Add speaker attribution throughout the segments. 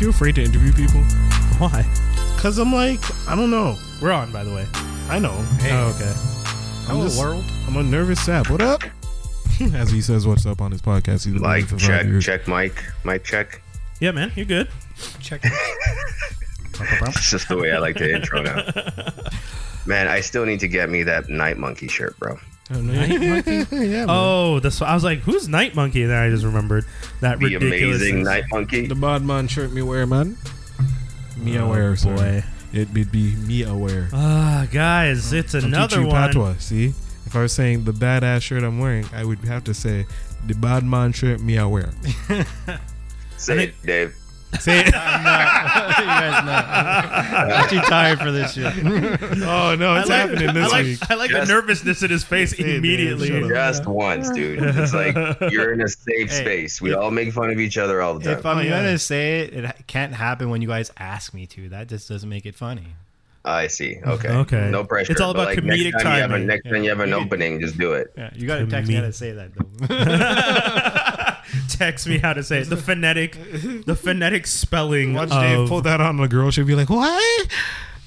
Speaker 1: you afraid to interview people?
Speaker 2: Why?
Speaker 3: Cause I'm like, I don't know.
Speaker 2: We're on, by the way.
Speaker 3: I know.
Speaker 2: Oh, okay.
Speaker 3: I'm
Speaker 2: Hello,
Speaker 3: just-
Speaker 2: world.
Speaker 3: I'm a nervous sap. What up?
Speaker 4: As he says, what's up on his podcast? He's been doing it
Speaker 5: Mike
Speaker 4: for five
Speaker 5: check,
Speaker 4: years.
Speaker 5: check Mike, Mike check.
Speaker 2: Yeah, man, you're good.
Speaker 1: Check.
Speaker 5: That's just the way I like to intro now. Man, I still need to get me that night monkey shirt, bro.
Speaker 3: yeah, man.
Speaker 2: Oh, this I was like, who's Night Monkey? And then I just remembered that
Speaker 5: The
Speaker 2: ridiculous
Speaker 5: amazing night monkey.
Speaker 4: The bad man shirt me wear, man. Me aware, sir.
Speaker 2: boy.
Speaker 4: It would be me aware.
Speaker 2: Ah, guys, it's
Speaker 4: I'm
Speaker 2: another
Speaker 4: teaching you
Speaker 2: one.
Speaker 4: Patois, see? If I was saying the badass shirt I'm wearing, I would have to say the bad man shirt me aware.
Speaker 5: Say it, Dave.
Speaker 4: Say it.
Speaker 1: you guys know. I'm too tired for this shit.
Speaker 4: oh no,
Speaker 2: I
Speaker 4: it's
Speaker 2: like,
Speaker 4: happening
Speaker 2: I
Speaker 4: this
Speaker 2: like,
Speaker 4: week.
Speaker 2: I like
Speaker 5: Yes.
Speaker 2: the nervousness in his face immediately.
Speaker 4: shut up.
Speaker 5: Just once, dude. It's like you're in a safe
Speaker 1: Hey,
Speaker 5: space. We
Speaker 1: if-
Speaker 5: all make fun of each other all the
Speaker 1: If
Speaker 5: time.
Speaker 1: I'm
Speaker 4: yeah.
Speaker 1: gonna say it, it ha- can't happen when you guys ask me to. That just doesn't make it funny.
Speaker 5: I see. Okay.
Speaker 2: Okay.
Speaker 5: No pressure.
Speaker 2: It's all
Speaker 5: But,
Speaker 2: about
Speaker 5: like, next
Speaker 2: comedic
Speaker 5: time You have a,
Speaker 2: timing.
Speaker 5: next time you have an opening, just do it.
Speaker 1: Yeah, you gotta
Speaker 2: To
Speaker 1: text
Speaker 2: me.
Speaker 1: me how to say that though.
Speaker 2: Text me how to say it. The phonetic, the phonetic spelling
Speaker 4: Watch Dave
Speaker 2: of.
Speaker 4: pull that on the girl, she'll be like, "What?"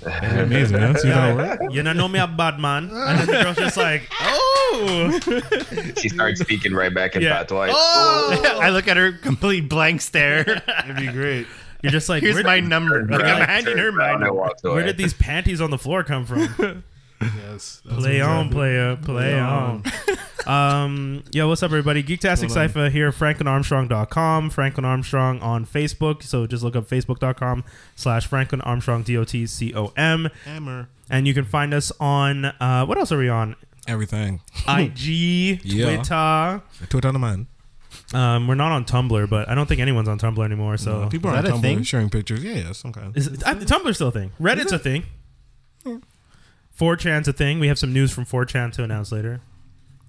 Speaker 4: That'd be amazing, man. See how it works?
Speaker 2: You know, know me a bad man. And then the girl's just like, oh,
Speaker 5: She starts speaking right back in Oh!
Speaker 2: Yeah. Oh!
Speaker 5: patois.
Speaker 1: I look at her complete blank stare.
Speaker 4: It'd be great.
Speaker 2: you're just like,
Speaker 1: Here's
Speaker 2: where,
Speaker 1: my number. Like,
Speaker 5: Brown
Speaker 1: I'm handing
Speaker 5: turns
Speaker 1: her my
Speaker 5: around and
Speaker 1: number.
Speaker 5: walks
Speaker 2: where
Speaker 5: away.
Speaker 2: did these panties on the floor come from?
Speaker 4: Yes. that's
Speaker 2: play on,
Speaker 4: exactly-
Speaker 2: player, play on. um, yo, what's up, everybody? Geektastic
Speaker 4: Hold on.
Speaker 2: Cypher here, franklinarmstrong.com, Franklin Armstrong on Facebook. So just look up facebook.com slash Franklin Armstrong, D-O-T-C-O-M.
Speaker 4: Hammer.
Speaker 2: And you can find us on, uh, what else are we on?
Speaker 4: Everything.
Speaker 2: IG,
Speaker 4: Yeah.
Speaker 2: Twitter.
Speaker 4: Twitter on the man.
Speaker 2: Um, we're not on Tumblr, but I don't think anyone's on Tumblr anymore. So
Speaker 4: People
Speaker 1: Is
Speaker 4: are on
Speaker 1: that a
Speaker 4: Tumblr
Speaker 1: thing?
Speaker 4: sharing pictures. Yeah, yeah, some kind.
Speaker 2: Is it, I, Tumblr's still a thing. Reddit's a thing. 4chan's a thing. We have some news from 4chan to announce later.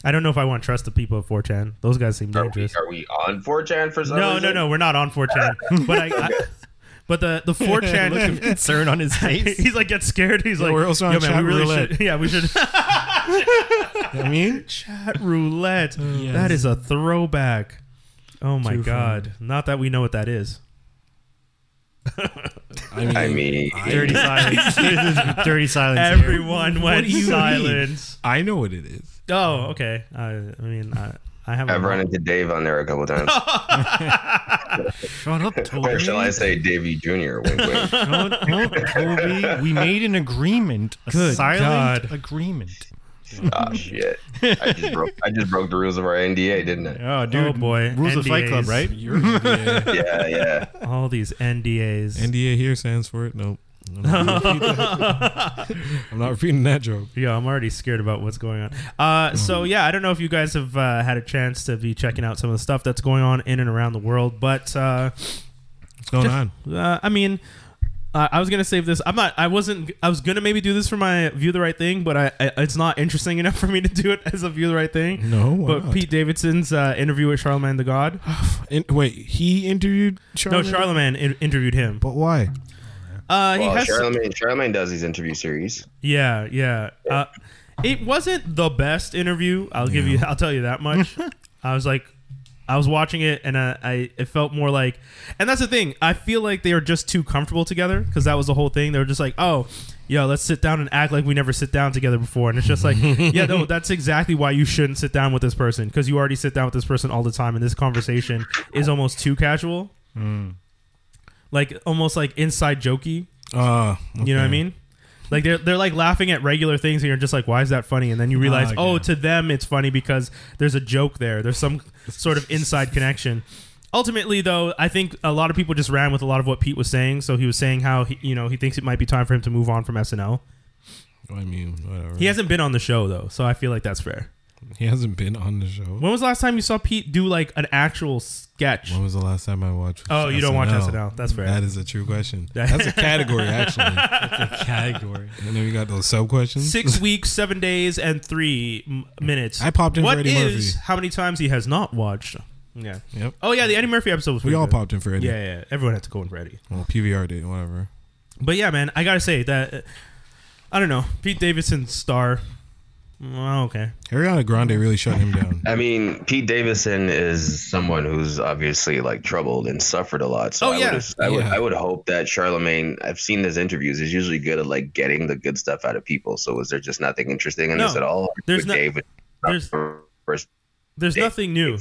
Speaker 2: I don't know if I want to trust the people of 4chan. Those guys seem
Speaker 5: Are we,
Speaker 2: dangerous.
Speaker 5: are we on 4chan for some
Speaker 2: No,
Speaker 5: reason?
Speaker 2: no, no. We're not on 4chan. but I, I but the the 4chan
Speaker 1: Concern on his face.
Speaker 2: he's like gets scared. He's like,
Speaker 4: we're also on
Speaker 2: Yo, man,
Speaker 4: chat
Speaker 2: we really
Speaker 4: roulette."
Speaker 2: should. Yeah, we should.
Speaker 4: I mean,
Speaker 2: chat roulette. That is a throwback. Oh my
Speaker 4: Too
Speaker 2: god! Not that we know what that is.
Speaker 4: I mean,
Speaker 5: I mean,
Speaker 1: Dirty silence. There's this dirty silence. here.
Speaker 2: Everyone went
Speaker 4: do you mean?
Speaker 2: silent.
Speaker 4: I know what it is.
Speaker 2: Oh, okay. I, I mean, I, I have. a
Speaker 5: I've
Speaker 2: lot.
Speaker 5: run into Dave on there a couple times.
Speaker 1: Shut up,
Speaker 5: or
Speaker 1: Toby.
Speaker 5: shall I say Davey Jr.? Wink, wink.
Speaker 1: Shut up, Toby. We made an agreement. A
Speaker 2: Good
Speaker 1: silent
Speaker 2: God.
Speaker 1: agreement.
Speaker 5: oh, shit. I just, broke, I just broke the rules of our NDA, didn't I?
Speaker 1: Oh, dude.
Speaker 2: Oh, boy.
Speaker 1: Rules of Fight Club,
Speaker 2: NDAs.
Speaker 1: right?
Speaker 4: Your NDA.
Speaker 5: Yeah, yeah.
Speaker 2: all these NDAs.
Speaker 4: NDA here stands for it. Nope. I'm not, repeating that. I'm not repeating that joke.
Speaker 2: yeah, I'm already scared about what's going on. Uh, so yeah, I don't know if you guys have uh, had a chance to be checking out some of the stuff that's going on in and around the world, but uh,
Speaker 4: What's going on?
Speaker 2: uh, I mean. Uh, I was gonna save this. I'm not. I wasn't. I was gonna maybe do this for my view the right thing, but I, I it's not interesting enough for me to do it as a view the right thing.
Speaker 4: No, why
Speaker 2: But
Speaker 4: not?
Speaker 2: Pete Davidson's uh, interview with Charlemagne the God.
Speaker 4: In- wait, he interviewed
Speaker 2: No,
Speaker 4: Charlemagne.
Speaker 2: Charlemagne in- interviewed him.
Speaker 4: But why?
Speaker 2: Uh, he
Speaker 5: Well,
Speaker 2: has
Speaker 5: Charlemagne, Charlemagne does these interview series.
Speaker 2: Yeah, yeah. Uh, it wasn't the best interview. I'll give you. I'll tell you that much. I was like, I was watching it, and I, I it felt more like, and that's the thing. I feel like they are just too comfortable together because that was the whole thing. They were just like, oh. Yo, let's sit down and act like we never sit down together before, and it's just like, yeah, no, that's exactly why you shouldn't sit down with this person because you already sit down with this person all the time, and this conversation is almost too casual, like almost like inside jokey.
Speaker 4: Uh,
Speaker 2: You know what I
Speaker 4: okay.
Speaker 2: mean? Like they're they're like laughing at regular things, and you're just like, why is that funny? And then
Speaker 4: Ah,
Speaker 2: you realize,
Speaker 1: okay.
Speaker 2: oh, to them it's funny because there's a joke there. There's some sort of inside connection. Ultimately, though, I think a lot of people just ran with a lot of what Pete was saying. So he was saying how he, you know he thinks it might be time for him to move on from SNL.
Speaker 4: I mean, whatever.
Speaker 2: He hasn't been on the show though, so I feel like that's fair.
Speaker 4: He hasn't been on the show.
Speaker 2: When was the last time you saw Pete do like an actual sketch?
Speaker 4: When was the last time I watched?
Speaker 2: Oh, you don't watch SNL. That's fair.
Speaker 4: That is a true question. That's a category actually. That's a category. And then we got those sub questions.
Speaker 2: Six weeks, seven days, and three m- minutes.
Speaker 4: I popped in for
Speaker 2: What
Speaker 4: Eddie
Speaker 2: is-
Speaker 4: Murphy.
Speaker 2: How many times he has not watched? Yeah.
Speaker 4: Yep.
Speaker 2: Oh yeah, the Eddie Murphy episode was.
Speaker 4: We
Speaker 2: pretty
Speaker 4: all
Speaker 2: good.
Speaker 4: popped in for Eddie.
Speaker 2: Yeah, yeah, yeah. everyone had to go in for Eddie.
Speaker 4: Well, PVR did whatever.
Speaker 2: But yeah, man, I gotta say that uh, I don't know Pete Davidson star. Oh, okay.
Speaker 4: Ariana Grande really shut him down.
Speaker 5: I mean, Pete Davidson is someone who's obviously like troubled and suffered a lot. So
Speaker 2: Oh,
Speaker 5: I,
Speaker 2: yeah.
Speaker 5: would, I would
Speaker 4: Yeah.
Speaker 5: I would hope that Charlemagne. I've seen his interviews. He's usually good at like getting the good stuff out of people. So was there just nothing interesting in this
Speaker 2: No.
Speaker 5: at all?
Speaker 2: There's no-
Speaker 5: David,
Speaker 2: there's- There's
Speaker 5: Yeah.
Speaker 2: nothing new.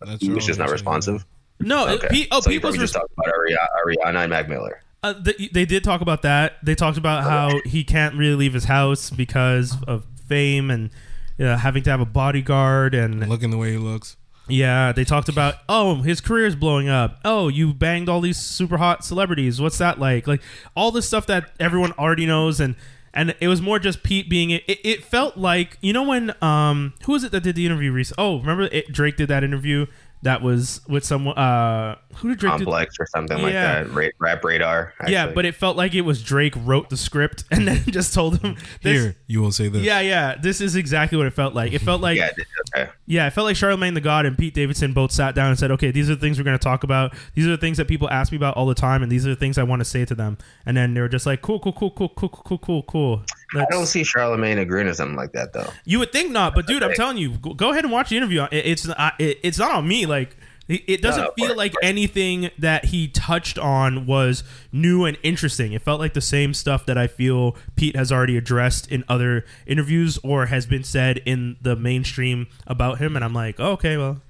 Speaker 4: That's
Speaker 5: he was just not
Speaker 4: really
Speaker 5: responsive.
Speaker 2: No, it-
Speaker 5: Okay.
Speaker 2: pe- oh,
Speaker 5: so you
Speaker 2: people's
Speaker 5: probably
Speaker 2: res-
Speaker 5: just talked about Ari- Ariana and Mac Miller.
Speaker 2: uh, they, they did talk about that. They talked about how he can't really leave his house because of fame and you know, having to have a bodyguard and
Speaker 4: Looking the way he looks.
Speaker 2: Yeah, they talked about oh his career's blowing up. Oh, you banged all these super hot celebrities. What's that like? Like all this stuff that everyone already knows, and and it was more just Pete being it. It, it felt like you know when um who was it that did the interview recently? Oh, remember it, Drake did that interview that was with someone. Uh, who did Drake? do-
Speaker 5: Complex or something like
Speaker 2: Yeah.
Speaker 5: that. Ra- rap radar.
Speaker 2: yeah,
Speaker 5: actually.
Speaker 2: but it felt like it was Drake wrote the script and then just told him this.
Speaker 4: Here, you will say this.
Speaker 2: Yeah, yeah. This is exactly what it felt like. It felt like
Speaker 5: yeah, okay.
Speaker 2: yeah, it felt like Charlemagne the God and Pete Davidson both sat down and said, "Okay, these are the things we're going to talk about. These are the things that people ask me about all the time, and these are the things I want to say to them." And then they were just like, "Cool, cool, cool, cool, cool, cool, cool, cool, cool."
Speaker 5: I
Speaker 2: Let's-
Speaker 5: don't see Charlemagne agreeing to something like that though.
Speaker 2: You would think not, but dude, I'm telling you, go go ahead and watch the interview. It- It's I- it- it's not on me. Like it it doesn't
Speaker 5: No, of
Speaker 2: feel
Speaker 5: course,
Speaker 2: like
Speaker 5: of course.
Speaker 2: anything that he touched on was new and interesting. It felt like the same stuff that I feel Pete has already addressed in other interviews or has been said in the mainstream about him. And I'm like, oh, okay, well,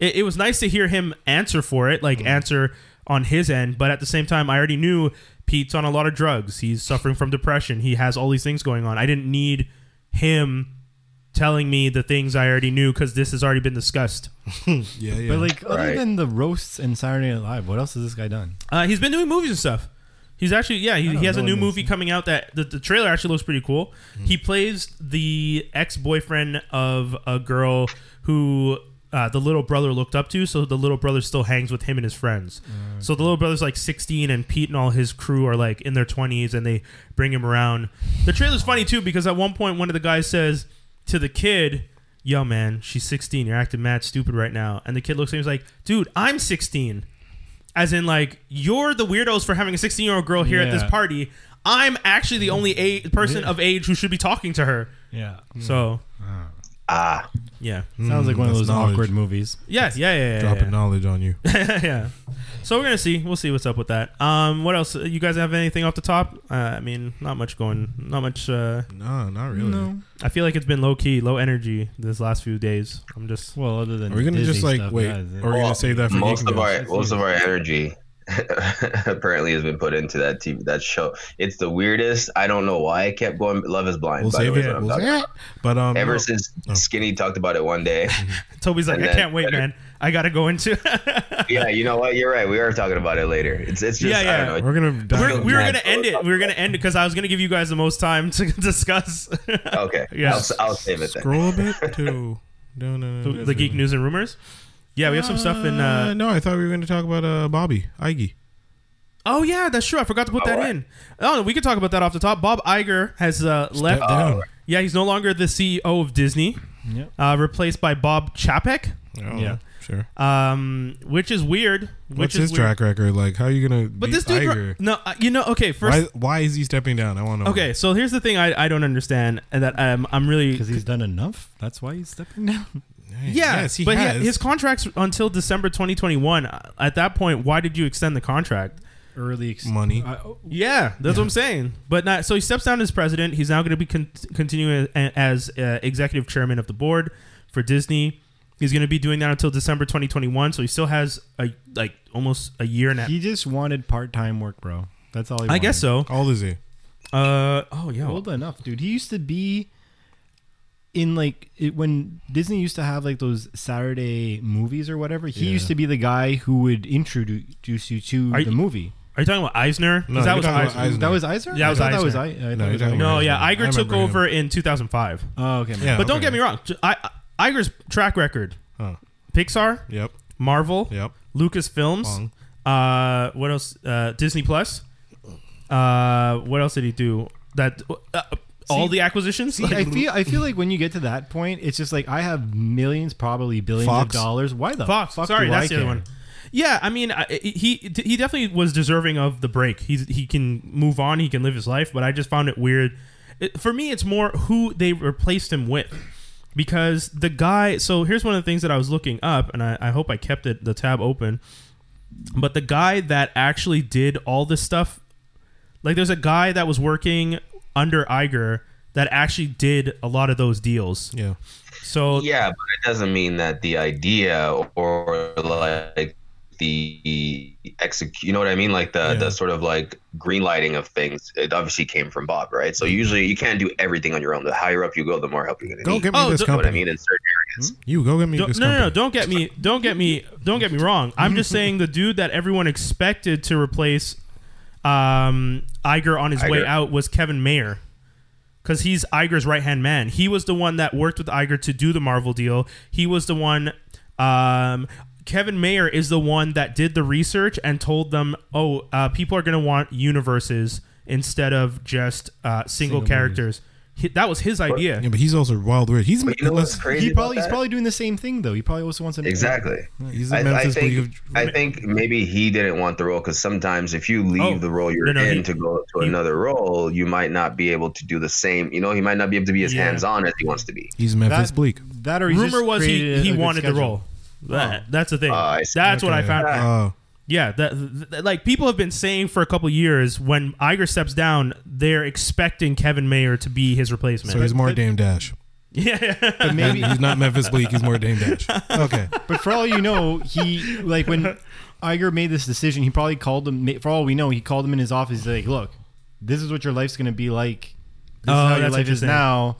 Speaker 2: it, it was nice to hear him answer for it, like answer on his end. But at the same time, I already knew Pete's on a lot of drugs. He's suffering from depression. He has all these things going on. I didn't need him telling me the things I already knew because this has already been discussed.
Speaker 4: yeah, yeah.
Speaker 1: But like, other
Speaker 5: Right.
Speaker 1: than the roasts and Saturday Night Live, what else has this guy done?
Speaker 2: Uh, he's been doing movies and stuff. He's actually yeah. He, he has a
Speaker 1: know
Speaker 2: new
Speaker 1: this.
Speaker 2: movie coming out that the, the trailer actually looks pretty cool. He plays the ex boyfriend of a girl who uh, the little brother looked up to. So the little brother still hangs with him and his friends. So the little brother's like 16, and Pete and all his crew are like in their 20s, and they bring him around. The trailer's funny too because at one point one of the guys says to the kid. Yo, man, she's 16. You're acting mad stupid right now. And the kid looks at him and he's like, dude, I'm 16 as in like you're the weirdos for having a 16 year old girl here at this
Speaker 1: Yeah.
Speaker 2: party i'm actually the only a- person of age who should be talking to her
Speaker 1: Yeah,
Speaker 2: so
Speaker 5: Ah,
Speaker 2: yeah
Speaker 1: Mm.
Speaker 2: Mm.
Speaker 1: sounds like one of
Speaker 4: that's
Speaker 1: those
Speaker 4: knowledge.
Speaker 1: awkward movies.
Speaker 2: yeah yeah yeah yeah,
Speaker 4: dropping
Speaker 2: yeah.
Speaker 4: knowledge on you.
Speaker 2: yeah so we're gonna see we'll see what's up with that um what else you guys have anything off the top uh, i mean not much going not much uh
Speaker 4: no, not really.
Speaker 2: i feel like it's been low key low energy this last few days i'm just
Speaker 1: Well, other than
Speaker 4: Are we gonna
Speaker 1: Disney
Speaker 4: just like
Speaker 1: stuff,
Speaker 4: wait?
Speaker 1: yeah,
Speaker 4: Or
Speaker 1: is it-
Speaker 4: are we
Speaker 5: Well,
Speaker 4: gonna save that for
Speaker 5: most of
Speaker 4: Geeking
Speaker 5: our most of our energy apparently has been put into that TV that show. It's the weirdest. I don't know why I kept going. Love is blind.
Speaker 4: We'll
Speaker 5: by the
Speaker 4: save
Speaker 5: way, is what
Speaker 4: it.
Speaker 5: I'm
Speaker 4: We'll
Speaker 5: talking
Speaker 4: save it. But um,
Speaker 5: about. Ever since Skinny talked about it one day,
Speaker 2: toby's like
Speaker 5: And
Speaker 2: i
Speaker 5: then-
Speaker 2: can't wait man i gotta go into
Speaker 5: yeah, you know what? You're right. We are talking about it later. It's it's just
Speaker 2: Yeah,
Speaker 5: I
Speaker 2: yeah.
Speaker 5: don't know.
Speaker 4: we're gonna
Speaker 2: we're,
Speaker 4: dive
Speaker 2: we were
Speaker 5: Yeah.
Speaker 2: gonna end it we were gonna end it because i was gonna give you guys the most time to discuss
Speaker 5: Okay.
Speaker 2: Yeah.
Speaker 5: I'll, I'll save it then.
Speaker 4: scroll a bit to no, no, no,
Speaker 2: the,
Speaker 4: no,
Speaker 2: the
Speaker 4: no,
Speaker 2: geek
Speaker 4: no.
Speaker 2: news and rumors. Yeah, we have some stuff in. Uh,
Speaker 4: no, I thought we were gonna talk about uh Bobby Iggy.
Speaker 2: oh yeah, that's true. I forgot to put that
Speaker 5: Alright.
Speaker 2: in. Oh, we could talk about that off the top. Bob Iger has uh, left.
Speaker 4: Step down.
Speaker 2: Yeah, he's no longer the CEO of Disney.
Speaker 1: Yep.
Speaker 2: Uh, replaced by Bob Chapek,
Speaker 4: Oh,
Speaker 1: Yeah.
Speaker 4: sure.
Speaker 2: um, which is weird. Which
Speaker 4: What's
Speaker 2: is
Speaker 4: his
Speaker 2: weird.
Speaker 4: track record like? How are you gonna
Speaker 2: But
Speaker 4: beat
Speaker 2: this dude,
Speaker 4: Iger?
Speaker 2: no, uh, you know, okay, first,
Speaker 4: why, why is he stepping down? I want to.
Speaker 2: okay, so here's the thing I, I don't understand, and that um, I'm really
Speaker 1: Because he's done enough. That's why he's stepping down.
Speaker 2: Yeah,
Speaker 4: yes, he
Speaker 2: but
Speaker 4: has.
Speaker 2: his contract's until December 2021. At that point, why did you extend the contract?
Speaker 1: Early ex-
Speaker 4: Money.
Speaker 1: I- oh,
Speaker 2: Yeah, that's what I'm saying. But not so he steps down as president. He's now going to be con- continuing a- as uh, executive chairman of the board for Disney. He's going to be doing that until December 2021. So he still has a like almost a year and a
Speaker 1: he just wanted part-time work, bro. That's all he.
Speaker 2: I guess
Speaker 1: wanted.
Speaker 2: so.
Speaker 4: How old is he?
Speaker 2: Uh oh yeah.
Speaker 1: Old enough, dude. He used to be in like it, when Disney used to have like those Saturday movies or whatever. He
Speaker 4: Yeah.
Speaker 1: used to be the guy who would introduce you to
Speaker 2: Are you-
Speaker 1: the movie.
Speaker 2: Are you talking about Eisner? 'Cause
Speaker 4: No,
Speaker 2: that
Speaker 4: you're
Speaker 2: was
Speaker 4: talking about
Speaker 2: Eisner.
Speaker 4: Eisner.
Speaker 1: That was Eisner.
Speaker 2: Yeah, it
Speaker 1: I
Speaker 2: was
Speaker 1: thought
Speaker 2: Eisner.
Speaker 1: That was I, I thought
Speaker 4: No, you're
Speaker 1: it was
Speaker 4: talking
Speaker 1: Eisner.
Speaker 2: No, yeah,
Speaker 4: I
Speaker 2: Iger took
Speaker 4: remember him.
Speaker 2: over in 2005.
Speaker 1: Oh, okay. man.
Speaker 4: Yeah,
Speaker 2: But don't
Speaker 4: okay.
Speaker 2: get me wrong, I, I- Iger's track record:
Speaker 4: Huh.
Speaker 2: Pixar,
Speaker 4: Yep.
Speaker 2: Marvel,
Speaker 4: Yep.
Speaker 2: Lucasfilms.
Speaker 4: Wrong.
Speaker 2: Uh, what else? Uh, Disney Plus. Uh, what else did he do? That uh, all the acquisitions.
Speaker 1: See, I feel I feel like when you get to that point, it's just like I have millions, probably billions of
Speaker 4: Fox.
Speaker 1: dollars. Why the
Speaker 2: Fox.
Speaker 1: fuck
Speaker 2: Sorry,
Speaker 1: do
Speaker 2: that's
Speaker 1: I
Speaker 2: the other
Speaker 1: care?
Speaker 2: one. Yeah, I mean, I, he he definitely was deserving of the break. He's he can move on. He can live his life. But I just found it weird. it, for me, it's more who they replaced him with. Because the guy, so here's one of the things that I was looking up, and I, I hope I kept it, the tab open. But the guy that actually did all this stuff, like there's a guy that was working under Iger that actually did a lot of those deals.
Speaker 4: Yeah.
Speaker 2: So
Speaker 5: yeah, but it doesn't mean that the idea or like the execute. You know what I mean? Like the the sort of like green lighting of things. It obviously came from Bob, right? So usually you can't do everything on your own. The higher up you go, the more help you're gonna
Speaker 4: Go
Speaker 5: need.
Speaker 4: get me
Speaker 2: Oh,
Speaker 4: this
Speaker 2: don't-
Speaker 5: you know what I
Speaker 4: company.
Speaker 5: mean? In certain areas.
Speaker 2: Hmm?
Speaker 4: You go get me
Speaker 2: Don't-
Speaker 4: this
Speaker 2: no, no,
Speaker 4: company.
Speaker 2: no, don't get me, don't get me, don't get me wrong. I'm just saying the dude that everyone expected to replace um, Iger on his way
Speaker 5: Iger.
Speaker 2: out was Kevin Mayer, because he's Iger's right hand man. He was the one that worked with Iger to do the Marvel deal. He was the one. Um, Kevin Mayer is the one that did the research and told them, "Oh, uh, people are going to want universes instead of just uh, single, characters." He- that was his idea.
Speaker 4: Yeah, but he's also wild weird. He's
Speaker 5: But you know what's
Speaker 4: let's-
Speaker 5: crazy?
Speaker 1: He
Speaker 5: about
Speaker 1: probably he's
Speaker 5: that?
Speaker 1: probably doing the same thing though. He probably also wants to
Speaker 5: exactly.
Speaker 4: he's
Speaker 5: I,
Speaker 4: a
Speaker 5: I
Speaker 4: Memphis
Speaker 5: think
Speaker 4: Bleak of-
Speaker 5: I think maybe he didn't want the role because sometimes if you leave
Speaker 2: Oh,
Speaker 5: the role you're
Speaker 2: no, no,
Speaker 5: in
Speaker 2: he-
Speaker 5: to go to
Speaker 2: he-
Speaker 5: another role, you might not be able to do the same. You know, he might not be able to be as
Speaker 2: Yeah.
Speaker 5: hands on as he wants to be.
Speaker 4: He's Memphis
Speaker 1: That,
Speaker 4: Bleak.
Speaker 1: that or he's
Speaker 2: rumor
Speaker 1: just
Speaker 2: was he,
Speaker 1: created a-
Speaker 2: he
Speaker 1: a good
Speaker 2: wanted the
Speaker 1: schedule.
Speaker 2: role. That, That's the thing.
Speaker 5: Oh, I see.
Speaker 2: that's what I
Speaker 4: Okay.
Speaker 2: found.
Speaker 4: Oh,
Speaker 2: Yeah, that, th- th- like people have been saying for a couple years when Iger steps down, they're expecting Kevin Mayer to be his replacement.
Speaker 4: so he's more Dame Dash.
Speaker 2: yeah,
Speaker 1: But maybe
Speaker 4: He's not Memphis Bleak. He's more Dame Dash. Okay.
Speaker 1: But for all you know, he like when Iger made this decision, he probably called him. ma- For all we know, he called him in his office. He's like, "Look, this is what your life's going to be like.
Speaker 2: Oh,
Speaker 1: This is how your
Speaker 2: that's
Speaker 1: life is
Speaker 2: interesting.
Speaker 1: now."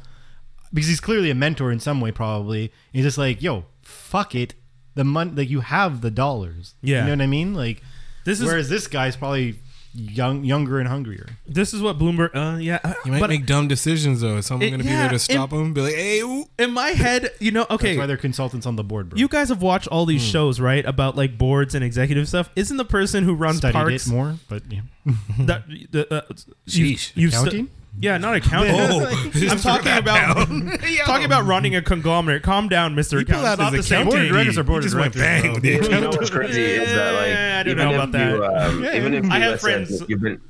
Speaker 1: Because he's clearly a mentor in some way, probably. He's just like, "Yo, fuck it. The money, like you have the dollars.
Speaker 2: Yeah.
Speaker 1: you know what I mean. Like,
Speaker 2: this is
Speaker 1: whereas this guy's probably young, younger and hungrier.
Speaker 2: this is what Bloomberg. Uh, yeah, uh,
Speaker 4: He might
Speaker 2: but
Speaker 4: make dumb decisions though. Is someone
Speaker 2: It-
Speaker 4: going to be
Speaker 2: yeah,
Speaker 4: there to
Speaker 2: it-
Speaker 4: stop him? Be like, hey, ooh.
Speaker 2: in my head, you know,
Speaker 1: That's why
Speaker 2: okay,
Speaker 1: they're Hmm. consultants on the board, bro.
Speaker 2: you guys have watched all these shows, right? About like boards and executive stuff. Isn't the person who runs
Speaker 1: studied
Speaker 2: parks
Speaker 1: it more, but yeah.
Speaker 2: that the uh, you,
Speaker 4: Sheesh.
Speaker 2: you've stu-
Speaker 1: counting.
Speaker 2: yeah, not accounting.
Speaker 1: Oh.
Speaker 2: I'm talking about talking about running a conglomerate. Calm down, Mister.
Speaker 4: He pulled
Speaker 2: Accountant.
Speaker 4: out
Speaker 2: It's not
Speaker 4: his
Speaker 2: the same
Speaker 4: accounting.
Speaker 2: thing.
Speaker 1: Board directors are
Speaker 4: He
Speaker 1: board
Speaker 4: just went
Speaker 1: directors,
Speaker 4: bang,
Speaker 1: bro.
Speaker 4: dude.
Speaker 5: You know what's crazy is that like
Speaker 2: Yeah, I don't
Speaker 5: even
Speaker 2: know
Speaker 5: if
Speaker 2: about that.
Speaker 5: you, um, even if you,
Speaker 2: I have
Speaker 5: let's say
Speaker 2: friends-
Speaker 5: you've been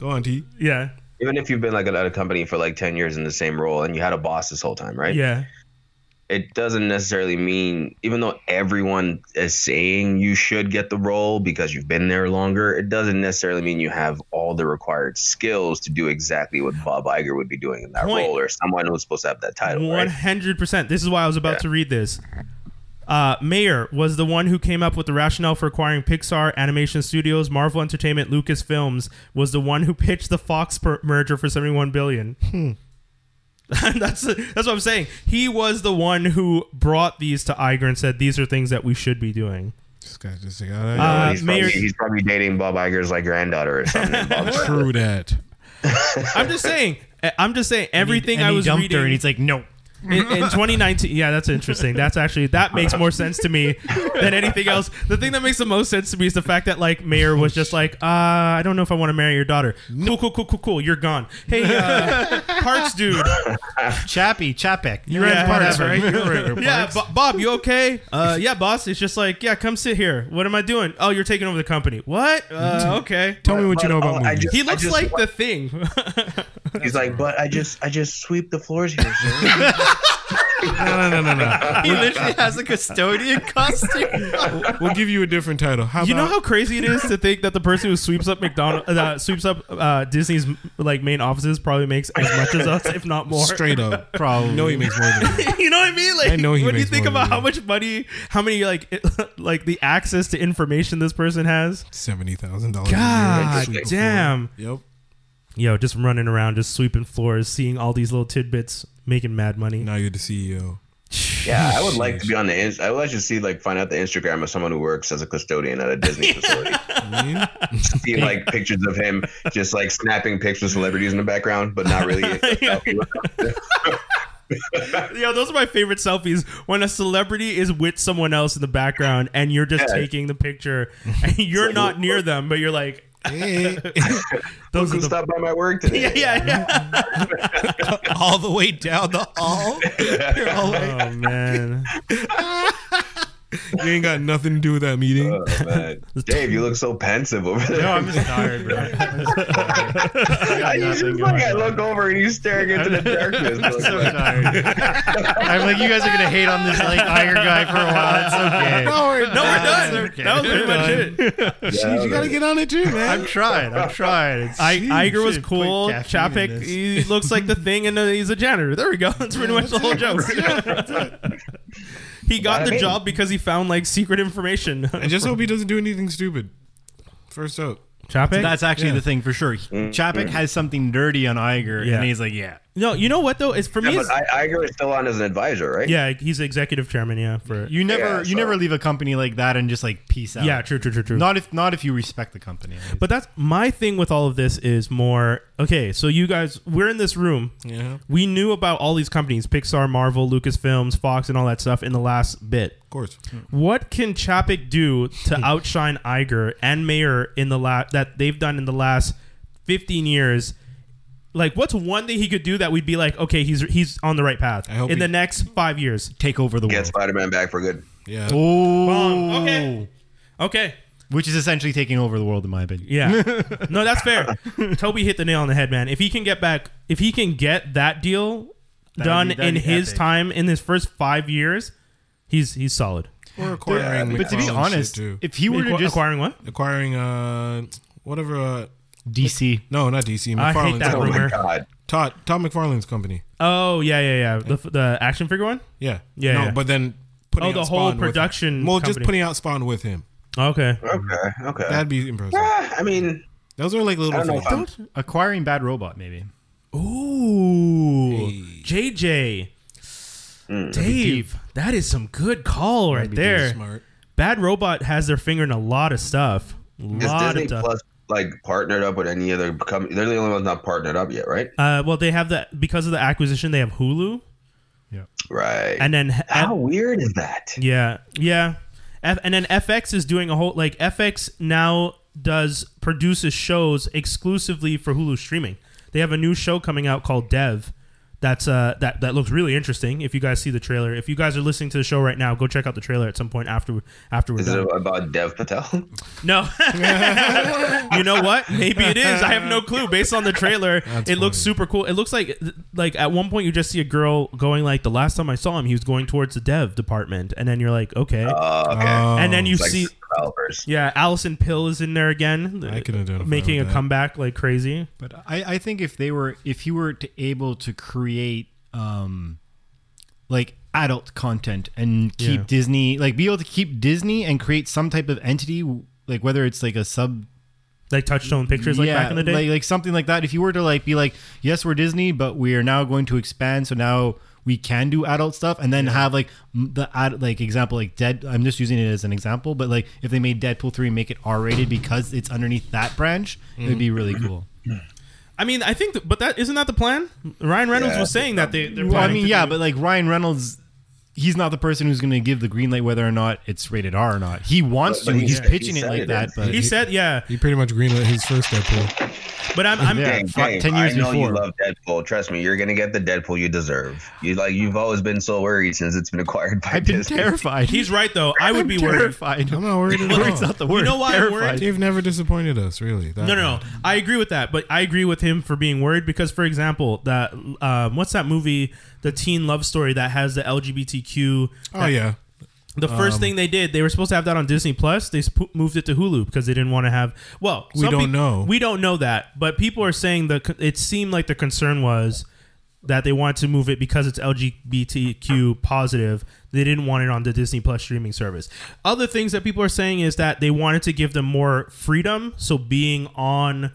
Speaker 4: Go on, T.
Speaker 2: Yeah,
Speaker 5: even if you've been like at a company for like 10 years in the same role and you had a boss this whole time right
Speaker 2: yeah.
Speaker 5: it doesn't necessarily mean even though everyone is saying you should get the role because you've been there longer it doesn't necessarily mean you have all the required skills to do exactly what bob Iger would be doing in that
Speaker 2: Point.
Speaker 5: role or someone who's supposed to have that title
Speaker 2: One
Speaker 5: right?
Speaker 2: hundred percent. This is why I was about
Speaker 5: Yeah.
Speaker 2: to read this. Uh, Mayer was the one who came up with the rationale for acquiring Pixar, Animation Studios, Marvel Entertainment, Lucasfilms. Was the one who pitched the Fox per- merger for seventy-one billion. that's that's what I'm saying. He was the one who brought these to Iger and said these are things that we should be doing.
Speaker 4: This guy's just like, all
Speaker 2: Uh,
Speaker 4: right,
Speaker 5: he's,
Speaker 2: Mayor-
Speaker 5: probably, he's probably dating bob Iger's like granddaughter or something Bob's-
Speaker 4: true that.
Speaker 2: I'm just saying. eh, I'm just saying everything
Speaker 1: and
Speaker 2: I
Speaker 1: he
Speaker 2: was
Speaker 1: dumped
Speaker 2: reading.
Speaker 1: her, and he's like, "No,
Speaker 2: in, in 2019 yeah that's interesting that's actually that makes more sense to me than anything else the thing that makes the most sense to me is the fact that like mayor was just like uh, i don't know if i want to marry your daughter cool cool cool cool cool you're gone hey uh, parks dude
Speaker 1: Chappie, Chapek,
Speaker 2: You're at parks,
Speaker 1: whatever.
Speaker 2: right?
Speaker 4: You're at parks.
Speaker 2: yeah Bo- bob you okay uh, yeah boss it's just like yeah come sit here what am i doing oh you're taking over the company what uh, okay
Speaker 4: Tell me what you know
Speaker 5: But, oh,
Speaker 4: about
Speaker 5: I
Speaker 4: movies.
Speaker 5: just-
Speaker 2: he looks
Speaker 5: just
Speaker 2: like the
Speaker 5: want-
Speaker 2: thing
Speaker 5: he's like but i just i just sweep the floors here sir."
Speaker 4: No, no, no, no, no.
Speaker 1: He literally has a custodian costume.
Speaker 4: We'll give you a different title. How
Speaker 2: You know
Speaker 4: about
Speaker 2: how crazy it is to think that the person who sweeps up McDonald, uh, sweeps up uh, Disney's like main offices, probably makes as much as us, if not more.
Speaker 4: straight up?
Speaker 1: Probably.
Speaker 4: No, he makes more than that.
Speaker 2: you know what I mean? Like,
Speaker 4: I know he
Speaker 2: when you
Speaker 4: makes
Speaker 2: think
Speaker 4: more
Speaker 2: about
Speaker 4: than
Speaker 2: how
Speaker 4: me.
Speaker 2: much money, how many like, it, like the access to information this person has.
Speaker 4: seventy thousand dollars.
Speaker 2: God
Speaker 5: Interesting.
Speaker 2: damn!
Speaker 4: Yep.
Speaker 2: Yo, just running around, just sweeping floors, seeing all these little tidbits, making mad money.
Speaker 4: Now you're the E CEO.
Speaker 5: Yeah, I would like to be on the. Ins- I would like to see like find out the Instagram of someone who works as a custodian at a Disney facility.
Speaker 4: I
Speaker 5: See like pictures of him just like snapping pics with celebrities in the background, but not really.
Speaker 2: Yo, those are my favorite selfies. When a celebrity is with someone else in the background, and you're just
Speaker 5: Yeah.
Speaker 2: taking the picture, and you're not near them, but you're like,
Speaker 4: mean,
Speaker 2: those are
Speaker 5: Who
Speaker 2: the
Speaker 5: stopped by my work today?
Speaker 2: yeah, yeah, yeah.
Speaker 4: all the way down the hall. You're all like,
Speaker 2: Oh man.
Speaker 4: You ain't got nothing to do with that meeting.
Speaker 5: Oh, man. Dave, you look so pensive over there.
Speaker 1: No, I'm just tired, bro. I'm just tired.
Speaker 5: I
Speaker 1: nothing
Speaker 5: just
Speaker 1: going
Speaker 5: like I
Speaker 1: on.
Speaker 5: look over and you staring into the darkness.
Speaker 1: I'm so
Speaker 5: Like,
Speaker 1: tired. I'm like, you guys are gonna hate on this like Iger guy for a while. It's okay.
Speaker 3: No, we're
Speaker 2: No, we're
Speaker 1: That's
Speaker 2: done.
Speaker 1: okay.
Speaker 2: That was pretty much it.
Speaker 5: yeah,
Speaker 3: You gotta
Speaker 5: man.
Speaker 3: get on it too, man.
Speaker 1: I'm trying. I'm trying. It's,
Speaker 2: I,
Speaker 1: Jeez,
Speaker 2: Iger was
Speaker 1: should've put
Speaker 2: cool.
Speaker 1: caffeine in
Speaker 2: Chapik,
Speaker 1: this.
Speaker 2: he looks like the thing, and uh, he's a janitor. There we go. That's pretty much the whole joke. he got
Speaker 5: What I
Speaker 2: the
Speaker 5: mean.
Speaker 2: job because he found like secret information.
Speaker 4: I just hope he doesn't do anything stupid. First up.
Speaker 2: Chapik.
Speaker 1: That's actually the thing for sure.
Speaker 5: Mm.
Speaker 1: Chapik has something dirty on Iger,
Speaker 2: Yeah.
Speaker 1: and he's like, yeah.
Speaker 2: no, you know what though? It's for me.
Speaker 5: Yeah,
Speaker 2: it's-
Speaker 5: but I, Iger is still on as an advisor, right?
Speaker 2: yeah, he's the executive chairman. Yeah, for
Speaker 1: You never,
Speaker 5: Yeah,
Speaker 1: you
Speaker 5: so-
Speaker 1: never leave a company like that and just like peace out.
Speaker 2: yeah, true, true, true, true.
Speaker 1: Not if, not if you respect the company.
Speaker 2: But that's my thing with all of this is more okay. So you guys, we're in this room.
Speaker 4: Yeah. Of
Speaker 2: We knew about all these companies: Pixar, Marvel, Lucasfilms, Fox, and all that stuff in the last bit.
Speaker 4: course.
Speaker 2: What can Chapik do to outshine Iger and Mayer in the la- that they've done in the last fifteen years? Like, what's one thing he could do that we'd be like, okay, he's he's on the right path
Speaker 4: I hope
Speaker 2: in
Speaker 4: he-
Speaker 2: the next five years?
Speaker 1: take over the
Speaker 5: Get
Speaker 1: world.
Speaker 5: Spider Man back for good.
Speaker 4: Yeah.
Speaker 1: Oh,
Speaker 2: Boom. Okay. Okay,
Speaker 1: Which is essentially taking over the world, in my opinion.
Speaker 2: Yeah. No, that's fair. Toby hit the nail on the head, man. If he can get back, if he can get that deal done
Speaker 1: be- that'd
Speaker 2: in
Speaker 1: be
Speaker 2: his
Speaker 1: epic.
Speaker 2: time in his first five years, he's he's solid.
Speaker 4: Or acquiring.
Speaker 1: But to
Speaker 4: McFarlane
Speaker 1: be
Speaker 4: shit,
Speaker 1: honest,
Speaker 4: too.
Speaker 1: if he were to
Speaker 2: Acqu-
Speaker 1: just
Speaker 2: acquiring what?
Speaker 4: acquiring uh whatever uh
Speaker 1: DC,
Speaker 4: no not DC
Speaker 2: I hate
Speaker 4: McFarlane's
Speaker 2: that
Speaker 5: Oh
Speaker 4: company.
Speaker 2: rumor.
Speaker 5: my god.
Speaker 4: Todd Todd McFarlane's company.
Speaker 2: Oh yeah, yeah, yeah. The, f- the action figure one.
Speaker 4: Yeah.
Speaker 2: Yeah,
Speaker 4: No,
Speaker 2: yeah.
Speaker 4: but then putting
Speaker 2: Oh,
Speaker 4: out
Speaker 2: the whole
Speaker 4: Spawn with him.
Speaker 2: production
Speaker 4: Well, just
Speaker 2: company.
Speaker 4: putting out Spawn with him.
Speaker 2: Okay.
Speaker 5: Okay, okay.
Speaker 4: That'd be impressive.
Speaker 5: Ah, I mean,
Speaker 4: Those are like
Speaker 5: I
Speaker 4: little
Speaker 5: don't know if I'm
Speaker 4: things.
Speaker 1: acquiring Bad Robot, maybe.
Speaker 2: Ooh,
Speaker 4: Hey.
Speaker 2: JJ,
Speaker 5: Mm.
Speaker 2: Dave, that is some good call right there.
Speaker 4: Smart.
Speaker 2: Bad Robot has their finger in a lot of stuff.
Speaker 5: is
Speaker 2: Lot
Speaker 5: Disney
Speaker 2: of stuff.
Speaker 5: Plus like partnered up with any other company? They're the only ones not partnered up yet, right?
Speaker 2: Uh, well, they have that because of the acquisition. They have Hulu,
Speaker 5: Right.
Speaker 2: and then
Speaker 5: how weird is that?
Speaker 2: Yeah, yeah. F- and then FX is doing a whole like FX now does produces shows exclusively for Hulu streaming. They have a new show coming out called Dev. That's uh that that looks really interesting. If you guys see the trailer, if you guys are listening to the show right now, go check out the trailer at some point after after we're
Speaker 5: Is it
Speaker 2: done.
Speaker 5: about Dev Patel?
Speaker 2: No, you know what? Maybe it is. I have no clue. Based on the trailer, it looks
Speaker 4: funny.
Speaker 2: super cool. It looks like like at one point you just see a girl going like the last time I saw him, he was going towards the dev department, and then you're like, okay,
Speaker 5: Uh, okay.
Speaker 4: Oh,
Speaker 2: and then you
Speaker 5: It's like
Speaker 2: see
Speaker 5: developers.
Speaker 2: yeah, Allison Pill is in there again,
Speaker 4: I can identify
Speaker 2: making a
Speaker 4: with that.
Speaker 2: comeback like crazy.
Speaker 1: But I, I think if they were, if you were to able to create, um, like adult content and keep
Speaker 2: Yeah.
Speaker 1: Disney, like be able to keep Disney and create some type of entity, like whether it's like a sub,
Speaker 2: Like Touchstone Pictures, like back in the day.
Speaker 1: like, like something like that. If you were to like be like, yes, we're Disney, but we are now going to expand, so now we can do adult stuff, and then have like m- the ad, like example, like Dead. I'm just using it as an example, but like if they made Deadpool three, make it R rated because it's underneath that branch, it would be
Speaker 2: Mm-hmm.
Speaker 1: really cool.
Speaker 2: I mean, I think, th- but that isn't that the plan. Ryan Reynolds
Speaker 5: Yeah.
Speaker 2: was saying that they. They're
Speaker 1: Well, I
Speaker 2: planning
Speaker 1: mean,
Speaker 2: to
Speaker 1: yeah,
Speaker 2: do-
Speaker 1: but like Ryan Reynolds, he's not the person who's going to give the green light whether or not it's rated R or not. He wants
Speaker 5: But- but
Speaker 1: to.
Speaker 5: he
Speaker 1: He's
Speaker 5: said-
Speaker 1: pitching
Speaker 5: he
Speaker 1: it
Speaker 5: said
Speaker 1: like
Speaker 5: it
Speaker 1: that,
Speaker 5: is.
Speaker 1: but
Speaker 2: he said, yeah,
Speaker 4: He pretty much greenlit his first Deadpool.
Speaker 2: but I'm, I'm
Speaker 1: Yeah.
Speaker 5: Dang,
Speaker 1: fuck,
Speaker 5: Dave,
Speaker 1: 10 years
Speaker 5: I know
Speaker 1: before.
Speaker 5: you love Deadpool. Trust me, you're gonna get the Deadpool you deserve. You like you've always been so worried since it's been acquired by
Speaker 1: I've been
Speaker 5: Disney.
Speaker 1: terrified.
Speaker 2: he's right though. I would
Speaker 1: I'm
Speaker 2: be worried.
Speaker 1: terrified.
Speaker 4: I'm not worried at
Speaker 1: Worried's
Speaker 4: all.
Speaker 1: not the word.
Speaker 2: know why I'm
Speaker 1: Terrified.
Speaker 2: worried?
Speaker 4: They've never disappointed us, really. That
Speaker 2: No, no, no. I agree with that, but I agree with him for being worried because, for example, that um, what's that movie, the teen love story that has the LGBTQ?
Speaker 4: Oh yeah.
Speaker 2: The first
Speaker 4: Um,
Speaker 2: thing they did, they were supposed to have that on Disney Plus. They sp- moved it to Hulu because they didn't want to have. Well,
Speaker 4: We
Speaker 2: some
Speaker 4: don't
Speaker 2: peop-
Speaker 4: know.
Speaker 2: We don't know that, but people are saying that it seemed like the concern was that they wanted to move it because it's LGBTQ positive. They didn't want it on the Disney Plus streaming service. Other things that people are saying is that they wanted to give them more freedom, so being on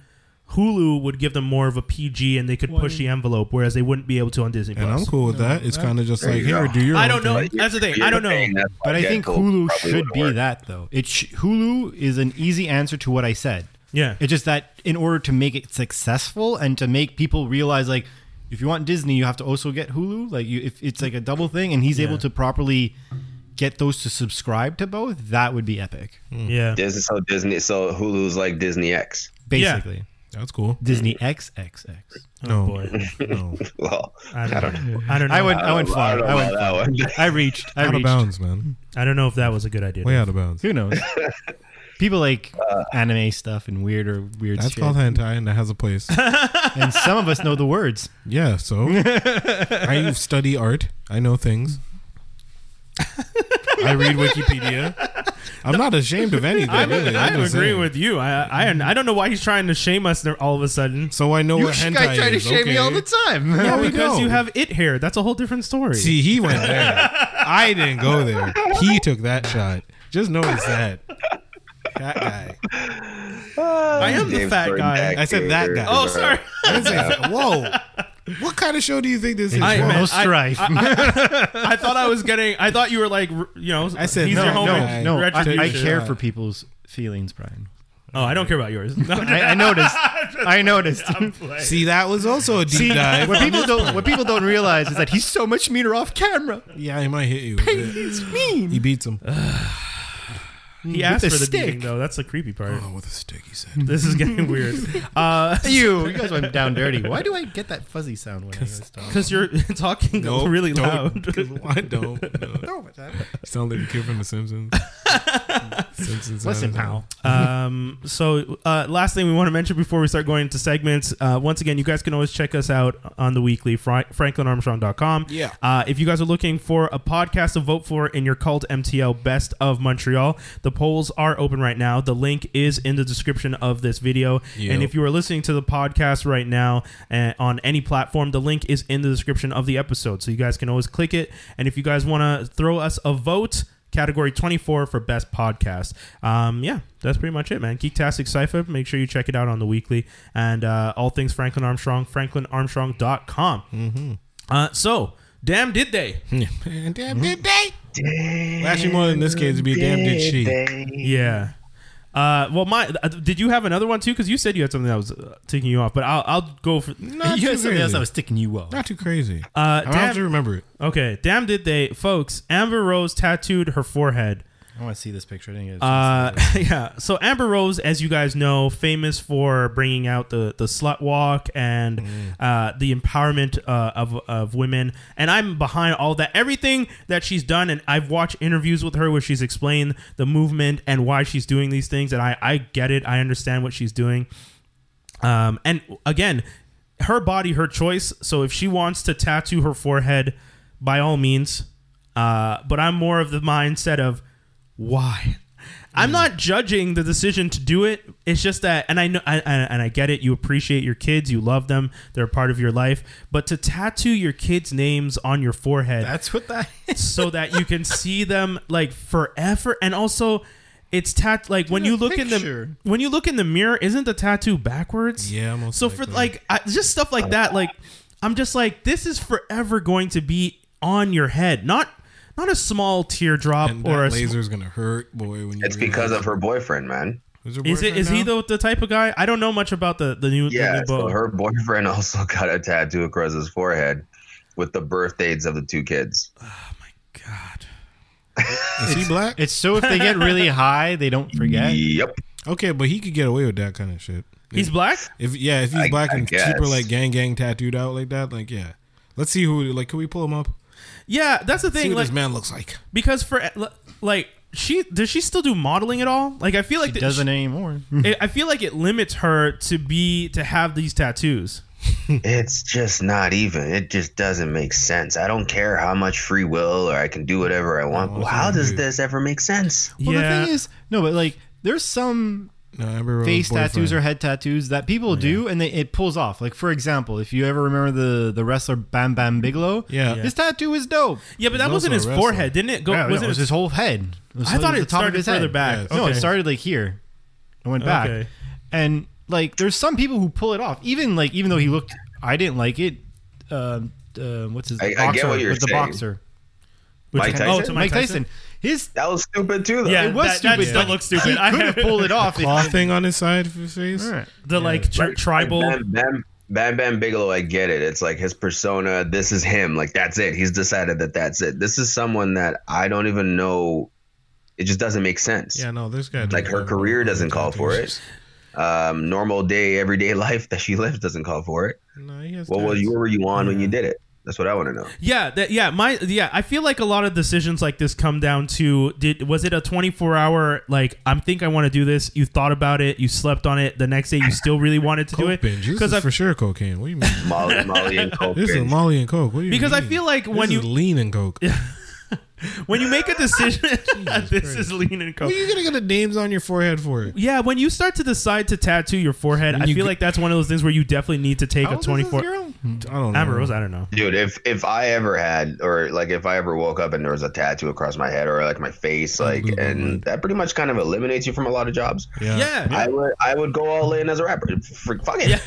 Speaker 2: Hulu would give them more of a PG and they could push the envelope, whereas they wouldn't be able to on Disney
Speaker 4: And
Speaker 2: Plus.
Speaker 4: I'm cool with that. It's kind of just like
Speaker 5: you
Speaker 4: here,
Speaker 5: go.
Speaker 4: do your.
Speaker 2: I
Speaker 4: own
Speaker 2: don't know.
Speaker 4: thing.
Speaker 2: That's the thing.
Speaker 5: You're
Speaker 2: I don't know.
Speaker 5: saying that's why
Speaker 1: But I think
Speaker 5: Deadpool
Speaker 1: Hulu
Speaker 5: probably
Speaker 1: should
Speaker 5: would
Speaker 1: be
Speaker 5: work.
Speaker 1: that though. It sh- Hulu is an easy answer to what I said.
Speaker 2: Yeah.
Speaker 1: It's just that in order to make it successful and to make people realize, like, if you want Disney, you have to also get Hulu. Like, you, if it's like a double thing, and he's able to properly get those to subscribe to both, that would be epic.
Speaker 2: Yeah.
Speaker 5: Disney, so Disney, so Hulu's like Disney X.
Speaker 1: Basically,
Speaker 4: That's cool.
Speaker 1: Disney
Speaker 5: Mm-hmm.
Speaker 1: XXX.
Speaker 4: no,
Speaker 2: Oh, boy.
Speaker 4: no,
Speaker 5: Well,
Speaker 2: I
Speaker 5: I
Speaker 2: don't,
Speaker 5: don't know.
Speaker 2: know. I don't know.
Speaker 1: I went. I went
Speaker 5: don't- I
Speaker 1: far.
Speaker 5: don't
Speaker 1: I
Speaker 5: know
Speaker 1: went.
Speaker 5: about that one.
Speaker 1: I reached. I
Speaker 4: out of
Speaker 1: reached.
Speaker 4: bounds, man.
Speaker 2: I don't know if that was a good idea.
Speaker 4: Way out of bounds.
Speaker 1: Who knows? People like
Speaker 5: Uh.
Speaker 1: anime stuff and weird or weird
Speaker 4: That's
Speaker 1: shit.
Speaker 4: called hentai, and that has a place.
Speaker 1: and some of us know the words.
Speaker 4: yeah. So I study art. I know things. I read Wikipedia. I'm not ashamed of anything.
Speaker 2: I'm,
Speaker 4: really.
Speaker 2: I'm
Speaker 4: just
Speaker 2: agreeing
Speaker 4: saying.
Speaker 2: with you. I, I I don't know why he's trying to shame us there all of a sudden.
Speaker 4: So I know what hentai
Speaker 1: guys try to
Speaker 4: is,
Speaker 1: shame me all
Speaker 4: okay?
Speaker 1: the time.
Speaker 4: No, we
Speaker 2: because
Speaker 4: don't.
Speaker 2: you have it hair. That's a whole different story.
Speaker 4: See, he went there. I didn't go there. He took that shot. Just notice that. That guy.
Speaker 2: I am the
Speaker 5: James
Speaker 2: fat
Speaker 5: Corden
Speaker 2: guy.
Speaker 5: actor.
Speaker 4: I said that guy.
Speaker 2: oh, sorry.
Speaker 4: I didn't say that. Whoa. What kind of show do you think this is?
Speaker 2: I-
Speaker 4: Whoa.
Speaker 1: no
Speaker 2: man,
Speaker 1: strife.
Speaker 2: I thought I was getting. I thought you were like, r- you know.
Speaker 4: I said
Speaker 2: he's
Speaker 4: no,
Speaker 2: your home.
Speaker 4: no,
Speaker 1: no, I,
Speaker 2: retribution.
Speaker 1: I care for people's feelings, Brian.
Speaker 2: Oh, I don't care about yours. No, I'm
Speaker 1: I, I noticed.
Speaker 2: just-
Speaker 1: I noticed.
Speaker 2: I'm playing.
Speaker 4: See, that was also a deep
Speaker 1: See,
Speaker 4: dive.
Speaker 1: what people don't what people don't realize is that he's so much meaner off camera.
Speaker 4: Yeah, he might hit you. with it.
Speaker 1: He's mean.
Speaker 4: He beats him.
Speaker 1: Uh.
Speaker 2: he asked
Speaker 1: with
Speaker 2: for
Speaker 1: a
Speaker 2: the
Speaker 1: stick.
Speaker 2: beating though. That's the creepy part.
Speaker 4: Oh, with a stick, he said.
Speaker 2: This is getting weird. Uh,
Speaker 1: You, you guys went down dirty. Why do I get that fuzzy sound when I was talking?
Speaker 2: because you're talking
Speaker 4: Nope,
Speaker 2: really
Speaker 4: don't.
Speaker 2: loud.
Speaker 4: I don't. No. You sound like the kid from The Simpsons. Simpsons
Speaker 1: Listen,
Speaker 4: had it all.
Speaker 1: pal.
Speaker 2: um, so, uh, last thing we want to mention before we start going into segments, uh, once again, you guys can always check us out on the weekly fr- franklinarmstrong.com.
Speaker 4: Yeah.
Speaker 2: Uh, if you guys are looking for a podcast to vote for in your cult MTL Best of Montreal, the polls are open right now. The link is in the description of this video.
Speaker 4: Yep.
Speaker 2: And if you are listening to the podcast right now uh, on any platform, the link is in the description of the episode. So you guys can always click it. And if you guys want to throw us a vote, category 24 for best podcast um yeah that's pretty much it man geektastic cypher make sure you check it out on the weekly and uh all things franklin armstrong franklinarmstrong.com uh so damn did they
Speaker 4: Man, damn, did they? Well, actually, more than this case would be damn, did she?
Speaker 2: yeah uh, well, my uh, did you have another one too? Because you said you had something that was uh, taking you off, but I'll I'll go for
Speaker 4: Not too
Speaker 1: you had something else
Speaker 4: crazy.
Speaker 1: that was sticking you up.
Speaker 4: Not too crazy.
Speaker 2: uh,
Speaker 4: I have to
Speaker 2: damn,
Speaker 4: remember it.
Speaker 2: okay. Damn, did they, folks? Amber Rose tattooed her forehead.
Speaker 1: I want to see this picture. I didn't get
Speaker 2: Uh, yeah. So Amber Rose, as you guys know, famous for bringing out the the slut walk and uh, the empowerment uh, of of women. And I'm behind all that. Everything that she's done, and I've watched interviews with her where she's explained the movement and why she's doing these things. And I I get it. I understand what she's doing. Um, and again, her body, her choice. So if she wants to tattoo her forehead, by all means. Uh, but I'm more of the mindset of why. I'm not judging the decision to do it. It's just that, and I know, I, I- and I get it. You appreciate your kids. You love them. They're a part of your life. But to tattoo your kids' names on your forehead
Speaker 1: That's what that.
Speaker 2: so that you can see them like forever and also it's tat like when
Speaker 1: a
Speaker 2: you look in
Speaker 1: picture.
Speaker 2: the when you look in the mirror isn't the tattoo backwards
Speaker 4: Yeah, most
Speaker 2: so for
Speaker 4: likely.
Speaker 2: like I, just stuff like that like i'm just like this is forever going to be on your head not not a small teardrop
Speaker 4: And
Speaker 2: or
Speaker 4: that
Speaker 2: a sm-
Speaker 4: laser's gonna hurt, boy. When you
Speaker 5: It's because of her boyfriend, man.
Speaker 4: Is, her
Speaker 2: is it
Speaker 4: boyfriend
Speaker 2: is he
Speaker 4: now?
Speaker 2: the, the type of guy i don't know much about the the new, the
Speaker 5: Yeah,
Speaker 2: new
Speaker 5: so
Speaker 2: bow.
Speaker 5: her boyfriend also got a tattoo across his forehead with the birth dates of the two kids.
Speaker 2: god
Speaker 4: Is he black?
Speaker 1: It's so if they get really high, they don't forget.
Speaker 5: Yep.
Speaker 4: Okay, but he could get away with that kind of shit.
Speaker 2: he's black
Speaker 4: If yeah, if he's
Speaker 5: I-
Speaker 4: black
Speaker 5: I
Speaker 4: and
Speaker 5: guess.
Speaker 4: super like gang gang tattooed out like that, like yeah. Let's see who like can we pull him up?
Speaker 2: yeah that's the
Speaker 4: See
Speaker 2: thing
Speaker 4: what
Speaker 2: like
Speaker 4: this man looks like.
Speaker 2: because for like she does she still do modeling at all like i feel like
Speaker 1: It
Speaker 2: that-
Speaker 1: doesn't anymore.
Speaker 2: it, I feel like it limits her to be to have these tattoos.
Speaker 5: It's just not even. It just doesn't make sense. I don't care how much free will or I can do whatever I want.
Speaker 2: Oh,
Speaker 4: that's
Speaker 5: how
Speaker 4: what
Speaker 5: does
Speaker 4: you do.
Speaker 5: this ever make sense?
Speaker 1: Well, the thing is, no, but like there's some
Speaker 4: No, Amber Rose
Speaker 1: face
Speaker 4: boyfriend.
Speaker 1: tattoos or head tattoos that people do and they, it pulls off. Like for example, if you ever remember the the wrestler Bam Bam Bigelow,
Speaker 4: Yeah.
Speaker 1: his tattoo is dope.
Speaker 2: yeah, but that
Speaker 4: He's also a
Speaker 2: wasn't his
Speaker 4: wrestler.
Speaker 2: forehead, didn't it? Go,
Speaker 1: Yeah,
Speaker 2: was it
Speaker 1: no, it was his whole head. It was
Speaker 2: I thought
Speaker 1: the
Speaker 2: it
Speaker 1: top of
Speaker 2: started
Speaker 1: his
Speaker 2: further
Speaker 1: head.
Speaker 2: back.
Speaker 4: Yes.
Speaker 1: No,
Speaker 2: Okay.
Speaker 1: it started like here. I went back,
Speaker 2: Okay.
Speaker 1: and like there's some people who pull it off. Even like even though he looked, I didn't like it. Um, uh, what's his
Speaker 5: I- I
Speaker 1: boxer?
Speaker 5: get what you're
Speaker 1: with the
Speaker 5: saying.
Speaker 1: boxer,
Speaker 2: Which-
Speaker 5: Mike Tyson?
Speaker 2: Oh, to Mike Tyson.
Speaker 1: His
Speaker 5: That was stupid too, though.
Speaker 2: Yeah,
Speaker 1: it was
Speaker 2: that,
Speaker 1: stupid.
Speaker 2: That still
Speaker 1: but
Speaker 2: looks
Speaker 1: He
Speaker 2: stupid.
Speaker 1: could
Speaker 2: I
Speaker 1: have pulled it off.
Speaker 4: Claw
Speaker 1: if,
Speaker 4: thing on his side of his face.
Speaker 2: the like tr- tribal.
Speaker 5: Bam, Bam, Bam Bam Bigelow, I get it. It's like his persona. This is him. Like that's it. He's decided that that's it. This is someone that I don't even know. It just doesn't make sense.
Speaker 4: Yeah, no, this guy.
Speaker 5: Like her career doesn't call for it. um, normal day, everyday life that she lives doesn't call for it.
Speaker 4: No, he has
Speaker 5: What was
Speaker 4: ties.
Speaker 5: you, were you on when you did it? That's what I want to know.
Speaker 2: Yeah, that yeah, my yeah, I feel like a lot of decisions like this come down to did was it a 24 hour like I think I want to do this, you thought about it, you slept on it, the next day you still really wanted to do
Speaker 4: Coke
Speaker 2: it
Speaker 4: binge. This
Speaker 2: because
Speaker 4: is
Speaker 2: I
Speaker 4: for sure cocaine. What do you mean?
Speaker 5: Molly, Molly and Coke.
Speaker 4: This is
Speaker 5: binge.
Speaker 4: Molly and Coke. What do you
Speaker 2: because I
Speaker 4: mean?
Speaker 2: feel like when
Speaker 4: this
Speaker 2: you
Speaker 4: is lean and Coke.
Speaker 2: when you make a decision this is lean and coke.
Speaker 4: What are you gonna get the names on your forehead for it?
Speaker 2: Yeah, when you start to decide to tattoo your forehead, I
Speaker 4: you
Speaker 2: feel
Speaker 4: get-
Speaker 2: like that's one of those things where you definitely need to take
Speaker 4: How
Speaker 2: a
Speaker 4: old is this
Speaker 2: 24
Speaker 4: girl? Hmm, I don't know.
Speaker 2: Amber Rose, I don't know.
Speaker 5: Dude, if if I ever had, or like if I ever woke up and there was a tattoo across my head or like my face, like, and that pretty much kind of eliminates you from a lot of jobs.
Speaker 4: Yeah.
Speaker 5: I would I would go all in as a rapper. F- fuck it.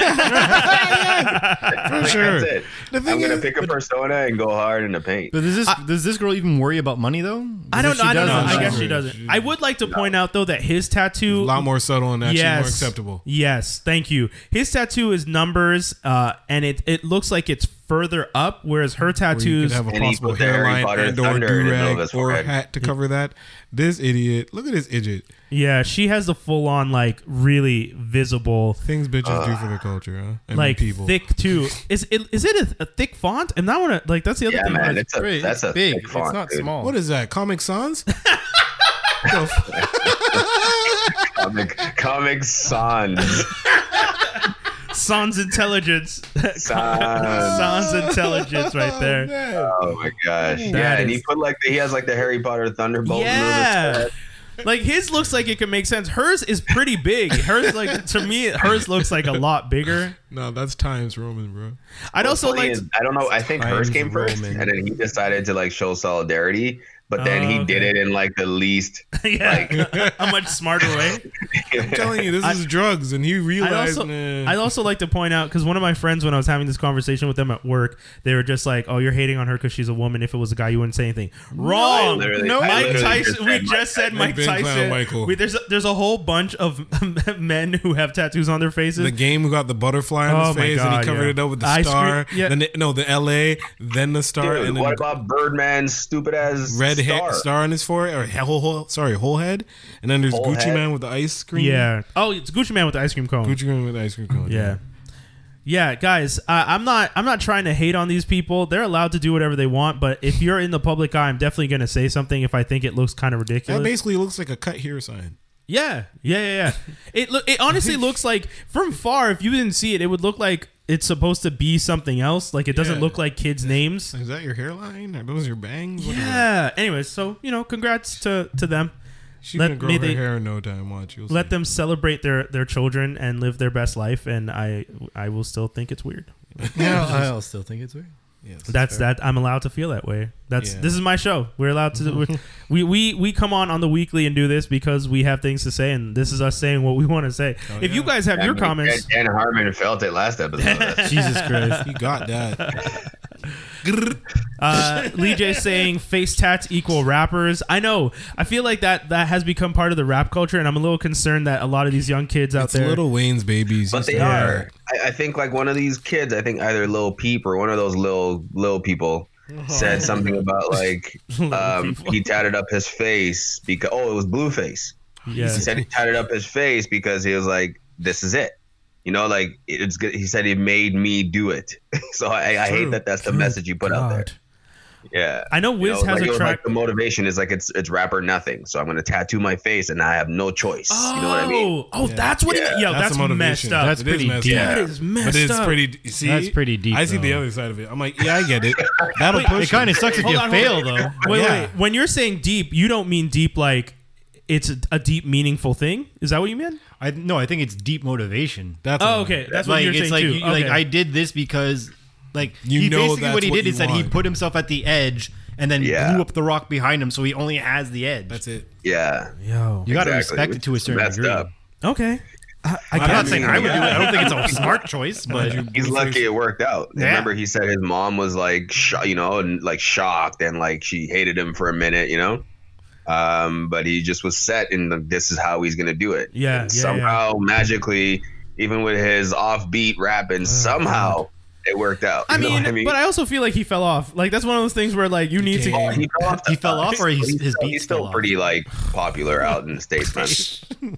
Speaker 5: Like,
Speaker 4: sure.
Speaker 5: That's it.
Speaker 4: The
Speaker 5: I'm
Speaker 4: thing
Speaker 5: gonna
Speaker 4: is-
Speaker 5: pick a persona and go hard in the paint.
Speaker 1: But does this does this girl even worry about money though?
Speaker 2: I don't
Speaker 1: Because
Speaker 2: know.
Speaker 1: she
Speaker 2: I don't know.
Speaker 1: doesn't.
Speaker 2: I guess
Speaker 4: She-
Speaker 2: she doesn't. I would like to point out though that his tattoo
Speaker 4: a lot more subtle and actually more acceptable.
Speaker 2: Yes, thank you. His tattoo is numbers, uh, and it it looks like it's further up, whereas her
Speaker 4: Where you
Speaker 2: tattoos.
Speaker 4: could have a
Speaker 5: And he
Speaker 4: possible
Speaker 5: put the Harry
Speaker 4: hairline
Speaker 5: Potter
Speaker 4: and or
Speaker 5: thunder in the middle of
Speaker 4: durag
Speaker 5: his
Speaker 4: or
Speaker 5: forehead.
Speaker 4: hat to cover that. This idiot. Look at this idiot.
Speaker 2: yeah, she has the full on like really visible,
Speaker 4: Things bitches do
Speaker 5: Uh,
Speaker 4: for the culture, huh? I mean,
Speaker 2: like
Speaker 4: people.
Speaker 2: thick too. Is it is it a, a thick font? And that one, like that's the other
Speaker 5: Yeah,
Speaker 2: thing.
Speaker 5: man,
Speaker 2: about it.
Speaker 5: it's a
Speaker 3: Great.
Speaker 5: that's
Speaker 3: It's
Speaker 5: a
Speaker 3: big.
Speaker 5: thick font,
Speaker 3: it's not
Speaker 5: dude.
Speaker 3: small.
Speaker 4: What is that? Comic Sans?
Speaker 5: Comic, comic sans,
Speaker 2: Sans intelligence,
Speaker 5: sans.
Speaker 2: sans intelligence, right there.
Speaker 5: Oh my gosh! yeah, and he
Speaker 2: is-
Speaker 5: put like he has like the Harry Potter thunderbolt. in the middle of his
Speaker 2: Yeah.
Speaker 5: head.
Speaker 2: Like his looks like it could make sense. Hers is pretty big. Hers like to me, hers looks like a lot bigger.
Speaker 4: No, that's Times Roman, bro.
Speaker 2: I'd
Speaker 5: What's
Speaker 2: also
Speaker 5: funny
Speaker 2: like.
Speaker 5: is, I don't know. I think hers
Speaker 4: Times
Speaker 5: came first,
Speaker 4: Roman.
Speaker 5: and then he decided to like show solidarity. But then he
Speaker 2: Oh,
Speaker 5: did it in like the least.
Speaker 2: yeah, a much smarter way.
Speaker 4: I'm telling you, this is drugs, and he
Speaker 2: I
Speaker 4: realized.
Speaker 2: also,
Speaker 4: nah.
Speaker 2: I also like to point out because one of my friends, when I was having this conversation with them at work, they were just like, "Oh, you're hating on her because she's a woman. If it was a guy, you wouldn't say anything." Wrong.
Speaker 5: literally-
Speaker 2: No,
Speaker 5: I
Speaker 2: Mike
Speaker 5: literally
Speaker 2: Tyson.
Speaker 5: just
Speaker 2: we
Speaker 5: said Mike
Speaker 2: just said
Speaker 4: They've
Speaker 2: Mike
Speaker 4: been clowning
Speaker 2: Tyson.
Speaker 4: Michael.
Speaker 2: We, there's a, there's a whole bunch of men who have tattoos on their faces.
Speaker 4: the game who got the butterfly on
Speaker 2: Oh
Speaker 4: his
Speaker 2: my
Speaker 4: face, and
Speaker 2: God,
Speaker 4: he covered
Speaker 2: yeah.
Speaker 4: it up with the
Speaker 2: Ice cream-
Speaker 4: star.
Speaker 2: yeah.
Speaker 4: Then it- no, the L.A., then the star,
Speaker 5: Dude,
Speaker 4: and then
Speaker 5: what
Speaker 4: the
Speaker 5: about Birdman's stupid ass
Speaker 4: red
Speaker 5: star?
Speaker 4: head star on his forehead, or he- whole, whole sorry, whole head. And then there's
Speaker 5: Whole
Speaker 4: Gucci
Speaker 5: head.
Speaker 4: Man with the ice cream.
Speaker 2: yeah. Oh, it's Gucci Man with the ice cream cone.
Speaker 4: Gucci Man with the ice cream cone.
Speaker 2: Yeah. Yeah, guys, uh, I'm not. I'm not trying to hate on these people. They're allowed to do whatever they want. But if you're in the public eye, I'm definitely going to say something if I think it looks kind of
Speaker 4: that
Speaker 2: ridiculous.
Speaker 4: basically looks like a cut here sign.
Speaker 2: Yeah, yeah, yeah, yeah. it look. It honestly looks like from far. If you didn't see it, it would look like it's supposed to be something else. Like it doesn't
Speaker 4: Yeah.
Speaker 2: look like kids' names.
Speaker 4: Is that your hairline? Are those your bangs? Look at that.
Speaker 2: Yeah. Anyways, so you know, congrats to to them.
Speaker 4: She's
Speaker 2: Let
Speaker 4: gonna grow
Speaker 2: me
Speaker 4: her
Speaker 2: think-
Speaker 4: hair in no time. Watch, you'll
Speaker 2: Let
Speaker 4: see.
Speaker 2: them celebrate their their children and live their best life. And I I will still think it's weird.
Speaker 1: Yeah, I'll still think it's weird.
Speaker 2: That's that. I'm allowed to feel that way. That's
Speaker 4: Yeah.
Speaker 2: this is my show. We're allowed to. We're, we we we come on on the weekly and do this because we have things to say, and this is us saying what we want to say. if you
Speaker 4: Oh, yeah.
Speaker 2: guys have
Speaker 5: I
Speaker 2: your
Speaker 5: mean,
Speaker 2: comments,
Speaker 5: Dan Dan Harmon felt it last episode. That's-
Speaker 1: Jesus Christ.
Speaker 4: He got that. Grrr.
Speaker 2: Uh, Lee J saying face tats equal rappers. I know. I feel like that that has become part of the rap culture, and I'm a little concerned that a lot of these young kids out
Speaker 4: It's
Speaker 2: there.
Speaker 4: Little Wayne's babies.
Speaker 5: But they
Speaker 2: Yeah.
Speaker 5: are. I, I think like one of these kids, I think either Lil Peep or one of those little little people
Speaker 2: Oh.
Speaker 5: said something about like um, he tatted up his face because oh it was Blueface.
Speaker 2: yeah.
Speaker 5: He said he tatted up his face because he was like this is it. You know, like it's good. He said he made me do it. so I, I hate that that's the message you put out there.
Speaker 2: God.
Speaker 5: Yeah.
Speaker 2: I know
Speaker 5: You
Speaker 2: Wiz
Speaker 5: know,
Speaker 2: has
Speaker 5: like, it
Speaker 2: a
Speaker 5: was
Speaker 2: track.
Speaker 5: like the motivation is like it's it's rap or nothing. So I'm gonna tattoo my face and I have no choice. you know what I mean?
Speaker 2: Oh, oh, that's what.
Speaker 5: Yeah.
Speaker 2: It, yo,
Speaker 4: That's
Speaker 2: that's,
Speaker 4: the motivation.
Speaker 2: messed up.
Speaker 1: That's
Speaker 4: It is
Speaker 1: pretty
Speaker 4: messed
Speaker 1: deep.
Speaker 4: up.
Speaker 2: That is messed
Speaker 4: But it's
Speaker 2: up.
Speaker 4: pretty. See,
Speaker 1: That's pretty deep,
Speaker 4: I see the
Speaker 1: though.
Speaker 4: other side of it. I'm like, yeah, I get it. That'll push.
Speaker 1: It kind
Speaker 4: you.
Speaker 1: of sucks if
Speaker 2: Hold
Speaker 1: you
Speaker 2: on, hold
Speaker 1: fail
Speaker 2: on.
Speaker 1: though.
Speaker 2: wait,
Speaker 4: Yeah.
Speaker 2: wait. When you're saying deep, you don't mean deep like it's a, a deep, meaningful thing. Is that what you mean?
Speaker 1: I no, I think it's deep motivation.
Speaker 4: That's
Speaker 2: Oh,
Speaker 4: what I mean.
Speaker 2: okay. That's what
Speaker 1: like
Speaker 2: you're
Speaker 1: it's
Speaker 2: saying
Speaker 1: like
Speaker 2: too.
Speaker 1: you- like
Speaker 2: Okay.
Speaker 1: I did this because like
Speaker 4: You
Speaker 1: he
Speaker 4: know
Speaker 1: basically
Speaker 4: that's
Speaker 1: what he
Speaker 4: what
Speaker 1: did
Speaker 4: you
Speaker 1: is that he
Speaker 4: want.
Speaker 1: put himself at the edge and then
Speaker 5: Yeah.
Speaker 1: blew up the rock behind him, so he only has the edge.
Speaker 4: That's it.
Speaker 5: Yeah.
Speaker 2: Yo.
Speaker 1: you gotta
Speaker 5: Exactly.
Speaker 1: respect it to a certain
Speaker 5: Messed
Speaker 1: degree.
Speaker 5: up.
Speaker 2: Okay. I, I
Speaker 1: I'm
Speaker 2: guess.
Speaker 1: not saying I would do it. I don't think it's a smart choice, but
Speaker 5: He's lucky it worked out.
Speaker 1: Yeah.
Speaker 5: Remember, he said his mom was like, sho- you know, and like shocked and like she hated him for a minute, you know. Um, but he just was set, and like, this is how he's gonna do it.
Speaker 2: Yeah,
Speaker 5: And
Speaker 2: yeah,
Speaker 5: somehow, magically, even with his offbeat rapping, somehow it worked out.
Speaker 2: I
Speaker 5: You know
Speaker 2: mean,
Speaker 5: what
Speaker 2: but I also feel like he fell off. Like that's one of those things where like you need to.
Speaker 5: Oh, he fell off. the-
Speaker 1: He fell off or he's-
Speaker 5: he's
Speaker 1: his
Speaker 5: still-
Speaker 1: beat
Speaker 5: He's still
Speaker 1: fell off?
Speaker 5: pretty like popular out in the states, man.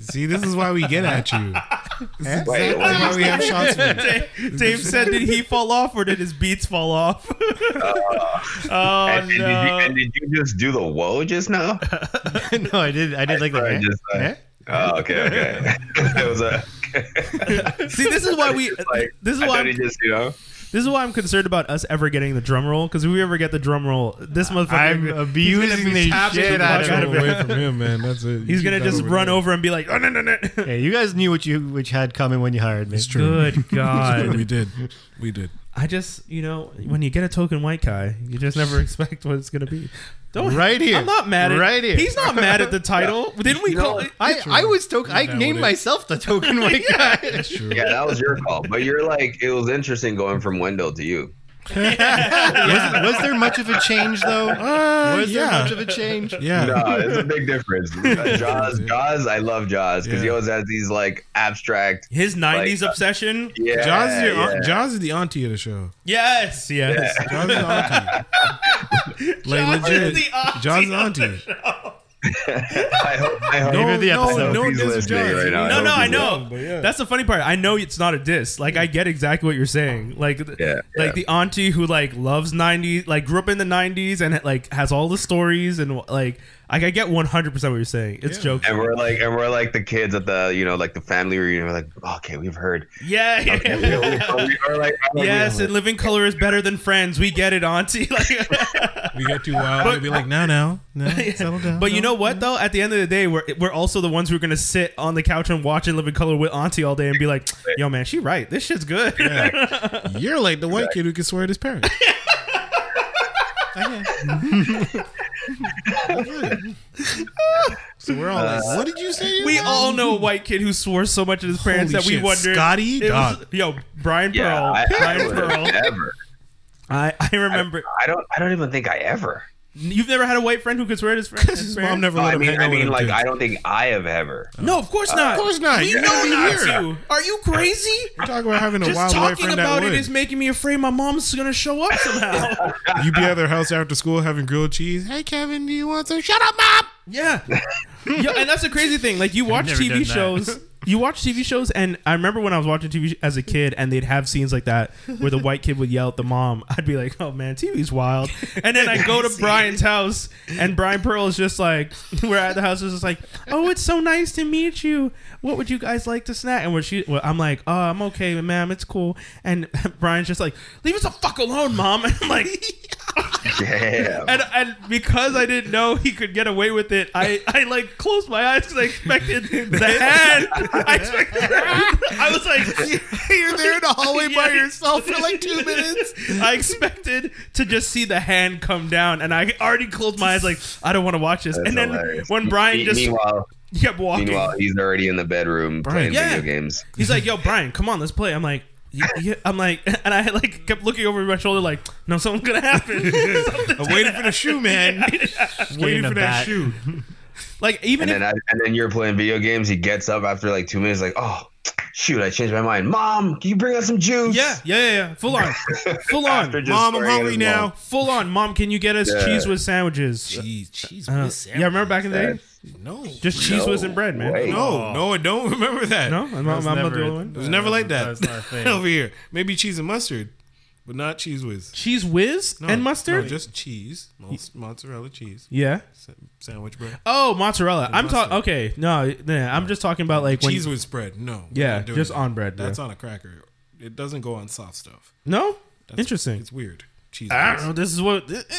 Speaker 4: See, this is why we get at you. This is
Speaker 5: Wait,
Speaker 4: exactly
Speaker 5: what?
Speaker 4: why we have shots for you.
Speaker 2: Dave said, did he fall off or did his beats fall off? oh
Speaker 5: and, and did you,
Speaker 2: no!
Speaker 5: and did you just do the whoa just now?
Speaker 1: no, I did. I did like the.
Speaker 5: Or
Speaker 1: eh?
Speaker 5: just, uh,
Speaker 1: Eh?
Speaker 5: Oh, okay, okay. it was a.
Speaker 2: See, this is why we.
Speaker 5: It's like,
Speaker 2: This is
Speaker 5: I
Speaker 2: why.
Speaker 5: thought he
Speaker 2: I'm,
Speaker 5: just, you know.
Speaker 2: this is why I'm concerned about us ever getting the drum roll. Because if we ever get the drum roll, this motherfucker.
Speaker 1: I'm
Speaker 2: he's gonna
Speaker 1: abusing
Speaker 2: be
Speaker 1: the
Speaker 2: tapping
Speaker 1: shit
Speaker 2: the
Speaker 1: out
Speaker 2: fuck
Speaker 1: of
Speaker 2: out
Speaker 1: him.
Speaker 2: it.
Speaker 4: away from him, man. That's it. You
Speaker 2: He's
Speaker 4: keep
Speaker 2: gonna
Speaker 4: that
Speaker 2: just
Speaker 4: over
Speaker 2: run
Speaker 4: there.
Speaker 2: over and be like, oh no no no. no."
Speaker 1: Hey, you guys knew what you which had coming when you hired me. It's
Speaker 2: Good God!
Speaker 4: We did. We did.
Speaker 2: I just, you know, when you get a token white guy, you just never expect what it's gonna be. Don't
Speaker 1: Right here.
Speaker 2: I'm not mad at
Speaker 1: Right here.
Speaker 2: He's not mad at the title. Didn't we call it?
Speaker 1: I, I was token. I
Speaker 4: Validate.
Speaker 1: named myself the token white guy.
Speaker 4: True.
Speaker 5: Yeah, that was your call. But you're like, it was interesting going from Wendell to you.
Speaker 1: was, was there much of a change though?
Speaker 4: Uh,
Speaker 1: was there
Speaker 4: yeah.
Speaker 1: much of a change?
Speaker 4: yeah.
Speaker 5: No, it's a big difference. Uh, Jaws, Jaws, I love Jaws because he
Speaker 4: Yeah.
Speaker 5: always has these like abstract.
Speaker 2: His '90s
Speaker 5: Like,
Speaker 2: obsession.
Speaker 5: Yeah,
Speaker 4: Jaws is, your
Speaker 5: yeah.
Speaker 4: aunt, Jaws is the auntie of the show.
Speaker 2: Yes, yes.
Speaker 4: Jaws is the auntie. like
Speaker 2: Jaws is
Speaker 4: legit.
Speaker 2: the auntie
Speaker 4: Jaws is the
Speaker 2: of
Speaker 4: auntie.
Speaker 5: I hope. I hope.
Speaker 1: Name of the
Speaker 4: no,
Speaker 1: episode.
Speaker 4: no,
Speaker 5: He's
Speaker 4: diss
Speaker 5: listening
Speaker 4: Jaws.
Speaker 5: right now. I
Speaker 2: No,
Speaker 5: hope
Speaker 2: no,
Speaker 5: he's
Speaker 2: I know.
Speaker 4: but yeah.
Speaker 2: That's the funny part. I know it's not a diss. Like I get exactly what you're saying. Like, th-
Speaker 5: Yeah, yeah.
Speaker 2: like the auntie who like loves '90s, like grew up in the '90s, and like has all the stories and like, like I get 100 percent what you're saying. It's
Speaker 4: Yeah.
Speaker 2: joke.
Speaker 5: And we're like, and we're like the kids at the, you know, like the family reunion. We're like, okay, we've heard.
Speaker 2: Yeah. yeah.
Speaker 5: Okay, we- we- we are like, I'm like,
Speaker 2: Yes,
Speaker 5: we-
Speaker 2: and living color is better than friends. We get it, auntie. Like,
Speaker 4: We get too wild. We'd be like, now, now, now, settle down.
Speaker 2: But you
Speaker 4: no.
Speaker 2: know what though? At the end of the day, we're we're also the ones who are gonna sit on the couch and watch and live in color with Auntie all day and be like, "Yo, man, she right. This shit's good."
Speaker 4: you're like the white kid who can swear at his parents. so we're all like, what did you say?
Speaker 2: we all know a white kid who swore so much at his parents
Speaker 4: Holy
Speaker 2: that we
Speaker 4: shit,
Speaker 2: wondered.
Speaker 4: Scotty?
Speaker 2: it was-
Speaker 4: Dog.
Speaker 2: yo, Brian
Speaker 5: yeah,
Speaker 2: Pearl.
Speaker 5: I, I
Speaker 2: Brian
Speaker 5: would
Speaker 2: Pearl.
Speaker 5: have never.
Speaker 2: I, I remember.
Speaker 5: I don't. I don't even think I ever.
Speaker 2: You've never had a white friend who could swear at his friend. His
Speaker 4: His
Speaker 2: parents?
Speaker 4: mom never
Speaker 5: No,
Speaker 4: let
Speaker 5: I
Speaker 4: him
Speaker 5: mean,
Speaker 4: hang out
Speaker 5: I mean,
Speaker 4: with
Speaker 5: like,
Speaker 4: him
Speaker 5: I don't think I have ever.
Speaker 2: No, of course not.
Speaker 4: Of course not.
Speaker 2: We
Speaker 4: You're
Speaker 2: know
Speaker 4: gonna
Speaker 2: not
Speaker 4: be here.
Speaker 2: to. Are you crazy?
Speaker 4: Talk about having a
Speaker 2: Just
Speaker 4: wild
Speaker 2: talking
Speaker 4: boyfriend
Speaker 2: about
Speaker 4: that
Speaker 2: it
Speaker 4: would.
Speaker 2: is making me afraid my mom's gonna show up somehow.
Speaker 4: you be at their house after school having grilled cheese. Hey, Kevin, do you want some? Shut up, mom.
Speaker 2: Yeah. Yo, and that's the crazy thing. Like you watch
Speaker 1: never done
Speaker 2: TV
Speaker 1: that.
Speaker 2: shows. You watch TV shows, and I remember when I was watching TV sh- as a kid, and they'd have scenes like that where the white kid would yell at the mom. I'd be like, "Oh man, TV's wild." And then I go to Brian's house, and Brian Pearl is just like, "We're at the house." Is just like, "Oh, it's so nice to meet you. What would you guys like to snack?" And when she, well, I'm like, "Oh, I'm okay, ma'am. It's cool." And Brian's just like, "Leave us the fuck alone, mom." And I'm like.
Speaker 5: Damn.
Speaker 2: And, and because I didn't know he could get away with it, I, I like closed my eyes because I expected the hand. I expected. I was like,
Speaker 1: You're there in the hallway by
Speaker 2: Yeah.
Speaker 1: yourself for like two minutes.
Speaker 2: I expected to just see the hand come down, and I already closed my eyes. Like, I don't want to watch this.
Speaker 5: That's
Speaker 2: and then
Speaker 5: hilarious.
Speaker 2: when Brian
Speaker 5: Me-
Speaker 2: just
Speaker 5: meanwhile,
Speaker 2: kept walking,
Speaker 5: meanwhile, he's already in the bedroom playing
Speaker 2: Yeah.
Speaker 5: video games.
Speaker 2: he's like, "Yo, Brian, come on, let's play." I'm like. "Yeah, yeah." I'm like, and I like kept looking over my shoulder, like, no, something's gonna happen. Something's
Speaker 4: I'm waiting for the shoe, man. waiting
Speaker 1: a
Speaker 4: for that
Speaker 1: bat.
Speaker 4: shoe.
Speaker 2: like, even if
Speaker 5: And then I, and then you're playing video games. He gets up after like two minutes, like, oh shoot, I changed my mind. Mom, can you bring us some juice?
Speaker 2: Yeah, yeah, yeah, yeah. Full on. Full
Speaker 5: After
Speaker 2: on.
Speaker 5: just
Speaker 4: Mom, I'm
Speaker 5: swearing at
Speaker 4: hungry
Speaker 5: his
Speaker 4: now.
Speaker 5: mom.
Speaker 2: Full on. Mom, can you get us
Speaker 5: Yeah.
Speaker 2: cheese with sandwiches?
Speaker 4: Cheese, cheese.
Speaker 2: Uh,
Speaker 4: with
Speaker 2: yeah, remember back in the day?
Speaker 4: No,
Speaker 2: Just cheese
Speaker 5: No
Speaker 2: with and bread, man.
Speaker 5: way.
Speaker 4: no, no. I don't remember that.
Speaker 2: No, I'm, I'm, I'm not the
Speaker 1: never-
Speaker 2: only one.
Speaker 4: It was never like that.
Speaker 1: That's not a thing.
Speaker 4: Over here, maybe cheese and mustard, but not cheese whiz.
Speaker 2: Cheese whiz
Speaker 4: No,
Speaker 2: and mustard.
Speaker 4: no, just cheese, most mozzarella cheese,
Speaker 2: yeah.
Speaker 4: sa- sandwich bread,
Speaker 2: Oh, mozzarella. I'm talking.
Speaker 4: mustard.
Speaker 2: Okay, no, nah, I'm just talking about like when.
Speaker 4: cheese with spread. No, we're
Speaker 2: Yeah,
Speaker 4: not doing
Speaker 2: just
Speaker 4: that.
Speaker 2: on bread,
Speaker 4: That's
Speaker 2: yeah.
Speaker 4: on a cracker. It doesn't go on soft stuff.
Speaker 2: no,
Speaker 4: That's-
Speaker 2: interesting. Ah,
Speaker 4: It's weird. Cheese.
Speaker 2: I
Speaker 4: whiz.
Speaker 2: don't know. This is what. eh, eh.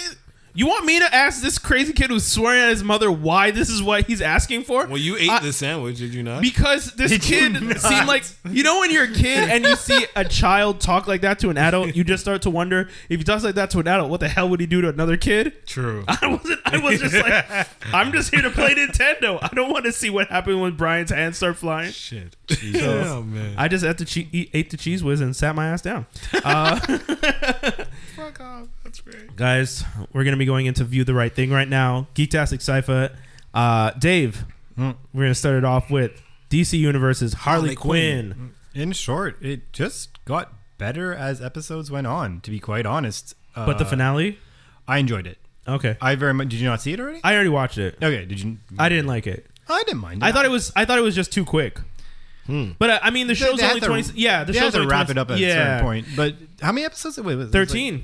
Speaker 2: you want me to ask this crazy kid who's swearing at his mother why this is what he's asking for?
Speaker 4: Well, you ate
Speaker 2: I-
Speaker 4: the sandwich, did you not?
Speaker 2: Because this kid seemed like you know when you're a kid and you see a child talk like that to an adult, you just start to wonder if he talks like that to an adult, what the hell would he do to another kid?
Speaker 4: True.
Speaker 2: I wasn't. I was just like, I'm just here to play Nintendo. I don't want to see what happened when Brian's hands start flying.
Speaker 4: Shit. Oh man.
Speaker 2: I just ate the che- eat- ate the cheese whiz and sat my ass down.
Speaker 4: Fuck off. That's great.
Speaker 2: Guys, we're gonna be going into view the right thing right now. Geektastic Cypher. Uh, Dave, we're gonna start it off with DC Universe's Harley,
Speaker 4: Hmm. Harley
Speaker 2: Quinn.
Speaker 4: Quinn.
Speaker 1: In short, it just got better as episodes went on. To be quite honest, uh,
Speaker 2: But the finale,
Speaker 1: I enjoyed it.
Speaker 2: okay.
Speaker 1: I very much. Did you not see it already?
Speaker 2: I already watched it.
Speaker 1: okay. Did you?
Speaker 2: I didn't like it.
Speaker 1: I didn't mind.
Speaker 2: I thought it was I thought it was just too quick. But uh, I mean, the
Speaker 1: They-
Speaker 2: show's
Speaker 1: they had
Speaker 2: only
Speaker 1: to-
Speaker 2: twenty. Yeah, the
Speaker 1: they had
Speaker 2: show's
Speaker 1: to
Speaker 2: only
Speaker 1: wrap
Speaker 2: 20
Speaker 1: it up at
Speaker 2: yeah.
Speaker 1: a certain point. But how many episodes? Wait, was it? It was like-
Speaker 2: 13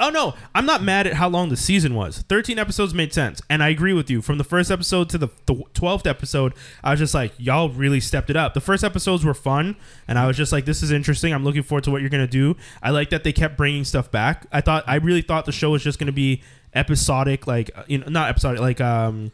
Speaker 2: oh no i'm not mad at how long the season was 13 episodes made sense and i agree with you from the first episode to the the 12th episode i was just like y'all really stepped it up the first episodes were fun and i was just like this is interesting i'm looking forward to what you're gonna do i like that they kept bringing stuff back i thought i really thought the show was just gonna be episodic like uh, you know not episodic like um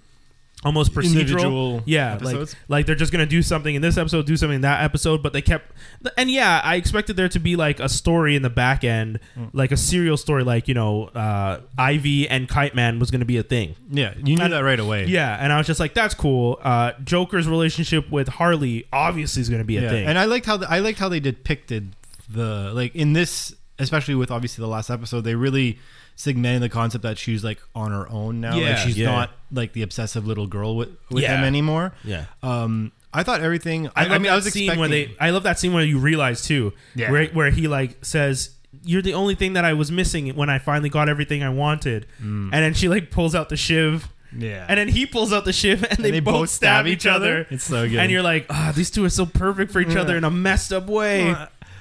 Speaker 2: almost procedural
Speaker 1: Individual
Speaker 2: yeah
Speaker 1: episodes.
Speaker 2: like like they're just gonna do something in this episode do something in that episode but they kept and yeah i expected there to be like a story in the back end
Speaker 1: Mm.
Speaker 2: like a serial story like you know uh ivy and kite man was gonna be a thing
Speaker 1: yeah, you knew that right away.
Speaker 2: yeah and i was just like that's cool uh joker's relationship with harley obviously is gonna be a
Speaker 1: yeah.
Speaker 2: thing
Speaker 1: And I liked how the, I liked how they depicted the like in this, especially with obviously the last episode, they really segmented the concept that she's like on her own now.
Speaker 2: Yeah.
Speaker 1: like she's
Speaker 2: Yeah.
Speaker 1: not like the obsessive little girl with with
Speaker 2: Yeah.
Speaker 1: him anymore.
Speaker 2: yeah
Speaker 1: Um, I thought everything. I,
Speaker 2: I,
Speaker 1: I
Speaker 2: love
Speaker 1: mean,
Speaker 2: that
Speaker 1: I was
Speaker 2: scene
Speaker 1: expecting
Speaker 2: where they. I love that scene where you realize too,
Speaker 1: Yeah.
Speaker 2: where where he like says, "You're the only thing that I was missing when I finally got everything I wanted,"
Speaker 1: Mm.
Speaker 2: and then she like pulls out the shiv.
Speaker 1: Yeah.
Speaker 2: And then he pulls out the shiv, and they,
Speaker 1: they
Speaker 2: both,
Speaker 1: both
Speaker 2: stab,
Speaker 1: stab
Speaker 2: each
Speaker 1: each
Speaker 2: other.
Speaker 1: other. It's so good.
Speaker 2: And you're like, ah, these two are so perfect for each other in a messed up way.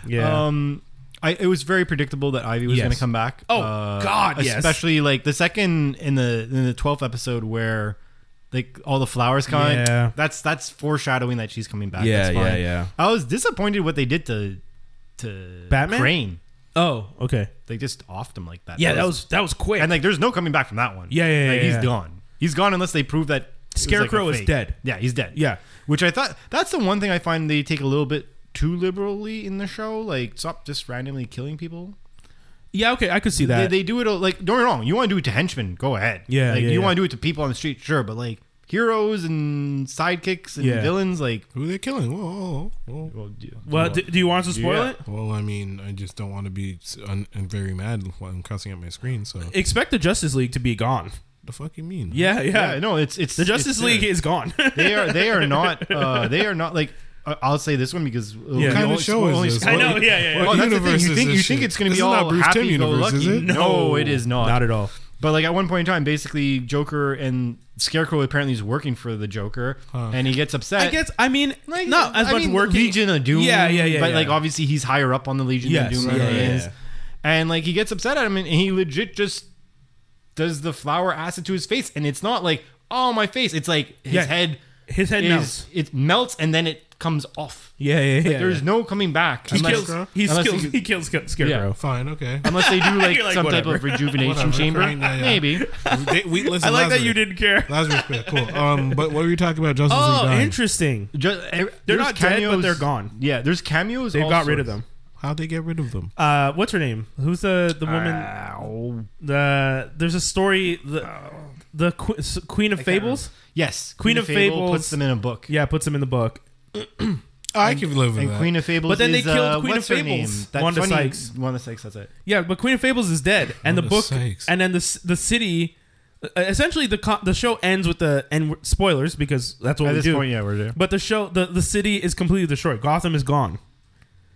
Speaker 2: Yeah.
Speaker 1: Um, I, it was very predictable that Ivy was
Speaker 2: Yes.
Speaker 1: going to come back. uh,
Speaker 2: Oh, God, yes.
Speaker 1: Especially like the second in the in the twelfth episode where like all the flowers coming.
Speaker 2: Yeah.
Speaker 1: that's that's foreshadowing that she's coming back.
Speaker 2: Yeah,
Speaker 1: that's
Speaker 2: yeah,
Speaker 1: fine.
Speaker 2: yeah.
Speaker 1: I was disappointed what they did to to
Speaker 2: Batman?
Speaker 1: Crane.
Speaker 2: oh, okay.
Speaker 1: They just offed him like that.
Speaker 2: Yeah, that was that was quick.
Speaker 1: and like there's no coming back from that one.
Speaker 2: Yeah, yeah, yeah,
Speaker 1: Like, He's
Speaker 2: yeah.
Speaker 1: gone. He's gone unless they prove that it was, like, a
Speaker 2: Scarecrow is
Speaker 1: fake.
Speaker 2: dead.
Speaker 1: Yeah, he's dead.
Speaker 2: Yeah.
Speaker 1: Which I thought that's the one thing I find they take a little bit too liberally in the show. Like stop just randomly killing people.
Speaker 2: yeah, okay, I could see
Speaker 1: They,
Speaker 2: that.
Speaker 1: they do it like don't get me wrong. You want to do it to henchmen, go ahead.
Speaker 2: Yeah,
Speaker 1: Like
Speaker 2: yeah,
Speaker 1: you
Speaker 2: yeah.
Speaker 1: want to do it to people on the street, sure, but like heroes and sidekicks and
Speaker 2: Yeah.
Speaker 1: villains, like
Speaker 4: Who they killing? Whoa, whoa, whoa.
Speaker 1: well, do-
Speaker 2: well, do, do you want us to spoil
Speaker 1: Yeah.
Speaker 2: it?
Speaker 4: Well, I mean, I just don't want to be s- un- and very mad while I'm cussing at my screen. So
Speaker 2: Expect the Justice League to be gone.
Speaker 4: the fuck you mean?
Speaker 2: Yeah, yeah.
Speaker 1: yeah, no, it's it's
Speaker 2: the Justice
Speaker 1: it's-
Speaker 2: League is gone.
Speaker 1: they are they are not uh, they are not like I- I'll say this one because
Speaker 2: Yeah.
Speaker 1: we
Speaker 4: What kind
Speaker 1: only-
Speaker 4: of show
Speaker 1: we
Speaker 4: is
Speaker 1: only
Speaker 4: this?
Speaker 2: I
Speaker 1: spoil-
Speaker 2: know, yeah, yeah, yeah.
Speaker 1: Well,
Speaker 4: What
Speaker 1: that's the thing.
Speaker 4: universe
Speaker 1: You
Speaker 4: is
Speaker 1: think you
Speaker 4: this
Speaker 1: think
Speaker 4: shit?
Speaker 1: it's going to
Speaker 4: This
Speaker 1: be
Speaker 4: is
Speaker 1: all
Speaker 4: not Bruce Timm
Speaker 1: happy go
Speaker 4: universe, is
Speaker 1: lucky?
Speaker 4: it?
Speaker 1: No, Oh, it is not.
Speaker 2: Oh, Not at all.
Speaker 1: But like at one point in time, basically Joker and Scarecrow apparently is working for the Joker, and he gets upset.
Speaker 2: I guess. I mean,
Speaker 1: Like,
Speaker 2: not as
Speaker 1: I
Speaker 2: much
Speaker 1: mean,
Speaker 2: working.
Speaker 1: Legion of Doom.
Speaker 2: Yeah, yeah, yeah,
Speaker 1: But
Speaker 2: yeah.
Speaker 1: like obviously he's higher up on the Legion
Speaker 2: Yes,
Speaker 1: of Doom.
Speaker 2: yeah,
Speaker 1: than he
Speaker 2: yeah,
Speaker 1: is.
Speaker 2: yeah.
Speaker 1: And like he gets upset at him, and he legit just does the flower acid to his face, and it's not like oh my face. It's like his
Speaker 2: Yeah.
Speaker 1: head.
Speaker 2: His head
Speaker 1: is-
Speaker 2: melts.
Speaker 1: It melts and then it comes off.
Speaker 2: Yeah, yeah, yeah. yeah.
Speaker 1: There's no coming back.
Speaker 2: he
Speaker 1: unless-
Speaker 2: kills. He
Speaker 1: unless
Speaker 2: kills.
Speaker 1: you-
Speaker 2: He kills Sca- Scarecrow.
Speaker 4: Fine. Okay.
Speaker 1: Unless they do like,
Speaker 2: You're like,
Speaker 1: some
Speaker 2: whatever.
Speaker 1: type of rejuvenation
Speaker 4: Whatever,
Speaker 1: chamber,
Speaker 4: right, yeah, yeah.
Speaker 1: maybe.
Speaker 4: They- we- listen,
Speaker 2: I like
Speaker 4: Lazarus.
Speaker 2: that you didn't care.
Speaker 4: Lazarus Pit. Cool. Um, but what were you talking about? Justice League.
Speaker 2: Oh,
Speaker 4: dying?
Speaker 2: interesting.
Speaker 1: Just, they're
Speaker 2: not dead, but they're gone.
Speaker 1: Yeah, there's cameos.
Speaker 2: They've
Speaker 1: all
Speaker 2: got rid of
Speaker 1: sorts.
Speaker 2: them.
Speaker 4: How'd they get rid of them?
Speaker 2: Uh, what's her name? Who's the
Speaker 1: Uh,
Speaker 2: the woman?
Speaker 1: Ow.
Speaker 2: the there's a story. The
Speaker 1: oh.
Speaker 2: the que- s- Queen of Fables.
Speaker 1: Yes,
Speaker 2: Queen of Fables-
Speaker 1: puts them in a book.
Speaker 2: Yeah, puts him in the book.
Speaker 4: I can live with
Speaker 1: And
Speaker 4: that.
Speaker 1: Queen of Fables,
Speaker 2: But then they
Speaker 1: is,
Speaker 2: killed
Speaker 1: uh,
Speaker 2: Queen of
Speaker 1: what's her name?
Speaker 2: Fables,
Speaker 1: That
Speaker 2: Wanda
Speaker 1: funny-
Speaker 2: Sykes.
Speaker 1: Wanda Sykes, that's it.
Speaker 2: Yeah, but Queen of Fables is dead, and the
Speaker 4: Goodness
Speaker 2: book,
Speaker 4: sakes.
Speaker 2: and then the s- the city. uh, Essentially, the co- the show ends with the and we're- spoilers because that's what
Speaker 1: At
Speaker 2: we
Speaker 1: this
Speaker 2: do.
Speaker 1: point, yeah, we're there.
Speaker 2: But the show, the, the city is completely destroyed. Gotham is gone.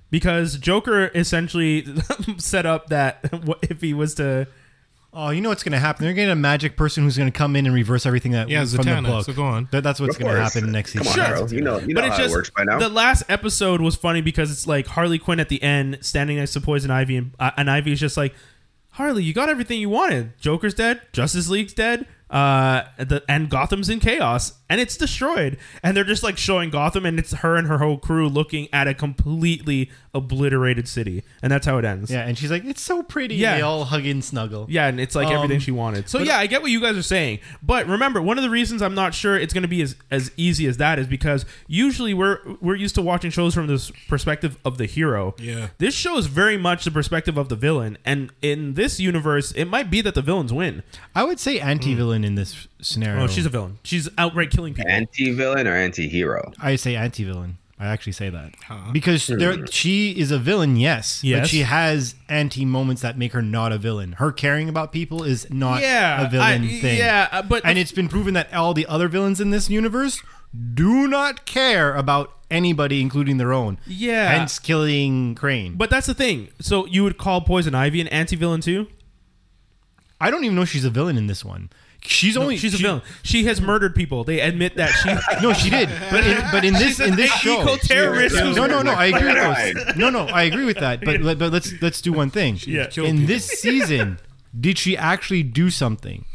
Speaker 2: Because Joker essentially set up that what if he was to.
Speaker 1: Oh, you know what's going to happen? They're going to get a magic person who's going to come in and reverse everything that
Speaker 4: Yeah,
Speaker 1: from
Speaker 4: Zatanna,
Speaker 1: the book.
Speaker 4: so go on.
Speaker 1: That, that's what's
Speaker 5: Of
Speaker 1: going to
Speaker 5: course.
Speaker 1: happen next
Speaker 5: Come
Speaker 1: season.
Speaker 5: on, bro. You know, you know
Speaker 2: But it's
Speaker 5: how
Speaker 2: just.
Speaker 5: it works by now.
Speaker 2: The last episode was funny because it's like Harley Quinn at the end standing next to Poison Ivy, and, uh, and Ivy is just like, Harley, you got everything you wanted. Joker's dead. Justice League's dead. Uh, the, and Gotham's in chaos, and it's destroyed. And they're just like showing Gotham, and it's her and her whole crew looking at a completely obliterated city, and that's how it ends.
Speaker 1: Yeah, and she's like, it's so pretty.
Speaker 2: Yeah.
Speaker 1: They all hug and snuggle.
Speaker 2: Yeah, and it's like
Speaker 1: Um,
Speaker 2: everything she wanted. So yeah, I get what you guys are saying, but remember, one of the reasons I'm not sure it's going to be as, as easy as that is because usually we're we're used to watching shows from this perspective of the hero.
Speaker 4: Yeah.
Speaker 2: this show is very much the perspective of the villain, and in this universe, it might be that the villains win.
Speaker 1: I would say anti villain in this scenario.
Speaker 2: Mm. Oh, she's a villain. She's outright killing people.
Speaker 5: anti villain or anti hero?
Speaker 1: I say anti villain. I actually say that because
Speaker 5: Hmm.
Speaker 1: there, she is a villain, yes,
Speaker 2: Yes.
Speaker 1: but she has anti moments that make her not a villain. Her caring about people is not
Speaker 2: yeah,
Speaker 1: a villain
Speaker 2: I-
Speaker 1: thing.
Speaker 2: Yeah, uh, but
Speaker 1: and it's been proven that all the other villains in this universe do not care about anybody, including their own.
Speaker 2: Yeah.
Speaker 1: hence killing Crane.
Speaker 2: but that's the thing. So you would call Poison Ivy an anti-villain too?
Speaker 1: I don't even know she's a villain in this one she's only
Speaker 2: She's a
Speaker 1: she-
Speaker 2: villain. She has murdered people. They admit that she.
Speaker 1: No, she did. But in, but in this in this
Speaker 2: an
Speaker 1: show,
Speaker 2: eco-terrorist who's-
Speaker 1: No, no, no. I agree
Speaker 5: Right.
Speaker 1: with those. No, no, I agree with that. But let, but let's let's do one thing.
Speaker 2: Yeah.
Speaker 1: In this season, did she actually do something?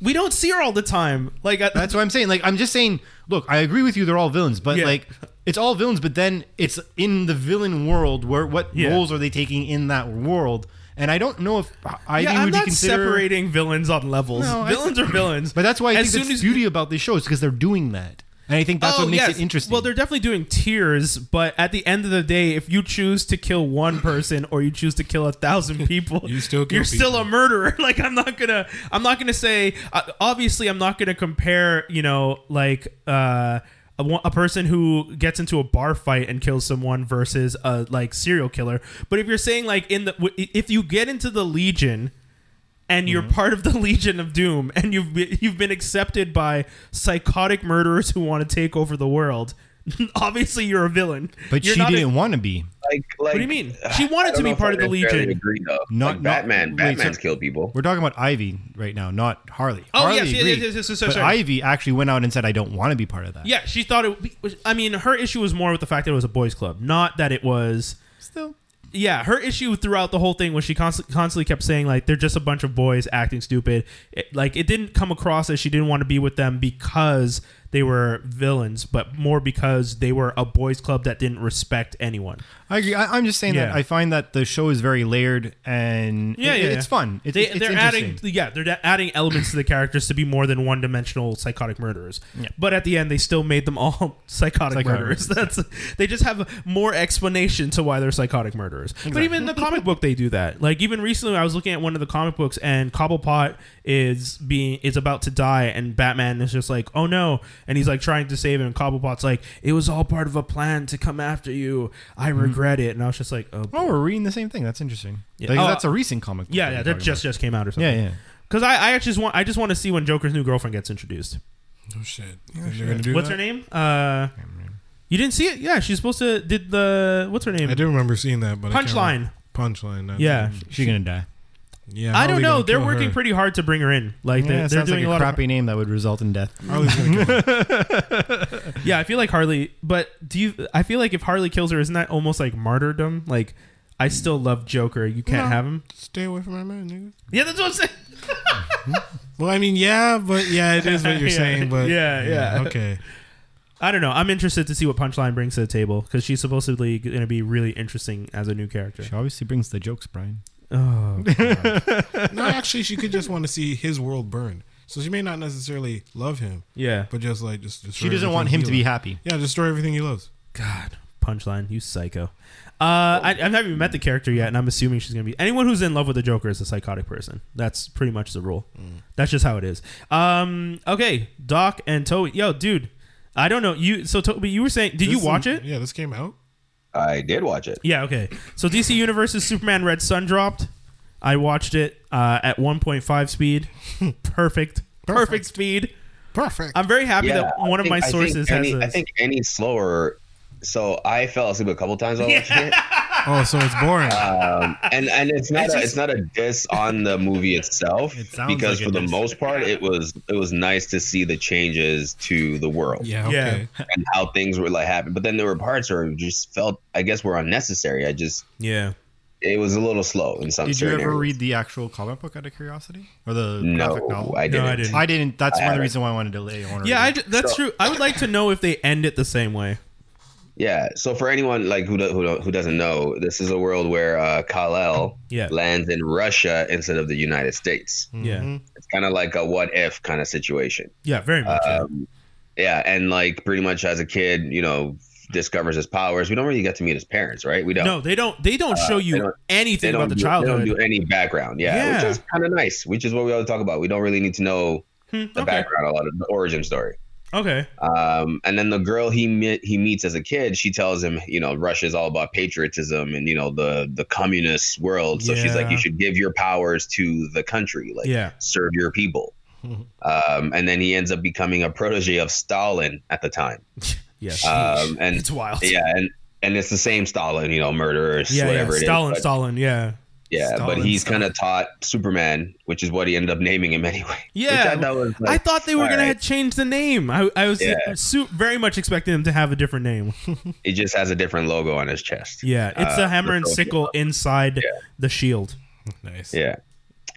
Speaker 2: we don't see her all the time. Like I,
Speaker 1: That's what I'm saying. Like I'm just saying. Look, I agree with you. They're all villains, but
Speaker 2: Yeah.
Speaker 1: like it's all villains. But then it's in the villain world where what
Speaker 2: Yeah.
Speaker 1: roles are they taking in that world? And I don't know if I
Speaker 2: yeah, I'm
Speaker 1: would
Speaker 2: not
Speaker 1: be considered.
Speaker 2: separating villains on levels.
Speaker 1: No, I-
Speaker 2: villains are villains.
Speaker 1: But that's why I
Speaker 2: As
Speaker 1: think
Speaker 2: soon
Speaker 1: that's
Speaker 2: as-
Speaker 1: the beauty about these shows because they're doing that, and I think that's
Speaker 2: Oh,
Speaker 1: what makes
Speaker 2: yes.
Speaker 1: it interesting.
Speaker 2: Well, they're definitely doing tiers, but at the end of the day, if you choose to kill one person or you choose to kill a thousand people,
Speaker 4: You still kill
Speaker 2: you're still
Speaker 4: people.
Speaker 2: a murderer. Like I'm not gonna, I'm not gonna say. Uh, obviously, I'm not gonna compare. You know, like. uh a, one- a person who gets into a bar fight and kills someone versus a like serial killer. But if you're saying like in the w- if you get into the Legion, and you're
Speaker 1: Mm-hmm.
Speaker 2: part of the Legion of Doom, and you've be, you've been accepted by psychotic murderers who want to take over the world. Obviously, you're a villain.
Speaker 1: but
Speaker 2: you're
Speaker 1: she
Speaker 2: not a-
Speaker 1: didn't want to be.
Speaker 5: Like,
Speaker 2: what
Speaker 5: like,
Speaker 2: do you mean? She wanted to be part of the Legion.
Speaker 5: Agree, though.
Speaker 1: Not-
Speaker 5: Like
Speaker 1: not-
Speaker 5: Batman.
Speaker 1: wait,
Speaker 5: Batman's
Speaker 1: so-
Speaker 5: kill people.
Speaker 1: We're talking about Ivy right now, not Harley.
Speaker 2: Oh,
Speaker 1: Harley
Speaker 2: yes, yes,
Speaker 1: agreed,
Speaker 2: yes, yes, yes, yes,
Speaker 1: but
Speaker 2: sorry.
Speaker 1: Ivy actually went out and said, "I don't want to be part of that."
Speaker 2: Yeah, she thought it. Was, I mean, her issue was more with the fact that it was a boys' club, not that it was.
Speaker 1: Still,
Speaker 2: Yeah, her issue throughout the whole thing was she constantly, constantly kept saying like they're just a bunch of boys acting stupid. It, like it didn't come across as she didn't want to be with them because they were villains, but more because they were a boys' club that didn't respect anyone.
Speaker 1: I agree. I, I'm just saying
Speaker 2: Yeah.
Speaker 1: that I find that the show is very layered and
Speaker 2: Yeah,
Speaker 1: it-
Speaker 2: yeah,
Speaker 1: it's
Speaker 2: yeah.
Speaker 1: fun. It's,
Speaker 2: they,
Speaker 1: it's
Speaker 2: they're
Speaker 1: interesting.
Speaker 2: adding yeah they're da- adding elements to the characters to be more than one dimensional psychotic murderers but at the end they still made them all psychotic,
Speaker 1: Psychotic
Speaker 2: murderers that's they just have more explanation to why they're psychotic murderers but even in the comic book they do that like even recently i was looking at one of the comic books and cobblepot is being is about to die and batman is just like oh no and he's like trying to save him and cobblepot's like it was all part of a plan to come after you i regret it and i was just like oh,
Speaker 1: Mm-hmm. Oh, we're reading the same thing. That's interesting.
Speaker 2: Yeah.
Speaker 1: Like,
Speaker 2: Oh,
Speaker 1: that's a recent comic. book
Speaker 2: yeah
Speaker 1: that
Speaker 2: yeah
Speaker 1: we're
Speaker 2: that
Speaker 1: talking
Speaker 2: just just came out or
Speaker 1: about.
Speaker 2: something
Speaker 1: yeah, yeah.
Speaker 2: because I, I just want I just want to see when Joker's new girlfriend gets introduced.
Speaker 4: Oh shit! They're gonna do
Speaker 2: what's
Speaker 4: that?
Speaker 2: her name? Uh, you didn't see it? Yeah, she's supposed to did the what's her
Speaker 4: I
Speaker 2: name?
Speaker 4: do remember seeing that, but I can't remember.
Speaker 2: Punchline.
Speaker 4: punchline. that's-
Speaker 2: Yeah.
Speaker 1: She's gonna die.
Speaker 4: yeah.
Speaker 2: I
Speaker 4: Harley
Speaker 2: don't know.
Speaker 4: gonna
Speaker 2: They're
Speaker 4: kill
Speaker 2: working
Speaker 4: her.
Speaker 2: pretty hard to bring her in. Like
Speaker 1: yeah,
Speaker 2: they're,
Speaker 1: it
Speaker 2: they're
Speaker 1: sounds
Speaker 2: doing
Speaker 1: like
Speaker 2: a, lot
Speaker 1: crappy name that would result in death.
Speaker 4: Harley's gonna kill her.
Speaker 2: of. Yeah, I feel like Harley. But do you? I feel like if Harley kills her, isn't that almost like martyrdom? Like I still love Joker. You can't
Speaker 4: No.
Speaker 2: have him.
Speaker 4: Stay away from my man, nigga.
Speaker 2: Yeah, that's what I'm saying.
Speaker 4: Well, I mean, yeah, but yeah, it is what you're
Speaker 2: Yeah.
Speaker 4: saying, but
Speaker 2: Yeah, yeah.
Speaker 4: okay.
Speaker 2: I don't know. I'm interested to see what Punchline brings to the table because she's supposedly going to be really interesting as a new character.
Speaker 1: She obviously brings the jokes, Brian.
Speaker 2: Oh,
Speaker 4: No, actually, she could just want to see his world burn. So she may not necessarily love him,
Speaker 2: yeah.
Speaker 4: but just like just destroy
Speaker 1: She doesn't want him
Speaker 4: everything
Speaker 1: to
Speaker 4: he
Speaker 1: be
Speaker 4: loves.
Speaker 1: happy.
Speaker 4: Yeah, destroy everything he loves.
Speaker 2: God, punchline, you psycho. Uh, I, I haven't even met the character yet, and I'm assuming she's gonna be anyone who's in love with the Joker is a psychotic person. That's pretty much the rule.
Speaker 5: Mm.
Speaker 2: That's just how it is. Um, okay, Doc and Toby. Yo, dude, I don't know you. So Toby, you were saying, did you
Speaker 4: This
Speaker 2: watch
Speaker 4: is-
Speaker 2: it?
Speaker 4: Yeah, this came out.
Speaker 5: I did watch it.
Speaker 2: Yeah. Okay. So DC Universe's Superman Red Sun dropped. I watched it uh, at 1.5 speed. Perfect. Perfect
Speaker 4: Perfect.
Speaker 2: speed.
Speaker 4: Perfect.
Speaker 2: I'm very happy
Speaker 5: Yeah,
Speaker 2: that
Speaker 5: I
Speaker 2: one of
Speaker 5: think-
Speaker 2: my
Speaker 5: I think
Speaker 2: sources
Speaker 5: any,
Speaker 2: has. A,
Speaker 5: I think any slower. So I fell asleep a couple times while watching it.
Speaker 4: Oh, so it's boring.
Speaker 5: um, and and it's not
Speaker 2: It's
Speaker 5: a,
Speaker 2: just-
Speaker 5: it's not a diss on the movie itself
Speaker 1: It sounds
Speaker 5: because
Speaker 1: like a
Speaker 5: for the
Speaker 1: diss.
Speaker 5: most part it was it was nice to see the changes to the world
Speaker 4: Yeah, okay.
Speaker 5: and how things were like happening. But then there were parts where it just felt I guess were unnecessary. I just
Speaker 2: yeah.
Speaker 5: it was a little slow in some.
Speaker 1: Did you
Speaker 5: certain
Speaker 1: ever
Speaker 5: areas.
Speaker 1: read the actual comic book out of curiosity or the graphic
Speaker 5: No,
Speaker 1: novel?
Speaker 5: I didn't.
Speaker 2: I didn't.
Speaker 1: I didn't. That's one of the
Speaker 5: haven't.
Speaker 1: reasons why I wanted to delay. I wanna
Speaker 2: Yeah,
Speaker 1: read
Speaker 2: I
Speaker 1: it.
Speaker 2: ju- that's true. I would like to know if they end it the same way.
Speaker 5: Yeah. So for anyone like who do, who don't, who doesn't know, this is a world where uh, Kal El
Speaker 2: Yeah. Hmm.
Speaker 5: lands in Russia instead of the United States.
Speaker 2: Yeah,
Speaker 5: It's kind of like a what if kind of situation.
Speaker 2: yeah, very much.
Speaker 5: Uh,
Speaker 2: yeah.
Speaker 5: Yeah, and like pretty much as a kid, you know, discovers his powers. We don't really get to meet his parents, right? We don't.
Speaker 2: No, they don't. They don't show you
Speaker 5: Uh, they don't-
Speaker 2: anything about the
Speaker 5: do,
Speaker 2: childhood.
Speaker 5: They don't do any background. Yeah,
Speaker 2: Yeah.
Speaker 5: which is kind of nice. Which is what we always talk about. We don't really need to know
Speaker 2: Hmm,
Speaker 5: the
Speaker 2: okay.
Speaker 5: background a lot of the origin story.
Speaker 2: Okay.
Speaker 5: Um, and then the girl he met, he meets as a kid, she tells him, you know, Russia is all about patriotism and you know the the communist world. So she's like,
Speaker 2: Yeah.
Speaker 5: you should give your powers to the country, like
Speaker 2: Yeah.
Speaker 5: serve your people. Um, and then he ends up becoming a protege of Stalin at the time.
Speaker 2: Yeah.
Speaker 5: Um, and
Speaker 2: it's wild.
Speaker 5: yeah, and and it's the same Stalin, you know, murderers,
Speaker 2: yeah, yeah.
Speaker 5: whatever it is.
Speaker 2: Stalin,
Speaker 5: but-
Speaker 2: Stalin. Yeah.
Speaker 5: Yeah, but
Speaker 3: Stalin
Speaker 5: he's
Speaker 3: style.
Speaker 5: kind of taught Superman, which is what he ended up naming him anyway.
Speaker 2: Yeah,
Speaker 5: Which I thought, was
Speaker 2: I
Speaker 5: like,
Speaker 2: thought they were
Speaker 5: all
Speaker 2: gonna
Speaker 5: right,
Speaker 2: change the name. I, I was
Speaker 5: Yeah.
Speaker 2: su- very much expecting them to have a different name.
Speaker 5: He just has a different logo on his chest.
Speaker 2: yeah, it's
Speaker 5: Uh,
Speaker 2: a hammer and
Speaker 5: so-
Speaker 2: sickle inside the shield.
Speaker 4: Nice.
Speaker 5: Yeah.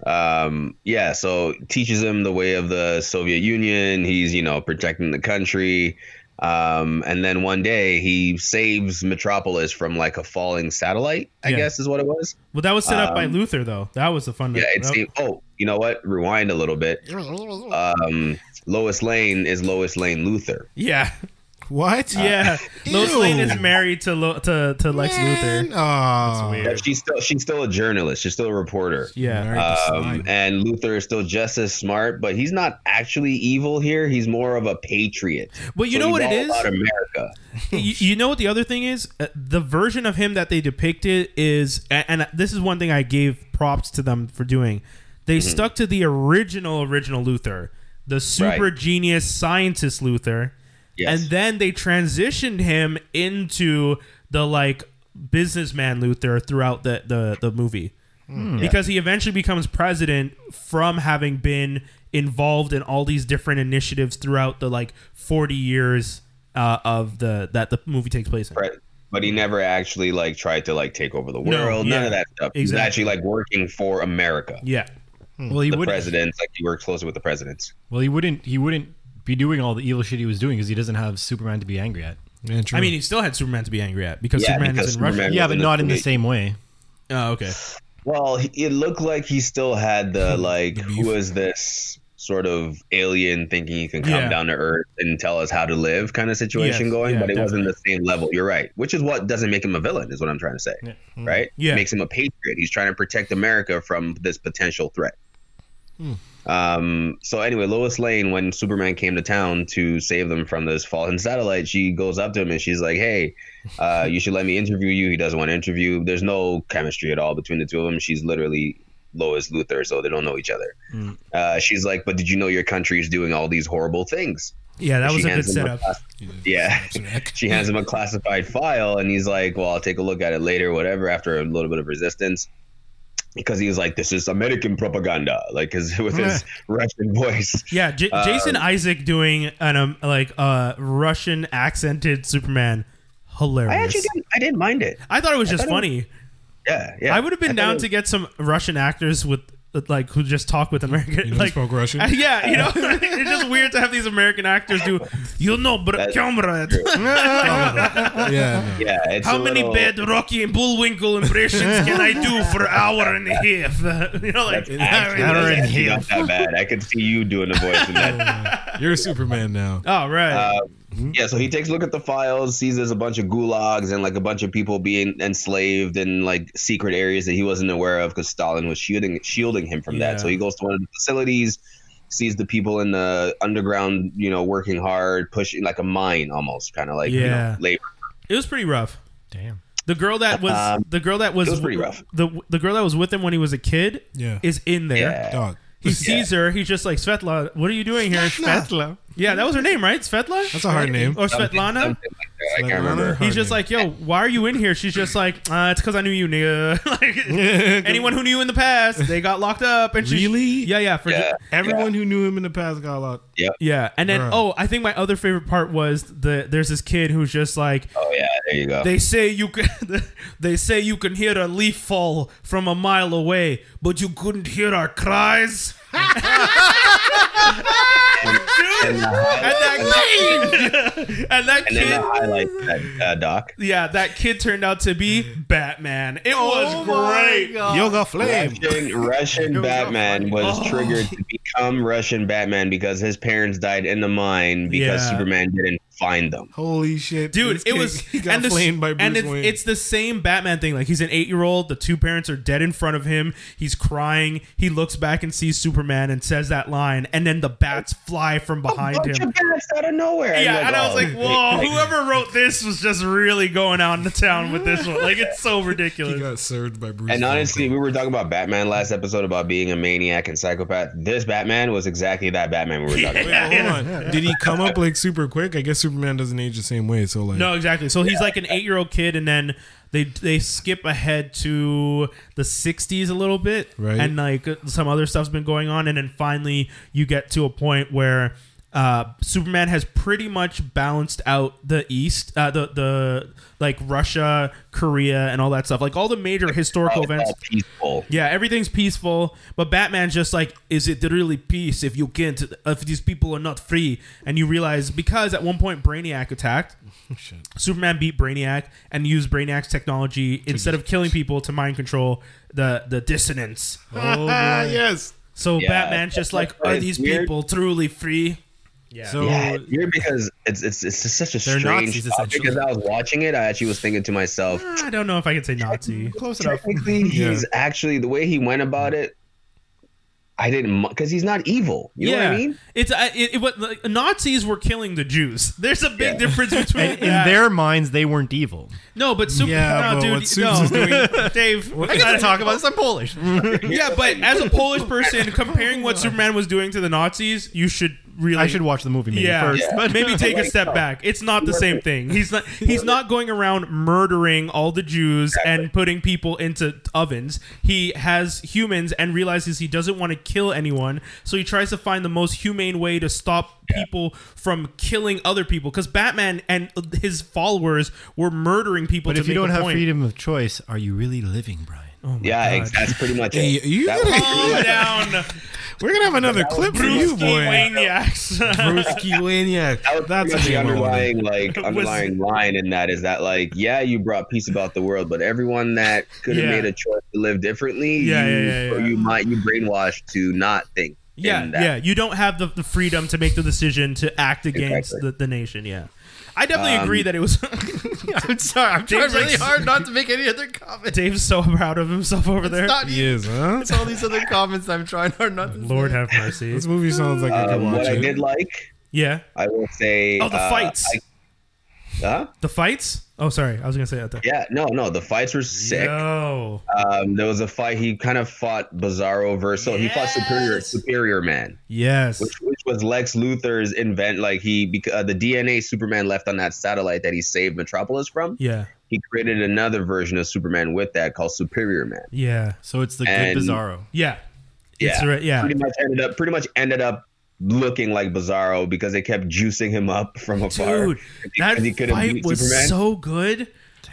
Speaker 5: Um, yeah, so teaches him the way of the Soviet Union. He's, you know, protecting the country. Um, and then one day he saves Metropolis from like a falling satellite, I
Speaker 2: Yeah.
Speaker 5: guess is what it was.
Speaker 2: Well, that was set up by
Speaker 5: Um,
Speaker 2: Luther, though. That was the fun.
Speaker 5: Yeah, it's
Speaker 2: that,
Speaker 5: oh, you know what? Rewind a little bit. Um, Lois Lane is Lois Lane Luther.
Speaker 2: yeah,
Speaker 4: What?
Speaker 2: yeah.
Speaker 5: Uh,
Speaker 2: Lois
Speaker 4: Ew.
Speaker 2: Lane is married to Lo- to to Lex Luthor.
Speaker 4: Oh,
Speaker 3: weird.
Speaker 5: Yeah, she's still she's still a journalist. She's still a reporter.
Speaker 2: Yeah,
Speaker 5: Um, and Luther is still just as smart, but he's not actually evil here. He's more of a patriot.
Speaker 2: but you
Speaker 5: So
Speaker 2: know
Speaker 5: he's
Speaker 2: what it
Speaker 5: all
Speaker 2: is.
Speaker 5: about America.
Speaker 2: you, you know what the other thing is Uh, the version of him that they depicted is a- and, uh, this is one thing i gave props to them for doing they stuck to the original original luther the super
Speaker 5: Mm-hmm. Right.
Speaker 2: genius scientist luther
Speaker 5: Yes.
Speaker 2: and then they transitioned him into the like businessman luther throughout the the, the movie
Speaker 5: Hmm.
Speaker 2: because he eventually becomes president from having been involved in all these different initiatives throughout the like 40 years uh, of the that the movie takes place in.
Speaker 5: Right. But he never actually like tried to like take over the
Speaker 2: No,
Speaker 5: world. None
Speaker 2: yeah,
Speaker 5: of that stuff. He's
Speaker 2: exactly.
Speaker 5: actually like working for America.
Speaker 2: Yeah.
Speaker 1: Well, he
Speaker 5: Hmm. The
Speaker 1: wouldn't.
Speaker 5: presidents, like he worked closely with the presidents.
Speaker 1: Well, he wouldn't. He wouldn't be doing all the evil shit he was doing because he doesn't have Superman to be angry at.
Speaker 2: I mean, he still had Superman to be angry at because
Speaker 5: Yeah,
Speaker 2: Superman
Speaker 5: because
Speaker 2: is in
Speaker 5: Superman-
Speaker 2: Russia.
Speaker 1: Yeah, but not in the
Speaker 5: Yeah.
Speaker 1: same way.
Speaker 2: Oh, okay.
Speaker 5: Well, he, it looked like he still had the like, who is this sort of alien thinking he can come
Speaker 2: Yeah.
Speaker 5: down to Earth and tell us how to live kind of situation
Speaker 2: Yes,
Speaker 5: going,
Speaker 2: yeah,
Speaker 5: but it wasn't the same level. You're right, which is what doesn't make him a villain, is what I'm trying to say. Right?
Speaker 2: Yeah.
Speaker 5: makes him a patriot. He's trying to protect America from this potential threat.
Speaker 2: Hmm.
Speaker 5: Um, so anyway, Lois Lane, when Superman came to town to save them from this fallen satellite, she goes up to him and she's like, "Hey, uh, you should let me interview you." He doesn't want to interview. There's no chemistry at all between the two of them. She's literally Lois Luthor, so they don't know each other.
Speaker 2: Hmm.
Speaker 5: Uh, she's like, "But did you know your country is doing all these horrible things?"
Speaker 2: Yeah, that
Speaker 5: She
Speaker 2: was a good
Speaker 5: hands him
Speaker 2: setup.
Speaker 5: class- yeah, she hands him a classified file, and he's like, "Well, I'll take a look at it later, whatever." After a little bit of resistance, because he was like, "This is American propaganda," like his, with his Russian voice.
Speaker 2: Yeah, J-
Speaker 5: Uh,
Speaker 2: Jason Isaac doing an um, like uh, Russian accented Superman, hilarious.
Speaker 5: I
Speaker 2: I,
Speaker 5: actually didn't, I didn't mind it.
Speaker 2: thought it was just
Speaker 5: thought
Speaker 2: funny.
Speaker 5: it was- Yeah, yeah.
Speaker 2: I would have been
Speaker 5: thought
Speaker 2: down
Speaker 5: it-
Speaker 2: to get some Russian actors with with, like who just talk with American
Speaker 4: You know,
Speaker 2: like
Speaker 4: spoke Russian.
Speaker 2: Uh, yeah, you know, it's just weird to have these American actors do. You know, bro,
Speaker 5: That's
Speaker 2: comrade,
Speaker 4: yeah.
Speaker 5: Yeah, it's
Speaker 2: how
Speaker 5: a
Speaker 2: many
Speaker 5: little-
Speaker 2: bad Rocky and Bullwinkle impressions can I do for an hour and a half? you know, like
Speaker 5: Actually, that's actually not that bad. I could see you doing the voice in that.
Speaker 4: no. You're Superman now.
Speaker 2: Oh
Speaker 5: Uh,
Speaker 2: right,
Speaker 5: Yeah, so he takes a look at the files, sees there's a bunch of gulags and like a bunch of people being enslaved in like secret areas that he wasn't aware of because Stalin was shielding shielding him from
Speaker 2: Yeah.
Speaker 5: that. So he goes to one of the facilities, sees the people in the underground, you know, working hard, pushing like a mine almost, kind of like you
Speaker 2: Yeah.
Speaker 5: know, labor.
Speaker 2: it was pretty rough.
Speaker 1: Damn.
Speaker 2: The girl that was
Speaker 5: Um,
Speaker 2: the girl that was,
Speaker 5: it was pretty rough.
Speaker 2: The the girl that was with him when he was a kid
Speaker 4: Yeah.
Speaker 2: is in there.
Speaker 5: Yeah.
Speaker 4: Dog.
Speaker 2: He sees her. He's just like Svetla. What are you doing here, Svetla? Yeah, that was her name, right? Svetla.
Speaker 4: That's a hard name.
Speaker 2: Or
Speaker 5: Something-
Speaker 2: Svetlana.
Speaker 5: something like that. I can't remember.
Speaker 2: He's just like, yo, why are you in here? She's just like, uh, it's because I knew you, nigga. like, anyone who knew you in the past, they got locked up. And she,
Speaker 4: Really?
Speaker 2: Yeah, yeah, for
Speaker 5: Yeah.
Speaker 4: Everyone who knew him in the past got locked.
Speaker 2: yeah. And then,
Speaker 4: Bruh.
Speaker 2: oh, I think my other favorite part was the there's this kid who's just like,
Speaker 5: Oh yeah, there you go.
Speaker 2: they say you can, they say you can hear a leaf fall from a mile away, but you couldn't hear our cries.
Speaker 5: and the, hi-
Speaker 2: And that kid, and that
Speaker 5: and then
Speaker 2: kid
Speaker 5: the highlight that uh, doc.
Speaker 2: Yeah, that kid turned out to be Batman. It
Speaker 5: Oh
Speaker 3: Oh
Speaker 2: was great.
Speaker 4: Yoga flame.
Speaker 5: Russian, Russian Batman was
Speaker 2: Oh.
Speaker 5: triggered to become Russian Batman because his parents died in the mine because
Speaker 2: Yeah.
Speaker 5: Superman didn't find them.
Speaker 4: Holy shit,
Speaker 2: Dude,
Speaker 4: This
Speaker 2: it
Speaker 4: kid-
Speaker 2: was
Speaker 4: He got
Speaker 2: and, the-
Speaker 4: flamed by Bruce
Speaker 2: and it's,
Speaker 4: Wayne.
Speaker 2: it's the same Batman thing. Like he's an eight year old. The two parents are dead in front of him. He's crying. He looks back and sees Superman and says that line. And then the bats fly from behind
Speaker 5: Bunch
Speaker 2: him.
Speaker 5: of bats out of nowhere.
Speaker 2: Yeah, and I
Speaker 5: oh,
Speaker 2: was like, "Whoa!" Whoever wrote this was just really going out into town with this one. Like it's so
Speaker 4: he
Speaker 2: ridiculous.
Speaker 4: got served by Bruce.
Speaker 5: And
Speaker 4: Wayne.
Speaker 5: honestly, we were talking about Batman last episode about being a maniac and psychopath. This Batman was exactly that Batman we were talking about.
Speaker 4: Wait, hold on. Did he come up like super quick? I guess Superman doesn't age the same way. So like,
Speaker 2: No, exactly. So he's like an eight-year-old kid, and then they they skip ahead to the '60s a little bit,
Speaker 4: Right.
Speaker 2: And like some other stuff's been going on, and then finally you get to a point where uh, Superman has pretty much balanced out the East, uh, the the like Russia, Korea, and all that stuff. Like all the major historical
Speaker 5: Oh, It's all
Speaker 2: events.
Speaker 5: peaceful.
Speaker 2: Yeah, everything's peaceful, but Batman's just like, is it really peace if you can't, if these people are not free? And you realize because at one point Brainiac attacked, Superman beat Brainiac and used Brainiac's technology instead of killing people to mind control the the dissonance.
Speaker 3: Ah, yes.
Speaker 2: So
Speaker 5: Yeah,
Speaker 2: Batman's
Speaker 5: that's
Speaker 2: just like,
Speaker 5: what-
Speaker 2: are
Speaker 5: it's
Speaker 2: these
Speaker 5: weird.
Speaker 2: people truly free? Yeah.
Speaker 1: So
Speaker 5: Yeah, it's weird because it's it's it's just such a
Speaker 1: They're
Speaker 5: strange
Speaker 1: Nazis,
Speaker 5: topic.
Speaker 1: essentially.
Speaker 5: Because I was watching it, I actually was thinking to myself,
Speaker 2: I don't know if I could say Nazi.
Speaker 1: close enough.
Speaker 5: technically, he's actually the way he went about it. I didn't because he's not evil. You know
Speaker 2: yeah,
Speaker 5: what I mean?
Speaker 2: it's I it, it what like, Nazis were killing the Jews. There's a big difference between
Speaker 1: And in
Speaker 2: that.
Speaker 1: their minds, they weren't evil.
Speaker 2: no, but Superman,
Speaker 4: Yeah,
Speaker 2: no,
Speaker 4: but
Speaker 2: dude,
Speaker 4: what Susan's
Speaker 2: no,
Speaker 4: doing-
Speaker 2: Dave,
Speaker 1: I get to talk about this. I'm Polish.
Speaker 2: Yeah, but as a Polish person, comparing what Superman was doing to the Nazis, you should really
Speaker 1: I should watch the movie maybe
Speaker 2: yeah,
Speaker 1: first.
Speaker 2: but maybe take a step back. It's not the same thing. He's not he's not going around murdering all the Jews and putting people into ovens. He has humans and realizes he doesn't want to kill anyone, so he tries to find the most humane way to stop people from killing other people cuz Batman and his followers were murdering people
Speaker 1: But
Speaker 2: to
Speaker 1: if you
Speaker 2: make
Speaker 1: don't
Speaker 2: a
Speaker 1: have
Speaker 2: point.
Speaker 1: freedom of choice, are you really living, Brian?
Speaker 2: Oh
Speaker 5: Yeah, ex- that's pretty much
Speaker 4: Hey,
Speaker 5: it.
Speaker 4: you
Speaker 5: That
Speaker 4: gotta-
Speaker 5: was-
Speaker 2: Calm down,
Speaker 4: we're gonna have another clip for you,
Speaker 2: Bruce
Speaker 4: boy.
Speaker 2: Waniacs.
Speaker 4: Brewski Waniac.
Speaker 5: that was
Speaker 4: That's
Speaker 5: pretty
Speaker 4: a
Speaker 5: much the
Speaker 4: name I wanna-
Speaker 5: underlying like
Speaker 2: Was-
Speaker 5: underlying line in that is that like yeah you brought peace about the world but everyone that could have
Speaker 2: Yeah.
Speaker 5: made a choice to live differently
Speaker 2: Yeah,
Speaker 5: you,
Speaker 2: yeah, yeah,
Speaker 5: or
Speaker 2: yeah.
Speaker 5: you might you brainwashed to not think in
Speaker 2: Yeah,
Speaker 5: that.
Speaker 2: yeah. You don't have the, the freedom to make the decision to act against
Speaker 5: Exactly.
Speaker 2: the, the nation. Yeah, I definitely
Speaker 5: Um,
Speaker 2: agree that it was.
Speaker 1: I'm sorry. I'm trying
Speaker 2: James, like-
Speaker 1: really hard not to make any other comments.
Speaker 2: Dave's so proud of himself over there.
Speaker 1: It's not
Speaker 4: He is, huh?
Speaker 1: It's all these other comments I'm trying hard not to
Speaker 2: Lord
Speaker 1: say.
Speaker 2: have mercy.
Speaker 4: This movie sounds like I could
Speaker 5: Um,
Speaker 4: watch
Speaker 5: what I
Speaker 4: it.
Speaker 5: did like
Speaker 2: yeah,
Speaker 5: I will say
Speaker 2: Oh, the
Speaker 5: uh,
Speaker 2: fights.
Speaker 5: I- huh?
Speaker 2: the fights. Oh, sorry, I was gonna say that. Though. Oh,
Speaker 5: yeah no no the fights were sick
Speaker 2: Yo.
Speaker 5: um, there was a fight he kind of fought Bizarro versus he fought Superior
Speaker 2: Yes.
Speaker 5: Superior Man
Speaker 2: Yes.
Speaker 5: which, which was Lex Luthor's invent. Like he, bec- uh, the DNA Superman left on that satellite that he saved Metropolis from.
Speaker 2: yeah.
Speaker 5: He created another version of Superman with that called Superior Man.
Speaker 2: Yeah.
Speaker 1: So it's the
Speaker 5: And-
Speaker 1: good Bizarro.
Speaker 2: Yeah.
Speaker 5: Yeah,
Speaker 2: It's right. Yeah.
Speaker 5: pretty much ended up pretty much ended up looking like Bizarro because they kept juicing him up from afar.
Speaker 2: Dude, that
Speaker 5: Because he couldn't
Speaker 2: fight
Speaker 5: beat
Speaker 2: was
Speaker 5: Superman.
Speaker 2: so good.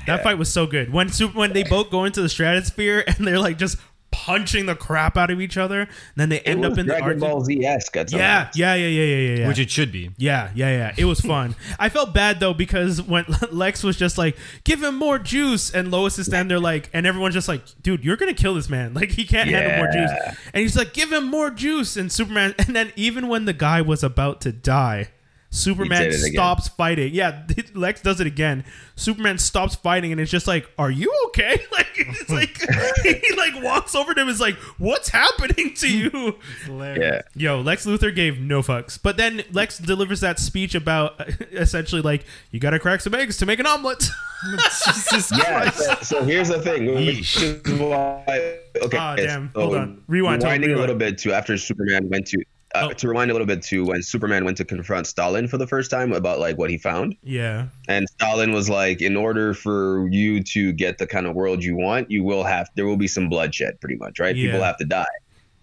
Speaker 2: That fight was so good. When super, when they both go into the stratosphere and they're like just punching the crap out of each other, and then they
Speaker 5: It
Speaker 2: end
Speaker 5: was
Speaker 2: up in the
Speaker 5: Dragon
Speaker 2: Arctic.
Speaker 5: Ball Z esque. at some
Speaker 2: Yeah,
Speaker 5: points.
Speaker 2: yeah, yeah, yeah, yeah, yeah, yeah.
Speaker 1: Which it should be.
Speaker 2: yeah, yeah, yeah. It was fun. I felt bad though because when Lex was just like, "Give him more juice," and Lois is standing there like, and everyone's just like, "Dude, you're gonna kill this man. Like he can't handle more
Speaker 5: Yeah.
Speaker 2: juice." And he's like, "Give him more juice." And Superman, and then even when the guy was about to die, Superman
Speaker 5: did it again.
Speaker 2: stops fighting. Yeah, Lex does it again. Superman stops fighting, and it's just like, "Are you okay?" Like it's like he like walks over to him, and is like, "What's happening to you?"
Speaker 5: yeah.
Speaker 2: Yo, Lex Luthor gave no fucks. But then Lex delivers that speech about essentially like you got to crack some eggs to make an omelet.
Speaker 1: Jesus
Speaker 5: Yeah, so, so here's the thing. which is why- okay,
Speaker 2: Ah, damn.
Speaker 5: so
Speaker 2: Hold on. Rewind, Tom,
Speaker 5: Rewinding a little
Speaker 2: rewind.
Speaker 5: bit to after Superman went to uh,
Speaker 2: Oh.
Speaker 5: to rewind a little bit to when Superman went to confront Stalin for the first time about like what he found,
Speaker 2: yeah.
Speaker 5: and Stalin was like, in order for you to get the kind of world you want, you will have there will be some bloodshed, pretty much, right? People
Speaker 2: Yeah.
Speaker 5: have to die.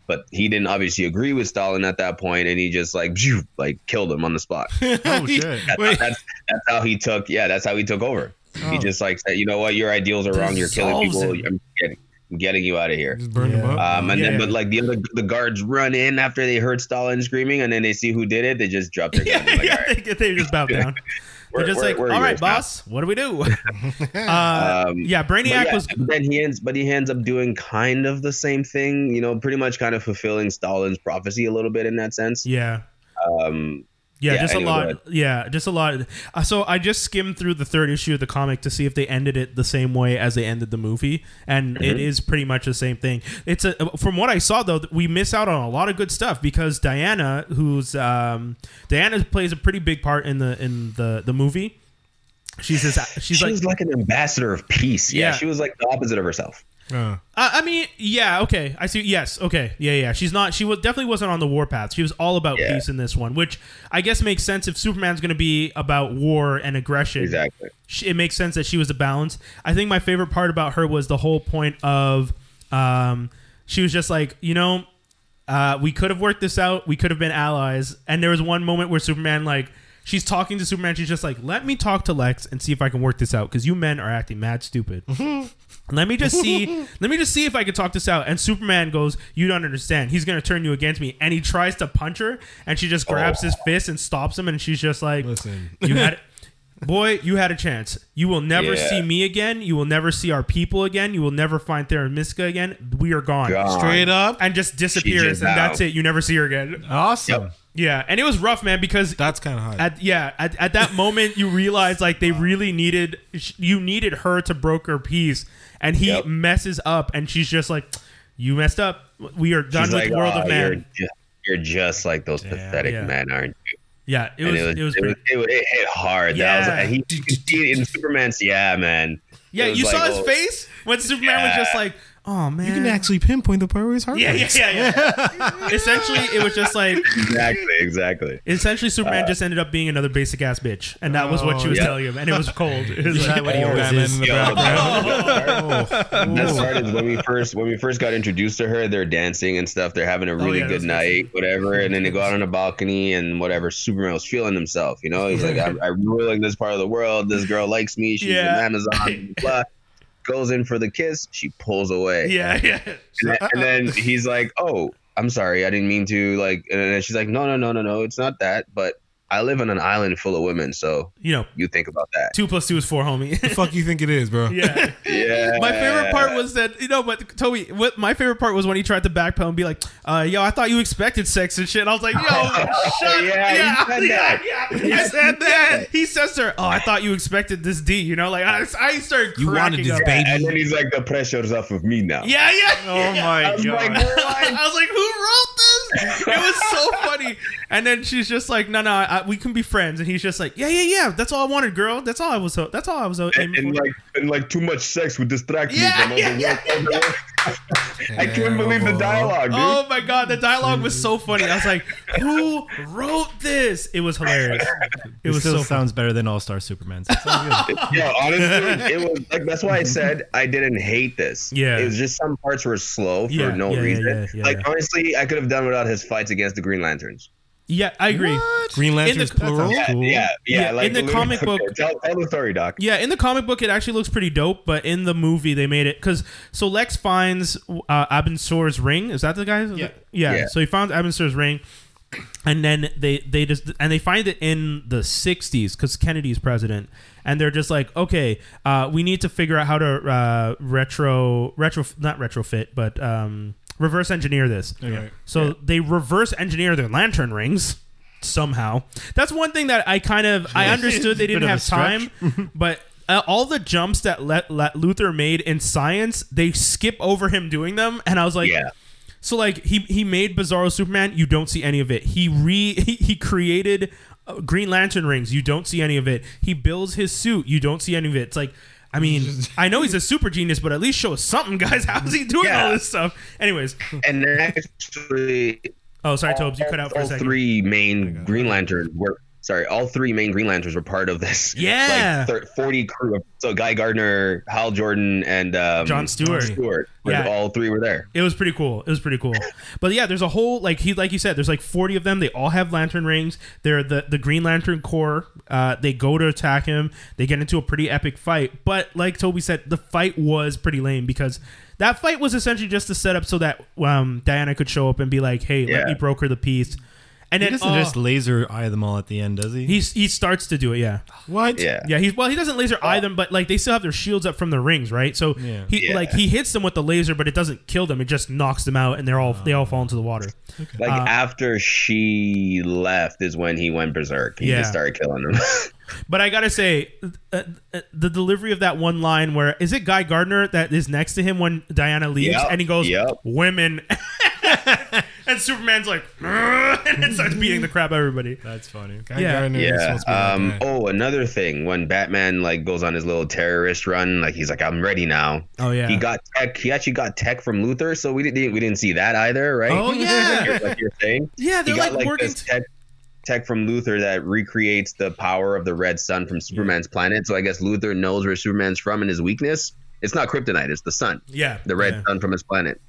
Speaker 5: But he didn't obviously agree with Stalin at that point, and he just like, phew, like killed him on the spot.
Speaker 1: Oh shit.
Speaker 4: Wait.
Speaker 5: that's that's how he took. Yeah, that's how he took over. He just like said, you know what, your ideals are wrong. You're killing
Speaker 2: Oh. Dissolves
Speaker 5: people.
Speaker 2: him.
Speaker 5: I'm getting, I'm getting you out of here.
Speaker 4: Just burn them
Speaker 1: Yeah.
Speaker 4: up.
Speaker 5: Um, and
Speaker 2: Yeah.
Speaker 5: then, but like the other the guards run in after they heard Stalin screaming, and then they see who did it. They just drop their gun.
Speaker 2: Yeah,
Speaker 5: Like,
Speaker 2: yeah
Speaker 5: all right,
Speaker 2: they, they just bow down.
Speaker 5: We're-
Speaker 2: They're just
Speaker 5: we're-
Speaker 2: like,
Speaker 5: we're
Speaker 2: all right,
Speaker 5: yours now."
Speaker 2: boss, what do we do? uh,
Speaker 5: Um,
Speaker 2: yeah,
Speaker 5: But
Speaker 2: Brainiac
Speaker 5: yeah,
Speaker 2: was.
Speaker 5: then he ends, but he ends up doing kind of the same thing. You know, pretty much kind of fulfilling Stalin's prophecy a little bit in that sense.
Speaker 2: Yeah.
Speaker 5: Um,
Speaker 2: Yeah,
Speaker 5: Yeah,
Speaker 2: just a
Speaker 5: anyway,
Speaker 2: lot.
Speaker 5: go ahead.
Speaker 2: Yeah, just a lot. Uh, so I just skimmed through the third issue of the comic to see if they ended it the same way as they ended the movie, and it
Speaker 5: Mm-hmm.
Speaker 2: is pretty much the same thing. It's a from what I saw though, we miss out on a lot of good stuff because Diana, who's um, Diana, plays a pretty big part in the in the the movie. She's this, she's
Speaker 5: she
Speaker 2: like
Speaker 5: was like an ambassador of peace. Yeah,
Speaker 2: Yeah.
Speaker 5: she was like the opposite of herself.
Speaker 4: Uh,
Speaker 2: I, I mean, yeah, okay. I see. Yes, okay. Yeah, yeah. She's not. She was definitely wasn't on the warpath. She was all about
Speaker 5: Yeah.
Speaker 2: peace in this one, which I guess makes sense if Superman's going to be about war and aggression.
Speaker 5: Exactly.
Speaker 2: She, it makes sense that she was the balance. I think my favorite part about her was the whole point of, um, she was just like, you know, uh, we could have worked this out. We could have been allies. And there was one moment where Superman like. She's talking to Superman. She's just like, "Let me talk to Lex and see if I can work this out, because you men are acting mad stupid." Let me just see. let me just see if I can talk this out. And Superman goes, "You don't understand. He's gonna turn you against me." And he tries to punch her, and she just grabs his fist and stops him. And she's just like,
Speaker 4: listen.
Speaker 2: "You had, boy, you had a chance. You will never
Speaker 5: Yeah.
Speaker 2: see me again. You will never see our people again. You will never find Theramiska again. We are gone."
Speaker 5: God.
Speaker 4: Straight up.
Speaker 2: And just disappears,
Speaker 5: just
Speaker 2: and that's
Speaker 5: out.
Speaker 2: it. You never see her again.
Speaker 4: Awesome.
Speaker 5: Yep.
Speaker 2: Yeah, and it was rough, man, because
Speaker 4: That's kind of hot.
Speaker 2: at yeah at, at that moment you realize like they really needed sh- you needed her to broker peace and he
Speaker 5: Yep.
Speaker 2: messes up and she's just like you messed up we are done
Speaker 5: She's
Speaker 2: with
Speaker 5: like,
Speaker 2: world
Speaker 5: "Ah,
Speaker 2: of
Speaker 5: you're
Speaker 2: man
Speaker 5: ju- You're just like those pathetic
Speaker 2: yeah.
Speaker 5: men, aren't you?
Speaker 2: yeah it
Speaker 5: And
Speaker 2: was it was
Speaker 5: it, was,
Speaker 2: pretty-
Speaker 5: it, was- it hit hard. That was
Speaker 2: Yeah.
Speaker 5: like, he, you could see it in Superman's. Yeah, man.
Speaker 2: yeah
Speaker 5: It was
Speaker 2: you
Speaker 5: like,
Speaker 2: saw his
Speaker 5: oh,
Speaker 2: face when superman was just
Speaker 5: Yeah.
Speaker 2: like oh man
Speaker 4: you can actually pinpoint the part where his heart
Speaker 2: yeah yeah
Speaker 4: breaks.
Speaker 2: yeah, yeah. essentially it was just like
Speaker 5: Exactly, exactly.
Speaker 2: essentially superman just ended up being another basic ass bitch and that was what she was
Speaker 5: yeah.
Speaker 2: telling him and it was cold It was
Speaker 1: Is
Speaker 2: like-
Speaker 1: that what he
Speaker 4: Oh,
Speaker 1: always
Speaker 4: Batman
Speaker 1: is?
Speaker 4: in the
Speaker 5: Yo,
Speaker 4: background.
Speaker 5: The best part is when we first when we first got introduced to her, they're dancing and stuff. They're having a really
Speaker 2: Oh, yeah,
Speaker 5: good
Speaker 2: that's
Speaker 5: night, whatever. And then they go out on a balcony and whatever. Superman was feeling himself, you know. He's like, I, I really like this part of the world. This girl likes me. She's
Speaker 2: Yeah.
Speaker 5: an Amazon. Blah. Goes in for the kiss. She pulls away.
Speaker 2: yeah yeah Uh,
Speaker 5: And then, and then he's like, "Oh, I'm sorry, I didn't mean to." Like, and then she's like, "No, no, no, no, no, it's not that." But I live on an island full of women, so
Speaker 2: you know
Speaker 5: you think about that.
Speaker 2: two plus two is four homie
Speaker 4: The fuck you think it is, bro?
Speaker 2: yeah
Speaker 5: Yeah.
Speaker 2: My favorite part was that you know, but Toby, what my favorite part was when he tried to backpedal and be like, uh, "Yo, I thought you expected sex and shit." And I was like, "Yo, shut
Speaker 5: Yeah, he
Speaker 2: yeah,
Speaker 5: said
Speaker 2: yeah,
Speaker 5: that.
Speaker 2: yeah." I said that. He says to her, "Oh, I thought you expected this D." You know, like I, I started.
Speaker 4: You wanted
Speaker 2: cracking
Speaker 4: this
Speaker 2: up.
Speaker 4: baby.
Speaker 5: And then he's like, "The pressure's off of me now."
Speaker 2: Yeah, yeah.
Speaker 1: Oh my
Speaker 5: I'm like,
Speaker 1: god!
Speaker 5: "What?"
Speaker 2: I was like, "Who wrote this?" It was so funny. And then she's just like, "No, no, I, we can be friends." And he's just like, "Yeah, yeah, yeah. That's all I wanted, girl. That's all I was. That's all I was aiming
Speaker 5: And, and
Speaker 2: for."
Speaker 5: like, and like, too much sex would distract
Speaker 2: Yeah,
Speaker 5: me from
Speaker 2: yeah,
Speaker 5: all the
Speaker 2: yeah,
Speaker 5: work. all the work. I can't believe the dialogue, dude.
Speaker 2: Oh my god, the dialogue was so funny. I was like, "Who wrote this?" It was hilarious. It
Speaker 1: It
Speaker 2: was
Speaker 1: still
Speaker 2: so funny.
Speaker 1: sounds better than All Star Superman. So it sounds good.
Speaker 5: Yeah, honestly, it was like that's why I said I didn't hate this.
Speaker 2: Yeah.
Speaker 5: it was just some parts were slow for
Speaker 2: Yeah,
Speaker 5: no
Speaker 2: yeah, yeah,
Speaker 5: reason.
Speaker 2: yeah, yeah,
Speaker 5: like
Speaker 2: yeah.
Speaker 5: honestly, I could have done without his fights against the Green Lanterns.
Speaker 2: Yeah, I agree.
Speaker 4: Green
Speaker 2: In
Speaker 4: Lanterns
Speaker 2: the-
Speaker 4: plural.
Speaker 1: That
Speaker 5: Yeah,
Speaker 1: Cool.
Speaker 5: yeah, yeah.
Speaker 2: Yeah,
Speaker 5: like
Speaker 2: in the
Speaker 5: literally-
Speaker 2: comic book-
Speaker 5: Okay, tell, tell the story, Doc.
Speaker 2: Yeah, in the comic book, it actually looks pretty dope. But in the movie, they made it because so Lex finds uh, Abensor's ring. Is that the guy? Yeah. yeah,
Speaker 5: Yeah.
Speaker 2: So he found Abensor's ring, and then they they just and they find it in the '60s because Kennedy's president, and they're just like, okay, uh, we need to figure out how to uh, retro retro not retrofit, but um, reverse engineer this.
Speaker 1: Okay.
Speaker 2: So they reverse engineer their lantern rings somehow. That's one thing that I kind of I understood they
Speaker 1: Bit
Speaker 2: didn't
Speaker 1: of a
Speaker 2: have time,
Speaker 1: stretch.
Speaker 2: but uh, all the jumps that let, let Luther made in science, they skip over him doing them, and I was like.
Speaker 5: Yeah.
Speaker 2: So like he he made Bizarro Superman, you don't see any of it. He re he, he created uh, Green Lantern rings, you don't see any of it. He builds his suit, you don't see any of it. It's like I mean, I know he's a super genius, but at least show us something, guys. How's he doing
Speaker 5: Yeah.
Speaker 2: all this stuff? Anyways,
Speaker 5: And actually,
Speaker 2: oh sorry, Tobes, you cut out for a
Speaker 5: all
Speaker 2: second. Oh
Speaker 5: three main Green Lanterns were sorry, all three main Green Lanterns were part of this.
Speaker 2: Yeah.
Speaker 5: like thir- forty crew. Of, so Guy Gardner, Hal Jordan, and um,
Speaker 2: John Stewart.
Speaker 5: Stewart.
Speaker 2: Yeah.
Speaker 5: all three were there.
Speaker 2: It was pretty cool. It was pretty cool. But yeah, there's a whole like he like you said, there's like 40 of them. They all have lantern rings. They're the the Green Lantern Corps. Uh, they go to attack him. They get into a pretty epic fight. But like Toby said, the fight was pretty lame because that fight was essentially just to set up so that um, Diana could show up and be like, "Hey, let
Speaker 5: Yeah.
Speaker 2: me broker the peace." And
Speaker 1: He
Speaker 2: then
Speaker 1: doesn't
Speaker 2: oh,
Speaker 1: just laser eye them all at the end, does he?
Speaker 2: he he starts to do it. Yeah.
Speaker 4: What?
Speaker 5: Yeah.
Speaker 2: Yeah, he's well. He doesn't laser eye them, but like they still have their shields up from their rings, right? So
Speaker 1: Yeah.
Speaker 2: he
Speaker 5: Yeah.
Speaker 2: like he hits them with the laser, but it doesn't kill them. It just knocks them out, and they're all they all fall into the water.
Speaker 5: Like
Speaker 2: Uh,
Speaker 5: after she left is when he went berserk. He
Speaker 2: Yeah.
Speaker 5: just started killing them.
Speaker 2: But I gotta say, uh, uh, the delivery of that one line where is it Guy Gardner that is next to him when Diana leaves,
Speaker 5: Yep,
Speaker 2: and he goes,
Speaker 5: yep.
Speaker 2: "Women." and Superman's like, and it starts beating the crap out of everybody.
Speaker 1: That's funny.
Speaker 4: Guy
Speaker 2: Yeah.
Speaker 4: Gardner is
Speaker 5: Yeah.
Speaker 4: supposed to be like
Speaker 5: Um,
Speaker 4: that.
Speaker 5: oh, another thing. When Batman like goes on his little terrorist run, like he's like, "I'm ready now."
Speaker 2: Oh yeah.
Speaker 5: He got tech. He actually got tech from Luther, so we didn't we didn't see that either, right?
Speaker 2: Oh, yeah.
Speaker 5: Like you're, like you're saying.
Speaker 2: yeah,
Speaker 5: He
Speaker 2: they're
Speaker 5: got
Speaker 2: like,
Speaker 5: like,
Speaker 2: working.
Speaker 5: this tech, tech from Luther that recreates the power of the red sun from Superman's planet. So I guess Luther knows where Superman's from and his weakness. It's not kryptonite. It's the sun.
Speaker 2: yeah.
Speaker 5: the red
Speaker 2: yeah.
Speaker 5: sun from his planet.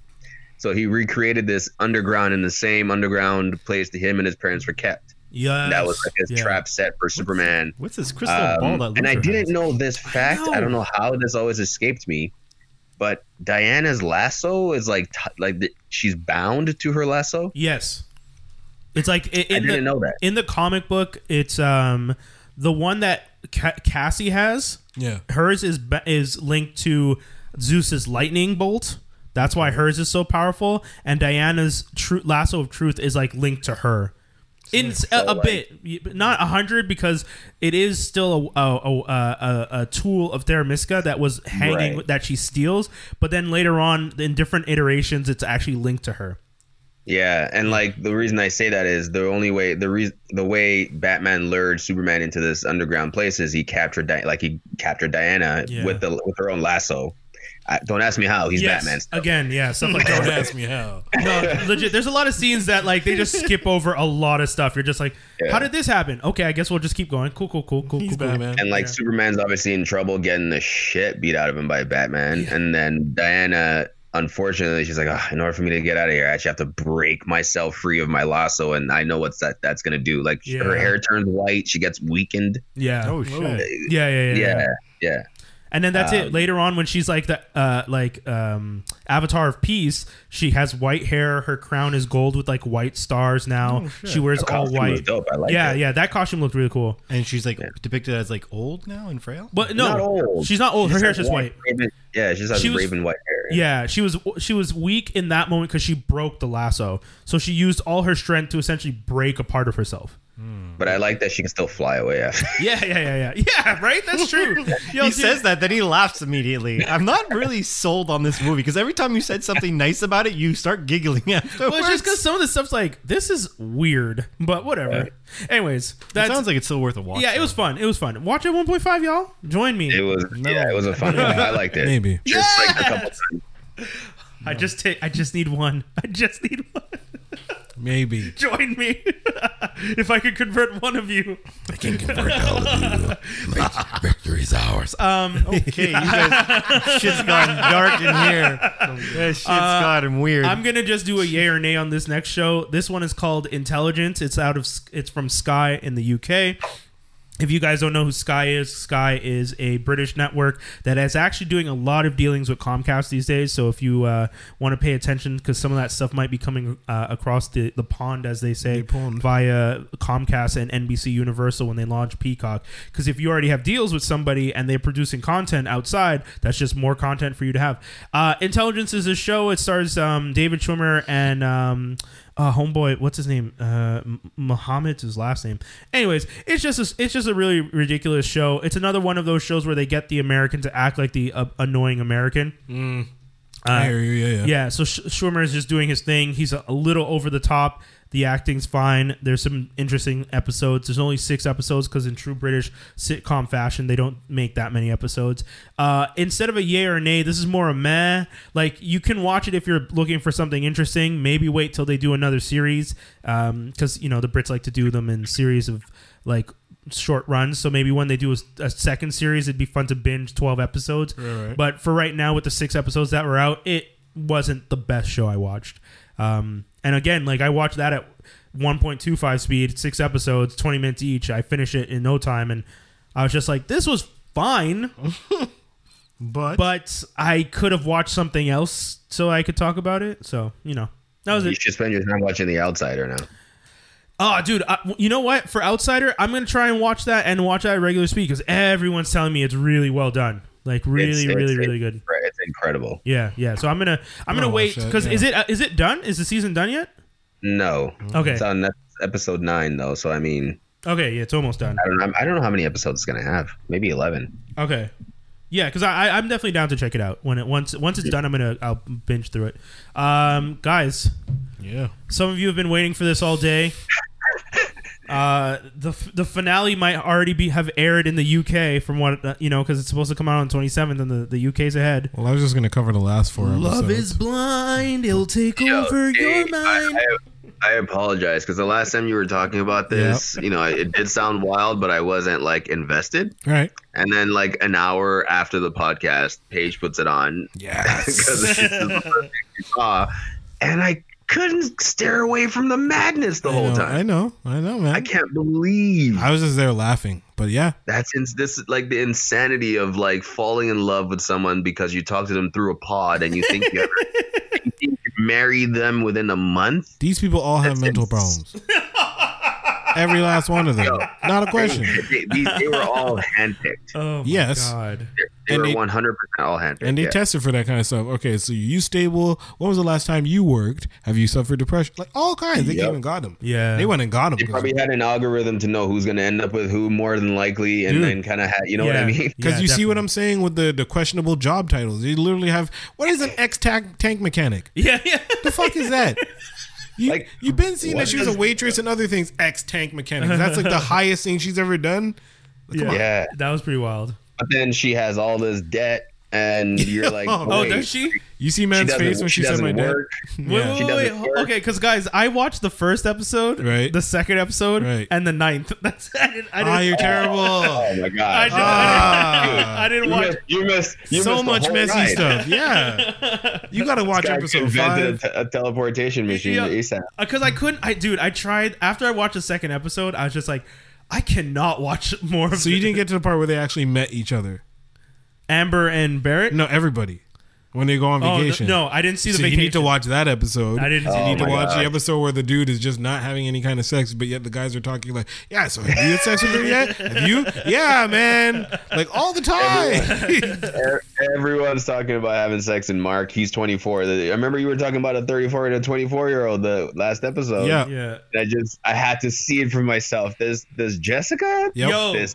Speaker 5: So he recreated this underground in the same underground place that him and his parents were kept.
Speaker 2: Yes.
Speaker 5: That was like his
Speaker 2: yeah.
Speaker 5: trap set for Superman.
Speaker 1: What's this crystal ball
Speaker 5: Um,
Speaker 1: that
Speaker 5: and I
Speaker 1: Luther
Speaker 5: didn't
Speaker 1: has?
Speaker 5: know this fact. I,
Speaker 2: know.
Speaker 5: don't know how this always escaped me, but Diana's lasso is like t- like the, she's bound to her lasso.
Speaker 2: Yes. It's like i- in
Speaker 5: I
Speaker 2: the,
Speaker 5: didn't know that.
Speaker 2: in the comic book, it's um the one that Ca- Cassie has.
Speaker 4: yeah.
Speaker 2: Hers is ba- is linked to Zeus's lightning bolt. That's why hers is so powerful, and Diana's tru- lasso of truth is like linked to her. In s- a, a
Speaker 5: like-
Speaker 2: bit, y- but not a hundred, because it is still a a, a, a, a tool of Theramiska that was hanging
Speaker 5: Right.
Speaker 2: that she steals. But then later on, in different iterations, it's actually linked to her.
Speaker 5: Yeah, and like the reason I say that is the only way the reason the way Batman lured Superman into this underground place is he captured Di- like he captured Diana
Speaker 2: Yeah.
Speaker 5: with the with her own lasso. I, don't ask me how he's
Speaker 2: Yes,
Speaker 5: Batman.
Speaker 2: again. Yeah, stuff like that.
Speaker 4: Don't ask me how.
Speaker 2: No, legit. There's a lot of scenes that like they just skip over a lot of stuff. You're just like, how did this happen? Okay, I guess we'll just keep going. Cool, cool, cool, cool,
Speaker 4: He's
Speaker 2: cool, cool.
Speaker 4: Batman.
Speaker 5: And like Superman's obviously in trouble getting the shit beat out of him by Batman, and then Diana. Unfortunately, she's like, "Ah, in order for me to get out of here, I actually have to break myself free of my lasso, and I know what's that that's gonna do. Like
Speaker 2: Yeah.
Speaker 5: her hair turns white, she gets weakened.
Speaker 2: Yeah.
Speaker 1: Oh shit!
Speaker 2: yeah, yeah, yeah, yeah.
Speaker 5: yeah, Um, yeah.
Speaker 2: And then that's it. Later on, when she's like the uh, like um, avatar of peace, she has white hair. Her crown is gold with like white stars. Now she wears all
Speaker 5: Costume was
Speaker 2: white.
Speaker 5: dope. I like
Speaker 2: yeah,
Speaker 5: it.
Speaker 2: yeah. That costume looked really cool.
Speaker 1: And she's like depicted as like old now and frail.
Speaker 2: But no,
Speaker 5: Not old.
Speaker 2: she's not old. Her
Speaker 5: She's
Speaker 2: hair's
Speaker 5: like
Speaker 2: just white.
Speaker 5: raven- yeah, she just has
Speaker 2: She was-
Speaker 5: raven white hair.
Speaker 2: Yeah, she was she was weak in that moment because she broke the lasso. So she used all her strength to essentially break a part of herself.
Speaker 5: But I like that she can still fly away after.
Speaker 2: Yeah, yeah, yeah, yeah. Yeah, right? That's true. Yo,
Speaker 1: he
Speaker 2: dude.
Speaker 1: says that, then he laughs immediately. I'm not really sold on this movie because every time you said something nice about it, you start giggling afterwards.
Speaker 2: Well, it's just because some of the stuff's like, this is weird, but whatever. Anyways,
Speaker 1: it
Speaker 2: that
Speaker 1: sounds like it's still worth a watch.
Speaker 2: Yeah, it was fun. It was fun. Watch it 1.5, y'all. Join me.
Speaker 5: It was yeah, it was a fun one. I liked it.
Speaker 4: Maybe.
Speaker 5: Just like a couple times.
Speaker 2: I just take. I just need one. I just need one.
Speaker 4: Maybe.
Speaker 2: Join me. if I could convert one of you.
Speaker 6: I can convert all of you. Victory is ours.
Speaker 2: Um,
Speaker 1: Okay, you guys, shit's gone dark in here. That shit's gotten weird.
Speaker 2: Uh, I'm gonna just do a yay or nay on this next show. This one is called Intelligence. It's out of it's from Sky in the UK. If you guys don't know who Sky is, Sky is a British network that is actually doing a lot of dealings with Comcast these days. So if you uh, want to pay attention, because some of that stuff might be coming uh, across the, the pond, as they say, via Comcast and NBC Universal when they launch Peacock. Because if you already have deals with somebody and they're producing content outside, that's just more content for you to have. Uh, Intelligence is a show. It stars um, David Schwimmer and. Um, uh, homeboy, what's his name? Uh, M- Muhammad's his last name. Anyways, it's just a, it's just a really ridiculous show. It's another one of those shows where they get the American to act like the uh, annoying American.
Speaker 4: I hear you. Yeah, yeah.
Speaker 2: Yeah, so Sh- Schwimmer is just doing his thing. He's a, a little over the top. The acting's fine. There's some interesting episodes. There's only six episodes because, in true British sitcom fashion, they don't make that many episodes. Uh, instead of a yay or a nay, this is more a meh. Like, you can watch it if you're looking for something interesting. Maybe wait till they do another series because, you know, the Brits like to do them in series of, like, short runs. So maybe when they do a, a second series, it'd be fun to binge 12 episodes. But for right now, with the six episodes that were out, it wasn't the best show I watched. Um, and again, like I watched that at 1.25 speed, six episodes, 20 minutes each. I finished it in no time. And I was just like, this was fine,
Speaker 1: but,
Speaker 2: but I could have watched something else so I could talk about it. So, you know, that was
Speaker 5: You
Speaker 2: it.
Speaker 5: should spend your time watching The Outsider now.
Speaker 2: Oh, dude, I, you know what? For Outsider, I'm gonna try and watch that and watch that at regular speed because everyone's telling me it's really well done, like really,
Speaker 5: It's- it's-
Speaker 2: really,
Speaker 5: it's-
Speaker 2: really good.
Speaker 5: It's incredible.
Speaker 2: Yeah, yeah. So I'm gonna, I'm gonna
Speaker 4: I'll
Speaker 2: wait
Speaker 4: watch that,
Speaker 2: because is it uh, is it done? Is the season done yet?
Speaker 5: No.
Speaker 2: Okay,
Speaker 5: It's on that's episode nine though, so I mean
Speaker 2: okay, yeah, it's almost done.
Speaker 5: I don't know I don't know how many episodes it's gonna have. Maybe eleven.
Speaker 2: Okay, yeah, because I, I I'm definitely down to check it out when it once once it's done. I'm gonna I'll binge through it. Um, guys,
Speaker 3: Yeah.
Speaker 2: Some of you have been waiting for this all day. Uh, the f- the finale might already be have aired in the UK from what uh, you know because it's supposed to come out on 27th and the, the UK's ahead.
Speaker 4: Well, I was just gonna cover the last four.
Speaker 2: Love
Speaker 4: episodes.
Speaker 2: is blind; it'll take
Speaker 5: Yo,
Speaker 2: over your
Speaker 5: Dave,
Speaker 2: mind.
Speaker 5: I, I, I apologize because the last time you were talking about this, you know, it did sound wild, but I wasn't like invested.
Speaker 4: All right.
Speaker 5: And then like an hour after the podcast, Paige puts it on because
Speaker 4: Yes.
Speaker 5: it's just the first thing she saw, and I couldn't steer away from the madness the
Speaker 4: I
Speaker 5: whole
Speaker 4: know,
Speaker 5: time.
Speaker 4: I know. I know,
Speaker 5: I
Speaker 4: man.
Speaker 5: can't believe
Speaker 4: I was just there laughing, but yeah,
Speaker 5: that's ins this is like the insanity of like falling in love with someone because you talk to them through a pod and you think you ever think you could marry them within a month.
Speaker 4: these people all have
Speaker 5: That's
Speaker 4: mental
Speaker 5: ins-
Speaker 4: problems. Every last one of them. Not a question.
Speaker 5: They, they, they were all handpicked.
Speaker 2: Oh my
Speaker 4: Yes.
Speaker 2: God.
Speaker 5: They
Speaker 4: And
Speaker 5: were
Speaker 4: they-
Speaker 5: one hundred percent all handpicked.
Speaker 4: And they
Speaker 5: yeah.
Speaker 4: tested for that kind of stuff. Okay, so you stable. When was the last time you worked? Have you suffered depression? Like all kinds. They
Speaker 5: Yep.
Speaker 4: came and got them.
Speaker 2: Yeah.
Speaker 4: They went and got them
Speaker 5: They probably had an algorithm to know who's going to end up with who more than likely, and
Speaker 4: Dude.
Speaker 5: then kind of had, you know what
Speaker 2: Yeah.
Speaker 5: I mean?
Speaker 4: because
Speaker 2: Yeah,
Speaker 4: you see what
Speaker 2: definitely.
Speaker 4: I'm saying with the the questionable job titles. You literally have what is an ex tank tank mechanic?
Speaker 2: Yeah, yeah.
Speaker 4: The fuck is that? You,
Speaker 5: Like,
Speaker 4: you've been seeing that
Speaker 5: what
Speaker 4: she was a
Speaker 5: does-
Speaker 4: waitress and other things. Ex tank mechanic. That's like the highest thing she's ever done.
Speaker 2: yeah.
Speaker 5: Yeah.
Speaker 2: That was pretty wild.
Speaker 5: But then she has all this debt, and you're like,
Speaker 4: Oh,
Speaker 2: Oh,
Speaker 5: wait,
Speaker 2: does she?
Speaker 4: You see
Speaker 5: She
Speaker 4: man's
Speaker 5: doesn't,
Speaker 4: face when she,
Speaker 5: she
Speaker 4: said
Speaker 5: doesn't
Speaker 4: my dad.
Speaker 5: work.
Speaker 2: Wait,
Speaker 4: Yeah.
Speaker 5: She
Speaker 2: wait, wait,
Speaker 5: doesn't
Speaker 2: wait.
Speaker 5: work.
Speaker 2: Okay, because guys, I watched the first episode,
Speaker 4: Right.
Speaker 2: The second episode,
Speaker 4: Right.
Speaker 2: and the ninth. That's I didn't. I uh, didn't,
Speaker 4: Ah, you're
Speaker 5: Oh
Speaker 4: terrible.
Speaker 5: my
Speaker 2: I
Speaker 5: god!
Speaker 2: didn't,
Speaker 4: Ah.
Speaker 2: I didn't
Speaker 5: you,
Speaker 2: watch.
Speaker 5: missed, you missed. You
Speaker 4: so
Speaker 5: missed the
Speaker 4: much
Speaker 5: whole
Speaker 4: messy
Speaker 5: ride.
Speaker 4: stuff. Yeah. You got to watch
Speaker 5: This guy
Speaker 4: episode
Speaker 5: invented
Speaker 4: five.
Speaker 5: a te- a teleportation machine
Speaker 2: Yeah.
Speaker 5: ASAP.
Speaker 2: because Uh, I couldn't. I dude, I tried after I watched the second episode. I was just like, I cannot watch more. Of
Speaker 4: So you
Speaker 2: this.
Speaker 4: didn't get to the part where they actually met each other.
Speaker 2: Amber and Barrett?
Speaker 4: No, everybody. When they go on
Speaker 2: oh,
Speaker 4: vacation.
Speaker 2: No, no, I didn't see the
Speaker 4: So you
Speaker 2: vacation.
Speaker 4: need to watch that episode.
Speaker 2: I didn't see
Speaker 4: You need
Speaker 5: Oh
Speaker 4: to
Speaker 5: my
Speaker 4: watch
Speaker 5: God.
Speaker 4: the episode where the dude is just not having any kind of sex, but yet the guys are talking like, "Yeah, so have you had sex with her yet? Have you? Yeah, man, like all the time."
Speaker 5: E- Everyone's talking about having sex, and Mark, he's 24. The- I remember you were talking about a 34 and a 24 year old the last episode.
Speaker 4: Yeah.
Speaker 2: Yeah.
Speaker 5: And I just I had to see it for myself. There's there's Jessica.
Speaker 4: Yep.
Speaker 2: Yo,
Speaker 5: This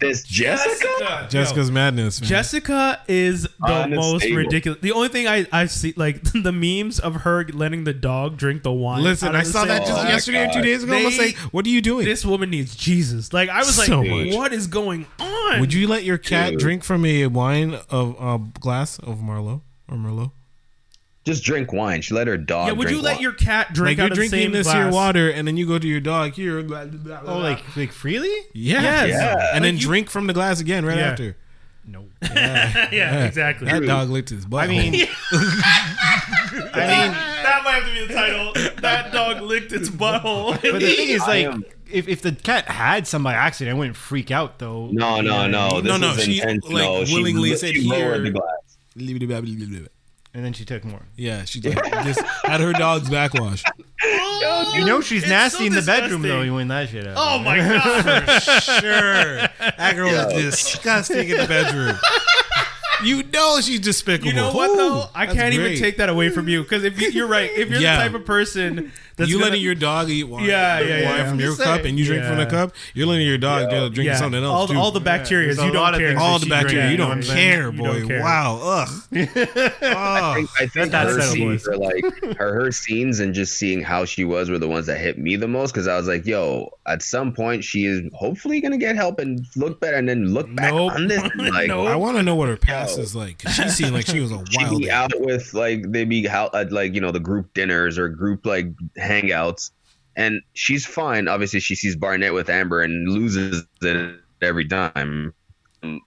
Speaker 5: this Jessica.
Speaker 4: Jessica's madness. man.
Speaker 2: Jessica is the
Speaker 5: Unstable.
Speaker 2: most ridiculous. The only thing I I see like the memes of her letting the dog drink the wine. out
Speaker 4: Listen,
Speaker 2: of
Speaker 4: I
Speaker 2: the
Speaker 4: saw
Speaker 2: same
Speaker 4: that
Speaker 5: Oh
Speaker 4: just
Speaker 5: my
Speaker 2: bottle.
Speaker 4: yesterday or two
Speaker 5: God.
Speaker 4: days ago. I was
Speaker 2: They-
Speaker 4: like, "What are you doing?
Speaker 2: This woman needs Jesus. Like I was like,
Speaker 4: So
Speaker 5: much.
Speaker 2: what is going on?
Speaker 4: Would you let your cat
Speaker 5: Dude.
Speaker 4: drink from a wine of a glass of Merlot or Merlot?
Speaker 5: Just drink wine. She let her dog.
Speaker 2: Yeah. Would
Speaker 5: drink
Speaker 2: you let
Speaker 5: wine.
Speaker 2: your cat
Speaker 4: like
Speaker 2: drink out
Speaker 4: you're
Speaker 2: of the same
Speaker 4: drinking this
Speaker 2: glass?
Speaker 4: here water, and then you go to your dog here. Blah, blah, blah, blah.
Speaker 1: Oh, like like freely?
Speaker 4: yeah,
Speaker 2: Yes.
Speaker 5: Yeah.
Speaker 4: and then
Speaker 2: Like you-
Speaker 4: drink from the glass again right
Speaker 2: Yeah.
Speaker 4: after.
Speaker 1: No.
Speaker 2: yeah. Exactly.
Speaker 4: That dog licked his butt. I mean,
Speaker 2: that might have to be the title. That dog licked its butthole.
Speaker 1: But the thing is,
Speaker 5: I
Speaker 1: like,
Speaker 5: am-
Speaker 1: if, if the cat had some by accident, I wouldn't freak out though.
Speaker 5: No, no, no. This
Speaker 4: No, no,
Speaker 5: is
Speaker 4: she,
Speaker 5: intentional.
Speaker 4: like,
Speaker 5: She
Speaker 4: willingly
Speaker 5: li-
Speaker 4: said
Speaker 5: she
Speaker 4: here.
Speaker 5: lowered the glass.
Speaker 1: And then she took more.
Speaker 4: yeah, she like, just had her dog's backwash.
Speaker 1: You know she's
Speaker 2: It's
Speaker 1: nasty
Speaker 2: so
Speaker 1: in the bedroom though.
Speaker 2: disgusting.
Speaker 1: You win that shit out.
Speaker 2: Oh my god.
Speaker 4: Sure, that girl is disgusting in the bedroom. You know she's despicable.
Speaker 2: You know what
Speaker 4: Ooh,
Speaker 2: though? I
Speaker 4: that's
Speaker 2: can't even
Speaker 4: great.
Speaker 2: take that away from you because if you, you're right, if you're
Speaker 4: Yeah.
Speaker 2: the type of person that's
Speaker 4: you
Speaker 2: gonna-
Speaker 4: letting your dog eat wine,
Speaker 2: Yeah, yeah, yeah,
Speaker 4: wine
Speaker 2: yeah.
Speaker 4: from your
Speaker 1: Just
Speaker 4: cup,
Speaker 1: saying.
Speaker 4: and you drink from the
Speaker 2: Yeah.
Speaker 4: cup. You're letting your dog yeah. drink
Speaker 2: yeah,
Speaker 4: something else.
Speaker 2: all,
Speaker 4: too.
Speaker 2: all the
Speaker 1: Yeah,
Speaker 2: bacteria,
Speaker 1: there's a
Speaker 2: you
Speaker 1: lot
Speaker 2: don't
Speaker 1: of
Speaker 2: care.
Speaker 1: things
Speaker 4: all
Speaker 1: that
Speaker 4: the
Speaker 1: she
Speaker 4: bacteria.
Speaker 1: drank,
Speaker 4: You
Speaker 1: you know
Speaker 4: don't
Speaker 1: what I'm saying?
Speaker 4: care,
Speaker 2: You
Speaker 4: boy.
Speaker 2: don't care.
Speaker 4: Wow. Ugh. oh.
Speaker 5: I think
Speaker 1: That's
Speaker 5: her
Speaker 1: settled,
Speaker 5: scenes
Speaker 1: boys.
Speaker 5: are like her, her scenes and just seeing how she was were the ones that hit me the most because I was like, yo, at some point she is hopefully gonna get help and look better and then look back
Speaker 2: Nope.
Speaker 5: on this and, like
Speaker 2: Nope.
Speaker 4: I want to know what her past
Speaker 5: Yo.
Speaker 4: is like. 'cause She seemed like she was a
Speaker 5: she
Speaker 4: wild.
Speaker 5: be out with like they be out at like you know the group dinners or group like hangouts and she's fine obviously she sees barnett with amber and loses it every time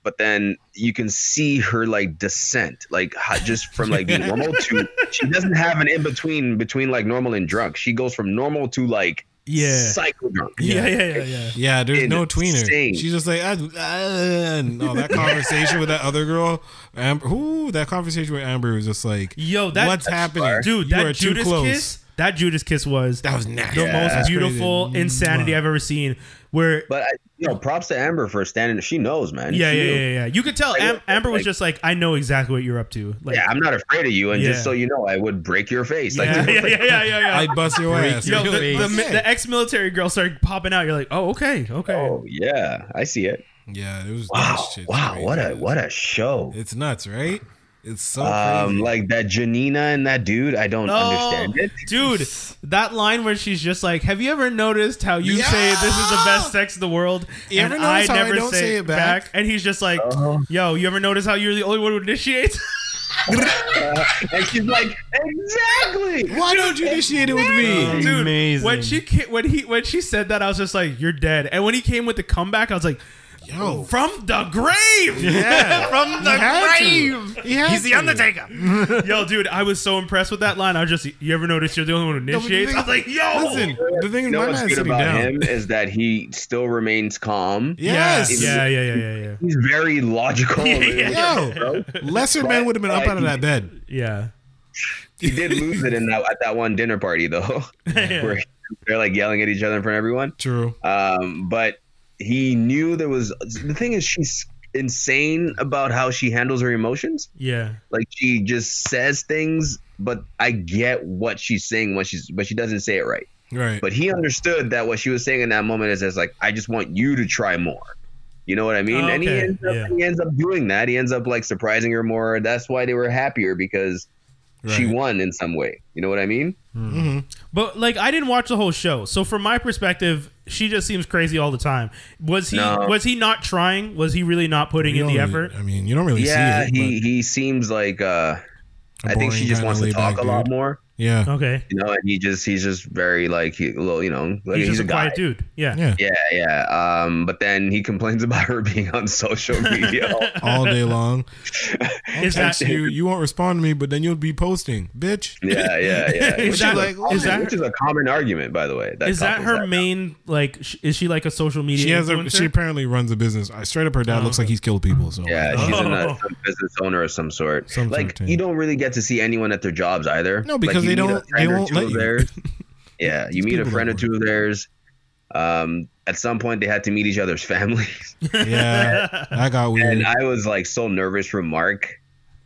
Speaker 5: but then you can see her like descent like how- just from like normal to she doesn't have an in between between like normal and drunk she goes from normal to like
Speaker 2: Yeah.
Speaker 5: psycho drunk
Speaker 2: yeah, yeah, yeah, yeah.
Speaker 4: Yeah, there's no tweener.
Speaker 5: Insane.
Speaker 4: She's just like, ah, ah, and no, that conversation with that other girl, Amber. Ooh, that conversation with Amber was just like,
Speaker 2: Yo, that
Speaker 4: what's happening,
Speaker 2: dude?
Speaker 4: You
Speaker 2: That
Speaker 4: are too
Speaker 2: Judas
Speaker 4: close.
Speaker 2: kiss. That Judas kiss was
Speaker 4: That was nasty.
Speaker 2: the
Speaker 5: Yeah.
Speaker 2: most
Speaker 4: That's crazy.
Speaker 2: beautiful insanity
Speaker 4: Mwah.
Speaker 2: I've ever seen. Where
Speaker 5: but I, you know props to amber for standing she knows man
Speaker 2: yeah,
Speaker 5: She
Speaker 2: yeah,
Speaker 5: knew.
Speaker 2: yeah, yeah, yeah. You could tell
Speaker 5: Like,
Speaker 2: Am- Amber was
Speaker 5: like-
Speaker 2: just like, I know exactly what you're up to. Like,
Speaker 5: yeah i'm not afraid of you and
Speaker 2: Yeah.
Speaker 5: just so you know i would break your face like
Speaker 2: yeah, yeah, yeah, yeah, yeah, yeah.
Speaker 4: I bust your ass.
Speaker 2: Yo, the,
Speaker 1: Really?
Speaker 2: the, the ex-military girl started popping out. You're like, oh, okay, okay.
Speaker 5: Oh yeah, I see it.
Speaker 4: yeah, it was
Speaker 5: Wow,
Speaker 4: that shit.
Speaker 5: wow, what a what a show!
Speaker 4: It's nuts, right? It's so
Speaker 5: Um,
Speaker 4: crazy.
Speaker 5: like that Janina and that dude, I don't understand it.
Speaker 2: dude, that line where she's just like, "Have you ever noticed how you
Speaker 4: Yeah.
Speaker 2: say this is the best sex in the world,
Speaker 4: You ever notice how I don't say it back? Oh.
Speaker 2: And he's just like, "Yo, you ever notice how you're the only one who initiates?"
Speaker 5: Uh, And she's like, exactly.
Speaker 4: Why don't you initiate it with me?
Speaker 2: dude,
Speaker 1: Amazing.
Speaker 2: when she ca- when he when she said that, I was just like, "You're dead." And when he came with the comeback, I was like,
Speaker 4: Yo,
Speaker 2: "From the grave."
Speaker 4: yeah.
Speaker 2: From
Speaker 4: He
Speaker 2: the
Speaker 4: had to. He had
Speaker 1: He's the
Speaker 4: to.
Speaker 1: Undertaker.
Speaker 2: yo, dude, I was so impressed with that line. I was just, you ever notice you're the only one who
Speaker 4: No, but the
Speaker 2: initiates?
Speaker 4: thing-
Speaker 2: I was like, yo,
Speaker 4: Listen, the thing is,
Speaker 5: You know
Speaker 4: my
Speaker 5: what's
Speaker 4: man's
Speaker 5: good
Speaker 4: sitting
Speaker 5: about
Speaker 4: down.
Speaker 5: him is that he still remains calm.
Speaker 4: Yes.
Speaker 2: yeah, yeah, yeah, yeah, yeah,
Speaker 5: He's very logical.
Speaker 4: Yo, lesser men would have been up out of that bed.
Speaker 2: yeah.
Speaker 5: He did lose it in that at that one dinner party though, where they're like yelling at each other in front of everyone.
Speaker 4: True.
Speaker 5: Um, but he knew there was the thing is she's insane about how she handles her emotions.
Speaker 2: Yeah.
Speaker 5: Like she just says things, but I get what she's saying when she's but she doesn't say it right.
Speaker 4: Right.
Speaker 5: But he understood that what she was saying in that moment is, is like, I just want you to try more. You know what I mean?
Speaker 2: Oh,
Speaker 5: And he
Speaker 2: okay.
Speaker 5: ends, up,
Speaker 2: Yeah.
Speaker 5: he ends up doing that. He ends up like surprising her more. That's why they were happier because she
Speaker 4: Right.
Speaker 5: won in some way. You know what I mean?
Speaker 2: But like I didn't watch the whole show. So from my perspective, she just seems crazy all the time. Was he
Speaker 5: No.
Speaker 2: was he not trying? Was he really not putting
Speaker 4: You
Speaker 2: in
Speaker 4: don't
Speaker 2: the
Speaker 4: really-
Speaker 2: effort?
Speaker 4: I mean, you don't really see
Speaker 5: yeah,
Speaker 4: it.
Speaker 5: he, he seems like uh
Speaker 4: but a
Speaker 5: I
Speaker 4: boring
Speaker 5: think she just
Speaker 4: kinda
Speaker 5: wants to
Speaker 4: laid-back
Speaker 5: talk a lot
Speaker 4: dude.
Speaker 5: more.
Speaker 4: Yeah.
Speaker 2: Okay.
Speaker 5: You know, and he just he's just very like he well, you know, like
Speaker 2: He's,
Speaker 5: he's,
Speaker 2: just
Speaker 5: a
Speaker 2: a,
Speaker 5: guy.
Speaker 2: quiet dude. Yeah.
Speaker 4: Yeah.
Speaker 5: Yeah, yeah. Um, but then he complains about her being on social media.
Speaker 4: All day long. I'll
Speaker 2: Is that-
Speaker 4: text you. You won't respond to me, but then you'll be posting, bitch.
Speaker 5: yeah, yeah, yeah.
Speaker 2: Is
Speaker 5: Which
Speaker 2: that-
Speaker 5: is, a,
Speaker 2: is that-
Speaker 5: which is a common argument, by the way.
Speaker 2: Is that
Speaker 5: couples
Speaker 2: her
Speaker 5: have.
Speaker 2: main like sh- is she like a social media
Speaker 4: She has a.
Speaker 2: influencer?
Speaker 4: She apparently runs a business. I straight up, her dad looks like he's killed people. So
Speaker 5: Yeah, she's a
Speaker 2: Oh.
Speaker 5: nut, some business owner of some sort.
Speaker 4: Some sort
Speaker 5: like
Speaker 4: of thing.
Speaker 5: you don't really get to see anyone at their jobs either.
Speaker 4: No,
Speaker 5: Like,
Speaker 4: because
Speaker 5: you
Speaker 4: they
Speaker 5: meet a
Speaker 4: don't-
Speaker 5: friend
Speaker 4: they
Speaker 5: or
Speaker 4: won't
Speaker 5: two
Speaker 4: let
Speaker 5: of
Speaker 4: you.
Speaker 5: theirs. yeah, you
Speaker 4: These
Speaker 5: meet a
Speaker 4: people
Speaker 5: friend or
Speaker 4: don't
Speaker 5: two of theirs. Um, at some point, they had to meet each other's families,
Speaker 4: yeah, that got weird.
Speaker 5: and I was like so nervous for Mark.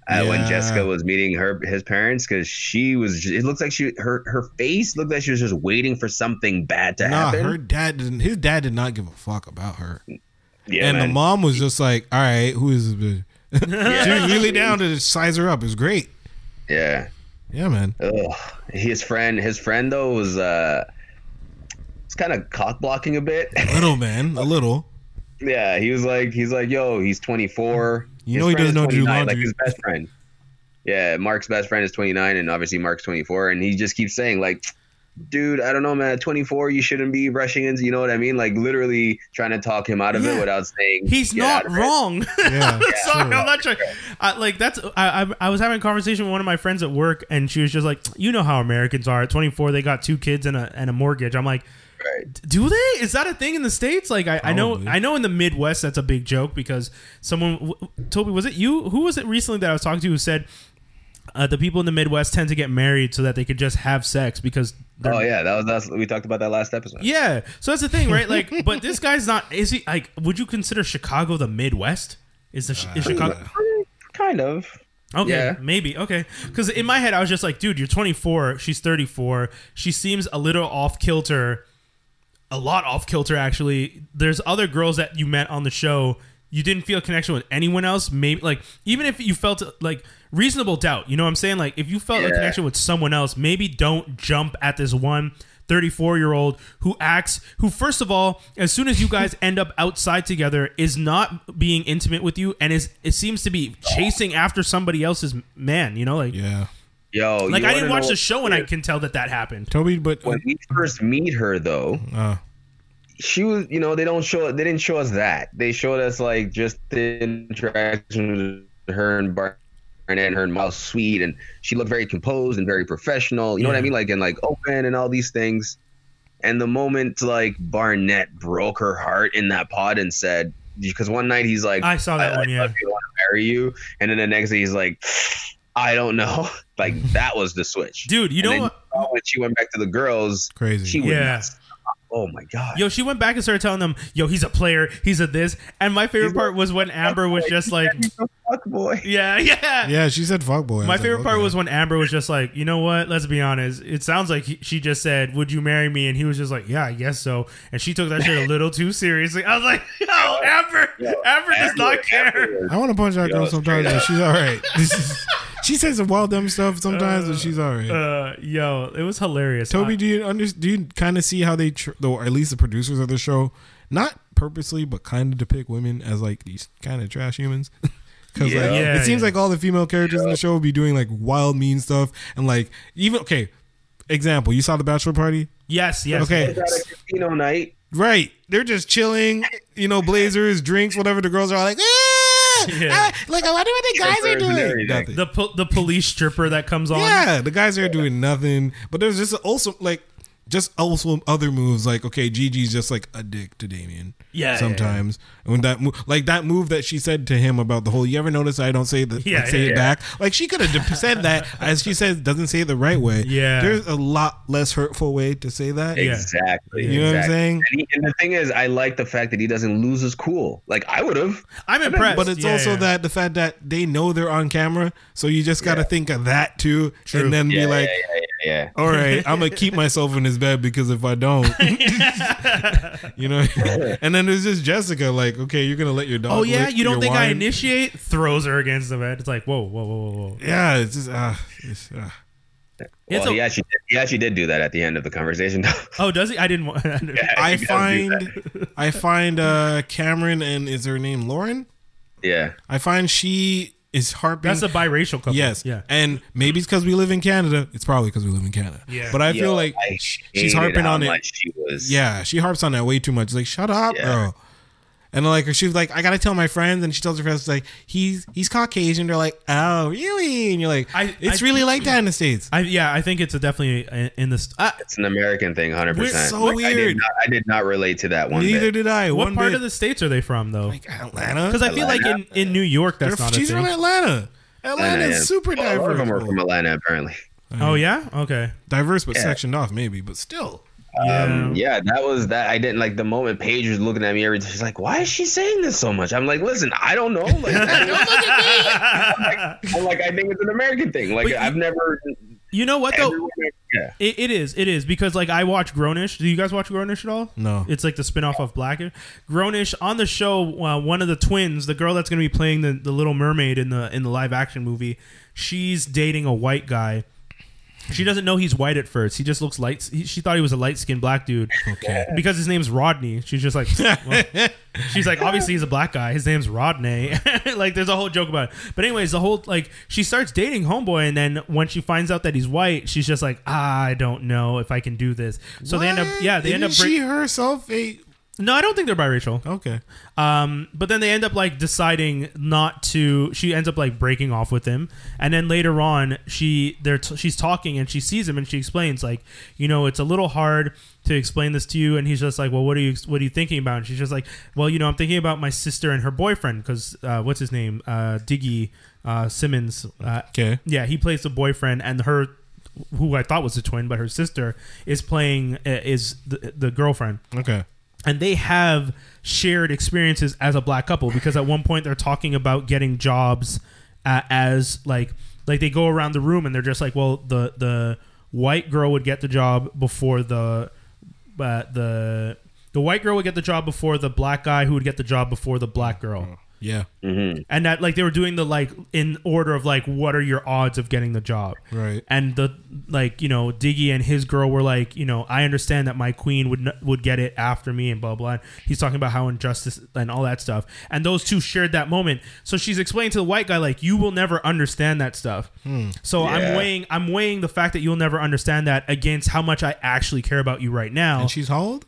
Speaker 5: Uh, When
Speaker 4: Yeah.
Speaker 5: Jessica was meeting her his parents, because she was, it looks like she her her face looked like she was just waiting for something bad to
Speaker 4: nah,
Speaker 5: happen.
Speaker 4: her dad didn't. His dad did not give a fuck about her,
Speaker 5: yeah,
Speaker 4: and
Speaker 5: man.
Speaker 4: the mom was just like, "All right, who is this bitch?" she was really down to size her up. It was great.
Speaker 5: yeah.
Speaker 4: Yeah, man.
Speaker 5: Ugh. His friend, his friend though was uh, it's kind of cock blocking a bit.
Speaker 4: Little man, a little.
Speaker 5: yeah, he was like, he's like, yo, he's 24.
Speaker 4: You
Speaker 5: His
Speaker 4: know he
Speaker 5: friend
Speaker 4: doesn't
Speaker 5: is
Speaker 4: know how to do
Speaker 5: 29, Like
Speaker 4: laundry.
Speaker 5: his best friend. Yeah, Mark's best friend is 29, and obviously Mark's 24, and he just keeps saying like. Dude, I don't know, man. At 24, you shouldn't be rushing into. You know what I mean? Like literally trying to talk him out of it without saying
Speaker 2: He's
Speaker 5: "Get out
Speaker 2: not
Speaker 5: of it."
Speaker 2: wrong.
Speaker 4: Yeah,
Speaker 2: Sorry, I'm not trying. I, like that's I, I I was having a conversation with one of my friends at work, and she was just like, "You know how Americans are. At 24, they got two kids and a and a mortgage." I'm like,
Speaker 5: Right.
Speaker 2: Do they? Is that a thing in the states? Like I, I know,
Speaker 4: Probably.
Speaker 2: I know in the Midwest that's a big joke because someone, w- Toby, was it you? Who was it recently that I was talking to who said uh, the people in the Midwest tend to get married so that they could just have sex because they're
Speaker 5: Oh yeah, that was that's we talked about that last episode.
Speaker 2: yeah. So that's the thing, right? Like, but this guy's not. Is he like? Would you consider Chicago the Midwest? Is the chi- is Chicago?
Speaker 5: Kind of.
Speaker 2: Okay,
Speaker 5: Yeah.
Speaker 2: maybe. Okay. Because in my head, I was just like, dude, you're 24. She's 34. She seems a little off kilter. A lot off kilter, actually. There's other girls that you met on the show. You didn't feel a connection with anyone else. Maybe, like, even if you felt like reasonable doubt, you know what I'm saying? Like, if you felt a
Speaker 5: Yeah.
Speaker 2: connection with someone else, maybe don't jump at this one 34 year old who acts, who, first of all, as soon as you guys end up outside together, is not being intimate with you and is, it seems to be chasing after somebody else's man, you know? Like,
Speaker 4: yeah.
Speaker 5: Yo,
Speaker 2: like
Speaker 5: you
Speaker 2: I
Speaker 5: wanna
Speaker 2: didn't
Speaker 5: know
Speaker 2: watch the
Speaker 5: what-
Speaker 2: show and I can tell that that happened.
Speaker 4: Toby, but
Speaker 5: When we first meet her, though,
Speaker 4: uh,
Speaker 5: she was you know they don't show they didn't show us that they showed us like just the interaction with her and Barnett and her and Miles Sweet and she looked very composed and very professional you know what I mean like and like open and all these things and the moment like Barnett broke her heart in that pod and said because one night he's like
Speaker 2: I saw that one, yeah.
Speaker 5: fucking want to marry you and then the next day he's like I don't know like that was the switch
Speaker 2: Dude, you
Speaker 5: And
Speaker 2: know
Speaker 5: then
Speaker 2: what?
Speaker 5: saw when she went back to the girls
Speaker 4: crazy.
Speaker 5: she would
Speaker 2: Yeah.
Speaker 5: not stop oh my god.
Speaker 2: Yo, she went back and started telling them, "Yo, he's a player. He's a this." And my favorite part was when Amber was just like,
Speaker 5: fuck boy.
Speaker 2: "Yeah, yeah."
Speaker 4: Yeah, she said fuck boy. I was
Speaker 2: My
Speaker 4: like,
Speaker 2: favorite part
Speaker 4: okay.
Speaker 2: was when Amber was just like, "You know what? Let's be honest. It sounds like he, she just said, "Would you marry me?" And he was just like, "Yeah, I guess so." And she took that shit a little too seriously. I was like, "Yo, Amber,
Speaker 5: Yo,
Speaker 2: Amber does not care."
Speaker 4: I want to punch that
Speaker 5: Yo,
Speaker 4: girl
Speaker 5: it's
Speaker 4: sometimes,
Speaker 5: straight
Speaker 4: but she's all right. This is, she says some well dumb stuff sometimes, but she's all right.
Speaker 2: Uh, yo, it was hilarious. Uh,
Speaker 4: Toby,
Speaker 2: I-
Speaker 4: do you under, do you kind of see how they, tr- though, at least the producers of the show, not purposely, but kind of depict women as like these kind of trash humans? Because
Speaker 5: Yeah.
Speaker 4: like,
Speaker 2: Yeah,
Speaker 4: it seems
Speaker 2: yeah.
Speaker 4: like all the female characters in the show will be doing like wild, mean stuff, and like even okay, example, you saw the bachelor party,
Speaker 2: yes, yes.
Speaker 4: okay,
Speaker 5: Is that a casino night?
Speaker 4: Right. They're just chilling, you know, blazers, drinks, whatever. The girls are all like, ah!
Speaker 2: Yeah.
Speaker 4: I- like, I wonder what the guys are
Speaker 5: Strippers and
Speaker 4: doing.
Speaker 5: everything.
Speaker 4: Nothing.
Speaker 2: The po- the police stripper that comes on.
Speaker 4: yeah, the guys are doing nothing. But there's just also, like, just also other moves. Like, okay, Gigi's just like a dick to Damien.
Speaker 2: Yeah, yeah,
Speaker 4: Sometimes. And when that move, like that move that she said to him about the whole, you ever notice I don't say the,
Speaker 2: Yeah,
Speaker 4: like, say
Speaker 2: yeah,
Speaker 4: it
Speaker 2: yeah.
Speaker 4: back? Like, she could have de- said that, as she says, doesn't say it the right way.
Speaker 2: Yeah.
Speaker 4: There's a lot less hurtful way to say that.
Speaker 2: Yeah.
Speaker 5: Exactly.
Speaker 4: You know what I'm
Speaker 5: exactly.
Speaker 4: saying?
Speaker 5: And, he, and the thing is, I like the fact that he doesn't lose his cool. Like I would have.
Speaker 2: I'm impressed.
Speaker 4: But it's
Speaker 2: Yeah,
Speaker 4: also
Speaker 2: yeah.
Speaker 4: that the fact that they know they're on camera, so you just got to think of that too, and then
Speaker 5: Yeah,
Speaker 4: be like,
Speaker 5: yeah, yeah, yeah, yeah.
Speaker 4: "All right, I'm gonna keep myself in this bed because if I don't, you know." and then there's just Jessica, like, "Okay, you're gonna let your dog."
Speaker 2: Oh yeah,
Speaker 4: lick
Speaker 2: you don't
Speaker 4: your
Speaker 2: think I
Speaker 4: wine?"
Speaker 2: initiate? Throws her against the bed. It's like whoa, whoa, whoa, whoa, whoa.
Speaker 4: Yeah, it's just ah, it's, ah.
Speaker 2: It's
Speaker 5: well,
Speaker 2: a-
Speaker 5: he actually did, he actually did do that at the end of the conversation.
Speaker 2: Oh, does he? I didn't. Want, I didn't-
Speaker 4: I
Speaker 5: He does do that.
Speaker 4: find I find uh Cameron and is her name Lauren?
Speaker 5: Yeah.
Speaker 4: I find she is harping.
Speaker 2: That's a biracial couple.
Speaker 4: Yes.
Speaker 2: Yeah.
Speaker 4: And maybe it's because we live in Canada. It's probably because we live in Canada.
Speaker 2: Yeah.
Speaker 4: But I feel
Speaker 5: Yo,
Speaker 4: like
Speaker 5: I
Speaker 4: she's
Speaker 5: hated
Speaker 4: harping
Speaker 5: how
Speaker 4: on it.
Speaker 5: much She was.
Speaker 4: Yeah, she harps on that way too much. Like, shut up,
Speaker 5: Yeah.
Speaker 4: bro. And like, she's like, I gotta tell my friends, and she tells her friends like, he's he's Caucasian. They're like, oh, really? And you're like,
Speaker 2: I-
Speaker 4: it's
Speaker 2: I-
Speaker 4: really like that in the states.
Speaker 2: I, yeah, I think it's a definitely in- in this. Uh,
Speaker 5: It's an American thing, hundred
Speaker 4: We're
Speaker 5: percent.
Speaker 4: so
Speaker 5: I
Speaker 4: weird.
Speaker 5: did, not, I did not relate to that one.
Speaker 4: Neither
Speaker 5: bit.
Speaker 4: did I.
Speaker 2: what
Speaker 4: One
Speaker 2: part
Speaker 4: bit.
Speaker 2: of the states are they from though?
Speaker 4: like Atlanta?
Speaker 2: Because I feel like in, in New York, that's
Speaker 4: They're-
Speaker 2: not
Speaker 4: she's
Speaker 2: a
Speaker 4: from
Speaker 2: thing.
Speaker 4: Atlanta. Atlanta
Speaker 5: Atlanta, yeah.
Speaker 4: is super
Speaker 5: Well, a lot of them are
Speaker 4: diverse.
Speaker 5: from Atlanta, apparently.
Speaker 2: Oh yeah, okay.
Speaker 4: diverse, but
Speaker 5: Yeah.
Speaker 4: sectioned off, maybe, but still.
Speaker 2: Yeah.
Speaker 5: Um, yeah, that was that. I didn't like the moment Paige was looking at me. Every she's like, "Why is she saying this so much?" I'm like, "Listen, I don't know." Like, I'm like, I'm like, I think it's an American thing. Like,
Speaker 2: But
Speaker 5: I've never.
Speaker 2: You know what though?
Speaker 5: everyone- yeah,
Speaker 2: It, it is. It is because like I watch Grownish. Do you guys watch Grownish at all?
Speaker 4: No.
Speaker 2: It's like the spinoff of Blackish. Grownish on the show, uh, one of the twins, the girl that's going to be playing the, the Little Mermaid in the in the live action movie, she's dating a white guy. She doesn't know he's white at first. He just looks light. He, she thought he was a light skinned black dude.
Speaker 4: Okay.
Speaker 2: Because his name's Rodney. She's just like, well, she's like, obviously he's a black guy. His name's Rodney. like, there's a whole joke about it. But anyways, the whole like, she starts dating homeboy, and then when she finds out that he's white, she's just like, "Ah, I don't know if I can do this. So they end up,
Speaker 4: What?
Speaker 2: yeah, they end up.
Speaker 4: Isn't
Speaker 2: break-
Speaker 4: she herself a
Speaker 2: no, I don't think they're biracial.
Speaker 4: okay.
Speaker 2: Um, but then they end up like deciding not to. She ends up like breaking off with him, and then later on, she they're t- she's talking and she sees him and she explains like, you know, it's a little hard to explain this to you, and he's just like, well, what are you what are you thinking about? And she's just like, well, you know, I'm thinking about my sister and her boyfriend because uh, what's his name, uh, Diggy uh, Simmons. Uh,
Speaker 4: Okay.
Speaker 2: yeah, he plays the boyfriend, and her, who I thought was a twin, but her sister is playing uh, is the, the girlfriend
Speaker 4: Okay.
Speaker 2: and they have shared experiences as a black couple because at one point they're talking about getting jobs uh, as like like they go around the room and they're just like well the the white girl would get the job before the uh, the the white girl would get the job before the black guy who would get the job before the black girl
Speaker 4: Yeah.
Speaker 2: and that like they were doing the like in order of like what are your odds of getting the job
Speaker 4: Right.
Speaker 2: and the like you know diggy and his girl were like you know i understand that my queen would n- would get it after me and blah blah and he's talking about how injustice and all that stuff and those two shared that moment so she's explaining to the white guy like you will never understand that stuff
Speaker 4: Hmm.
Speaker 2: so i'm
Speaker 5: Yeah.
Speaker 2: weighing i'm weighing the fact that you'll never understand that against how much i actually care about you right now
Speaker 4: And she's how old?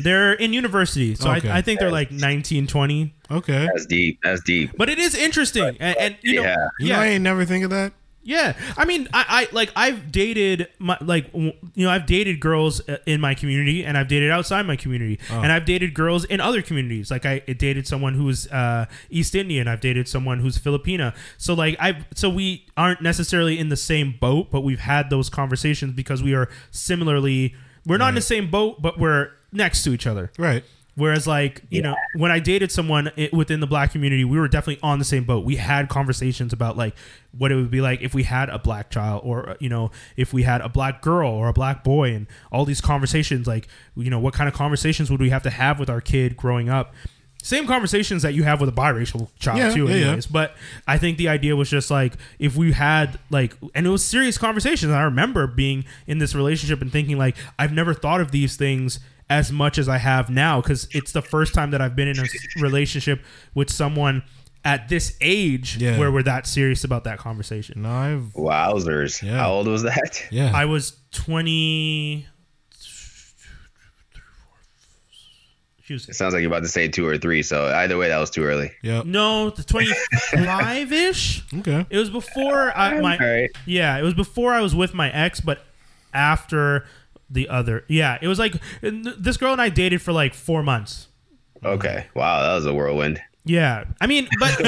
Speaker 2: they're in university so
Speaker 4: Okay.
Speaker 2: I, I think they're like 19 20
Speaker 4: Okay.
Speaker 5: that's deep. That's deep.
Speaker 2: but it is interesting, and, and you know,
Speaker 5: Yeah.
Speaker 4: You
Speaker 2: yeah,
Speaker 4: know, I ain't never think of that.
Speaker 2: yeah. I mean, I, I like I've dated my like w- you know I've dated girls uh, in my community, and I've dated outside my community, and I've dated girls in other communities. Like I dated someone who's uh, East Indian, I've dated someone who's Filipina. So like I so we aren't necessarily in the same boat, but we've had those conversations because we are similarly. We're not in the same boat, but we're next to each other.
Speaker 4: Right.
Speaker 2: Whereas, like, you know, when I dated someone i within the black community, we were definitely on the same boat. We had conversations about, like, what it would be like if we had a black child or, uh, you know, if we had a black girl or a black boy and all these conversations. Like, you know, what kind of conversations would we have to have with our kid growing up? Same conversations that you have with a biracial child,
Speaker 4: Yeah,
Speaker 2: too,
Speaker 4: yeah, yeah.
Speaker 2: anyways. But I think the idea was just like, if we had, like, and it was serious conversations. I remember being in this relationship and thinking, like, I've never thought of these things as much as I have now because it's the first time that I've been in a relationship with someone at this age
Speaker 4: Yeah.
Speaker 2: where we're that serious about that conversation.
Speaker 4: No, I've
Speaker 5: Wowzers.
Speaker 4: Yeah.
Speaker 5: How old was that?
Speaker 4: yeah.
Speaker 2: I was 20. She was
Speaker 5: It sounds like you're about to say two or three, so either way, that was too early.
Speaker 4: yep.
Speaker 2: no, the 25 ish.
Speaker 4: Okay.
Speaker 2: It was before I, my
Speaker 5: All right.
Speaker 2: Yeah, it was before I was with my ex, but after the other. Yeah, it was like and th- this girl and I dated for like four months.
Speaker 5: Okay. Wow, that was a whirlwind.
Speaker 2: Yeah, I mean, but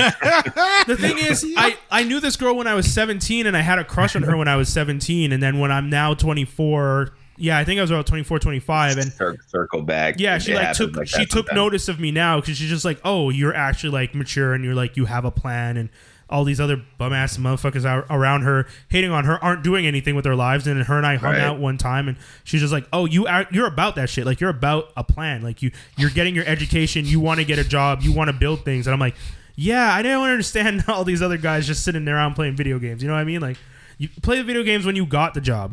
Speaker 2: the thing is, I I knew this girl when I was 17, and I had a crush on her when I was 17, and then when I'm now 24. Yeah, I think I was about 24, 25, and
Speaker 5: Cir- circle back.
Speaker 2: yeah, she
Speaker 5: It
Speaker 2: like
Speaker 5: happens
Speaker 2: took
Speaker 5: like
Speaker 2: she
Speaker 5: that
Speaker 2: took
Speaker 5: sometimes.
Speaker 2: notice of me now because she's just like, oh, you're actually like mature and you're like you have a plan and all these other bum ass motherfuckers are around her hating on her aren't doing anything with their lives and her and I hung
Speaker 5: Right.
Speaker 2: out one time and she's just like, oh, you are, you're about that shit like you're about a plan like you you're getting your education you want to get a job you want to build things and I'm like, yeah, I don't understand all these other guys just sitting there around playing video games you know what I mean like you play the video games when you got the job.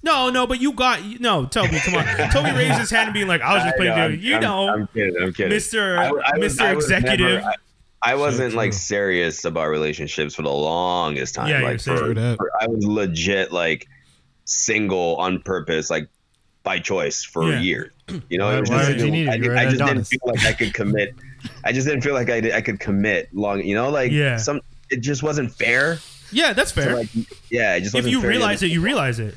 Speaker 2: No, no, but you got no. Toby, come on. Toby raised his hand and being like, "I was just playing video."
Speaker 5: I I'm-
Speaker 2: You
Speaker 5: I'm-
Speaker 2: know,
Speaker 5: I'm kidding. I'm kidding.
Speaker 2: Mr.
Speaker 5: I- I was-
Speaker 2: Mr.
Speaker 5: I was never-
Speaker 2: Executive.
Speaker 5: I- I wasn't like serious about relationships for the longest time.
Speaker 2: Yeah,
Speaker 5: like
Speaker 2: you're
Speaker 5: for,
Speaker 4: True that.
Speaker 5: for- I was legit like single on purpose, like by choice for
Speaker 2: Yeah.
Speaker 5: a year. You know,
Speaker 1: Why-
Speaker 5: it was
Speaker 1: why
Speaker 5: just,
Speaker 1: would you need it?
Speaker 5: I,
Speaker 1: You
Speaker 5: did-
Speaker 1: were
Speaker 5: I
Speaker 1: an
Speaker 5: just didn't
Speaker 1: Adonis.
Speaker 5: feel like I could commit. I just didn't feel like I, did, I could commit long. You know, like
Speaker 2: Yeah.
Speaker 5: some it just wasn't fair.
Speaker 2: yeah, that's
Speaker 5: So,
Speaker 2: fair.
Speaker 5: like, yeah, it just
Speaker 2: if
Speaker 5: wasn't
Speaker 2: you
Speaker 5: fair to
Speaker 2: realize it, you realize it.